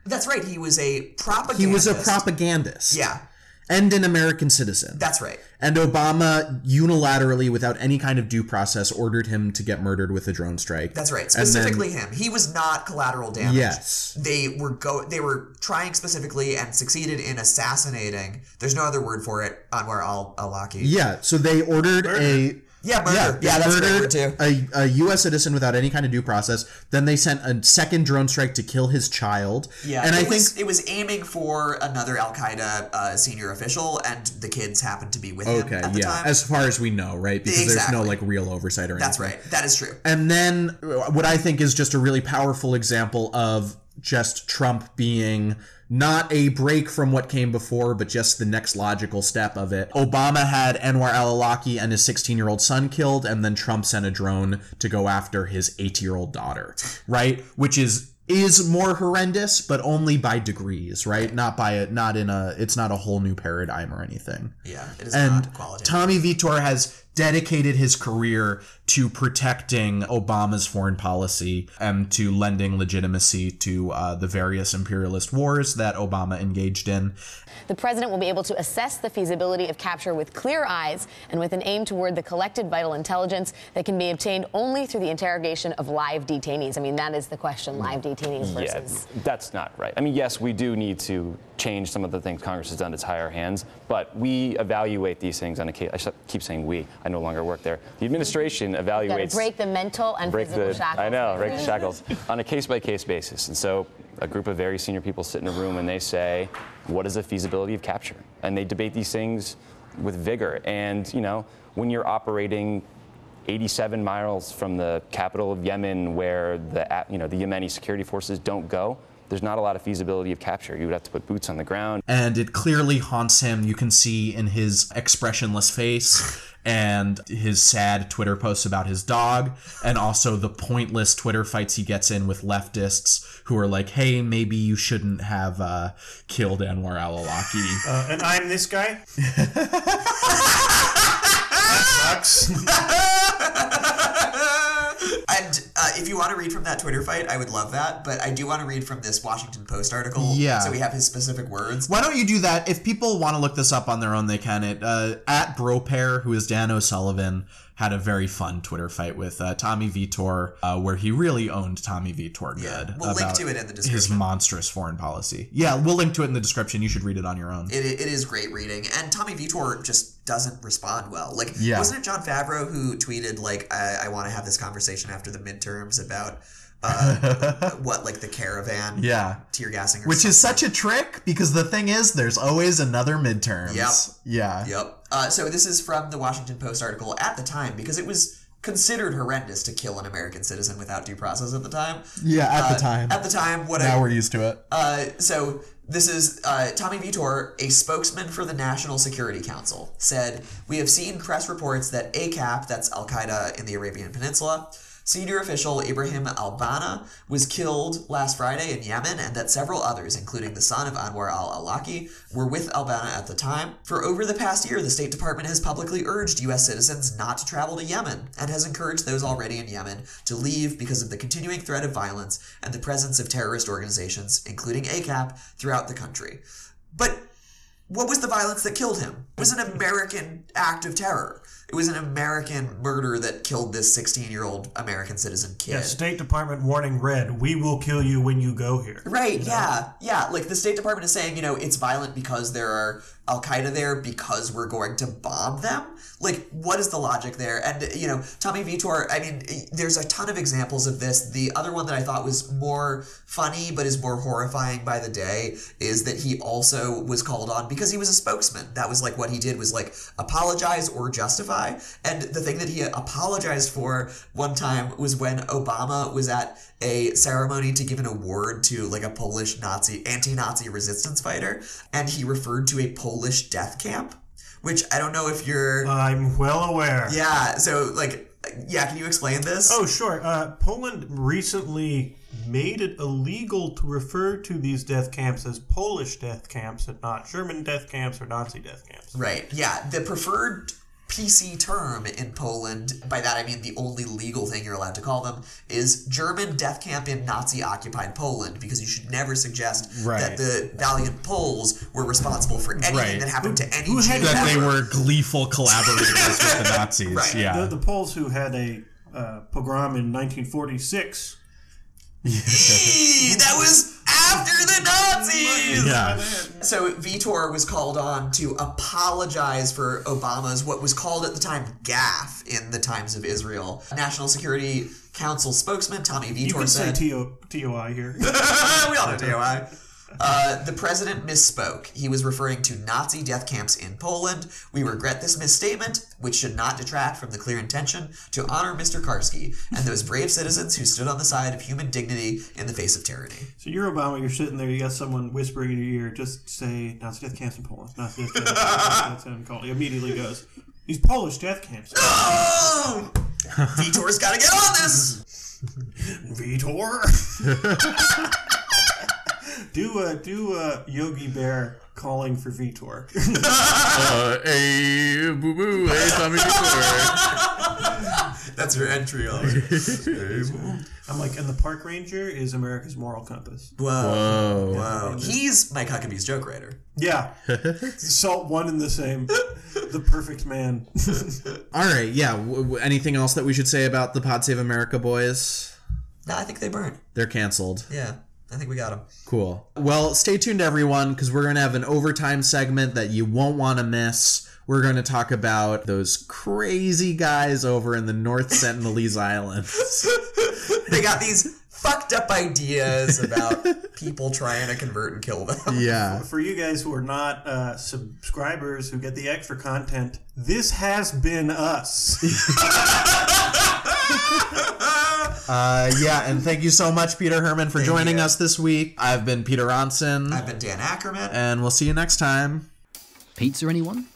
That's right. He was a propagandist.
He was a propagandist.
Yeah.
And an American citizen.
That's right.
And Obama unilaterally, without any kind of due process, ordered him to get murdered with a drone strike.
That's right.
And then-
Specifically him. He was not collateral damage.
Yes.
They were go they were trying specifically and succeeded in assassinating there's no other word for it, Anwar al Awlaki.
Yeah, so they ordered a
Yeah, murder.
Yeah,
Yeah,
they
that's a great
ordered A, a U.S. citizen without any kind of due process. Then they sent a second drone strike to kill his child.
Yeah,
and
it
I
was,
think
it was aiming for another Al Qaeda uh, senior official, and the kids happened to be with
okay,
him at the
yeah,
time.
as far as we know, right? Because there's
Exactly.
no like real oversight or anything.
That's right. That is true.
And then uh, what I think is just a really powerful example of just Trump being not a break from what came before, but just the next logical step of it. Obama had Anwar al Awlaki and his 16 year old son killed, and then Trump sent a drone to go after his 8 year old daughter, right? Which is is more horrendous but only by degrees right not by a not in a it's not a whole new paradigm or anything
Yeah, it is
and
not quality.
Tommy Vitor has dedicated his career to protecting Obama's foreign policy and to lending legitimacy to uh, the various imperialist wars that Obama engaged in.
The president will be able to assess the feasibility of capture with clear eyes and with an aim toward the collected vital intelligence that can be obtained only through the interrogation of live detainees. I mean, that is the question live detainees
Yeah,
versus.
that's not right. I mean, yes, we do need to change some of the things Congress has done to tie our hands, but we evaluate these things on a case. I sh- keep saying we. I no longer work there. The administration
You've got
evaluates.
to break the mental and
break
physical
the-
shackles.
I know, break the shackles on a case by case basis. And so a group of very senior people sit in a room and they say, what is the feasibility of capture? And they debate these things with vigor. And, you know, when you're operating 87 miles from the capital of Yemen where the, a- you know, the Yemeni security forces don't go, there's not a lot of feasibility of capture. You would have to put boots on the ground.
And it clearly haunts him. You can see in his expressionless face and his sad Twitter posts about his dog, and also the pointless Twitter fights he gets in with leftists who are like, hey, maybe you shouldn't have uh, killed Anwar al Awlaki.
Uh, and I'm this guy.
and uh, you want to read from that Twitter fight, I would love that. But I do want to read from this Washington Post article.
Yeah.
So we have his specific words.
Why don't you do that? If people want to look this up on their own, they can. It uh, at Bropair, who is Dan O'Sullivan, had a very fun Twitter fight with uh, Tommy Vitor, uh, where he really owned Tommy Vitor good.
We'll link
about
to it in the
His monstrous foreign policy. Yeah, we'll link to it in the description. You should read it on your own.
It, it is great reading, and Tommy Vitor just doesn't respond well. Like,
Yeah.
wasn't it John Favreau who tweeted like, "I, I want to have this conversation after the midterms about uh, what, like the caravan,
Yeah.
tear gassing, or
Which is such a trick because the thing is, there's always another midterms.
Yep.
Yeah.
Yep. Uh, so this is from the Washington Post article at the time because it was considered horrendous to kill an American citizen without due process at the time.
Yeah, at
Uh,
the time.
At the time, what
now
I-
we're used to it.
Uh, so this is uh, Tommy Vitor, a spokesman for the National Security Council, said, "We have seen press reports that ACAP, that's Al Qaeda in the Arabian Peninsula." Senior official Ibrahim al-Bana was killed last Friday in Yemen, and that several others, including the son of Anwar al-Awlaki, were with al-Bana at the time. For over the past year, the State Department has publicly urged U.S. citizens not to travel to Yemen and has encouraged those already in Yemen to leave because of the continuing threat of violence and the presence of terrorist organizations, including ACAP, throughout the country. But what was the violence that killed him? It was an American act of terror. It was an American murder that killed this 16 year old American citizen kid.
Yeah, State Department warning red. We will kill you when you go here.
Right,
You know?
yeah, yeah. Like the State Department is saying, you know, it's violent because there are Al Qaeda there because we're going to bomb them. Like, what is the logic there? And, you know, Tommy Vitor, I mean, there's a ton of examples of this. The other one that I thought was more funny but is more horrifying by the day is that he also was called on because he was a spokesman. That was like what he did was like apologize or justify. And the thing that he apologized for one time was when Obama was at a ceremony to give an award to like a Polish Nazi anti-Nazi resistance fighter, and he referred to a Polish death camp, which I don't know if you're.
I'm well aware.
Yeah. So like, yeah. Can you explain this?
Oh, sure. Uh, Poland recently made it illegal to refer to these death camps as Polish death camps and not German death camps or Nazi death camps.
Right. Yeah. The preferred PC term in Poland, by that I mean the only legal thing you're allowed to call them, is German death camp in Nazi occupied Poland, because you should never suggest
Right.
that the valiant Poles were responsible for anything
Right.
that happened to any Jew.
that they were gleeful collaborators with the Nazis. Yeah.
The, the Poles who had a uh, pogrom in 1946.
Eee, that was after the Nazis.
Yeah.
So Vitor was called on to apologize for Obama's what was called at the time gaffe in the Times of Israel. National Security Council spokesman Tommy Vitor
You can say
said,
TO, TOI here.
we all know DOI. Uh, the president misspoke. He was referring to Nazi death camps in Poland. We regret this misstatement, which should not detract from the clear intention to honor Mr. Karski and those brave citizens who stood on the side of human dignity in the face of tyranny.
So you're Obama, you're sitting there, you got someone whispering in your ear, just say Nazi death camps in Poland. Nazi death camps in Poland. Nazi death camps in Poland. He immediately goes, these Polish death camps.
No! Vitor's gotta get on this!
Vitor? do a, do a Yogi Bear calling for Vitor.
uh, hey, boo boo, hey, Tommy
That's your entry, all right.
I'm like, and the park ranger is America's moral compass.
Whoa. Whoa.
Yeah.
He's Mike Huckabee's joke writer.
Yeah. Salt one and the same. The perfect man.
All right, yeah. W- w- anything else that we should say about the Pod Save America boys?
No, I think they burned.
They're canceled.
Yeah, I think we got him.
Cool. Well, stay tuned, everyone, because we're going to have an overtime segment that you won't want to miss. We're going to talk about those crazy guys over in the North Sentinelese Islands.
They got these fucked up ideas about Uh, people trying to convert and kill them.
Yeah.
For you guys who are not uh, subscribers who get the extra content, this has been us.
Uh, yeah, and thank you so much, Peter Herman, for joining us this week. I've been Peter Ronson. I've
been Dan Ackerman.
And we'll see you next time.
Pizza, anyone?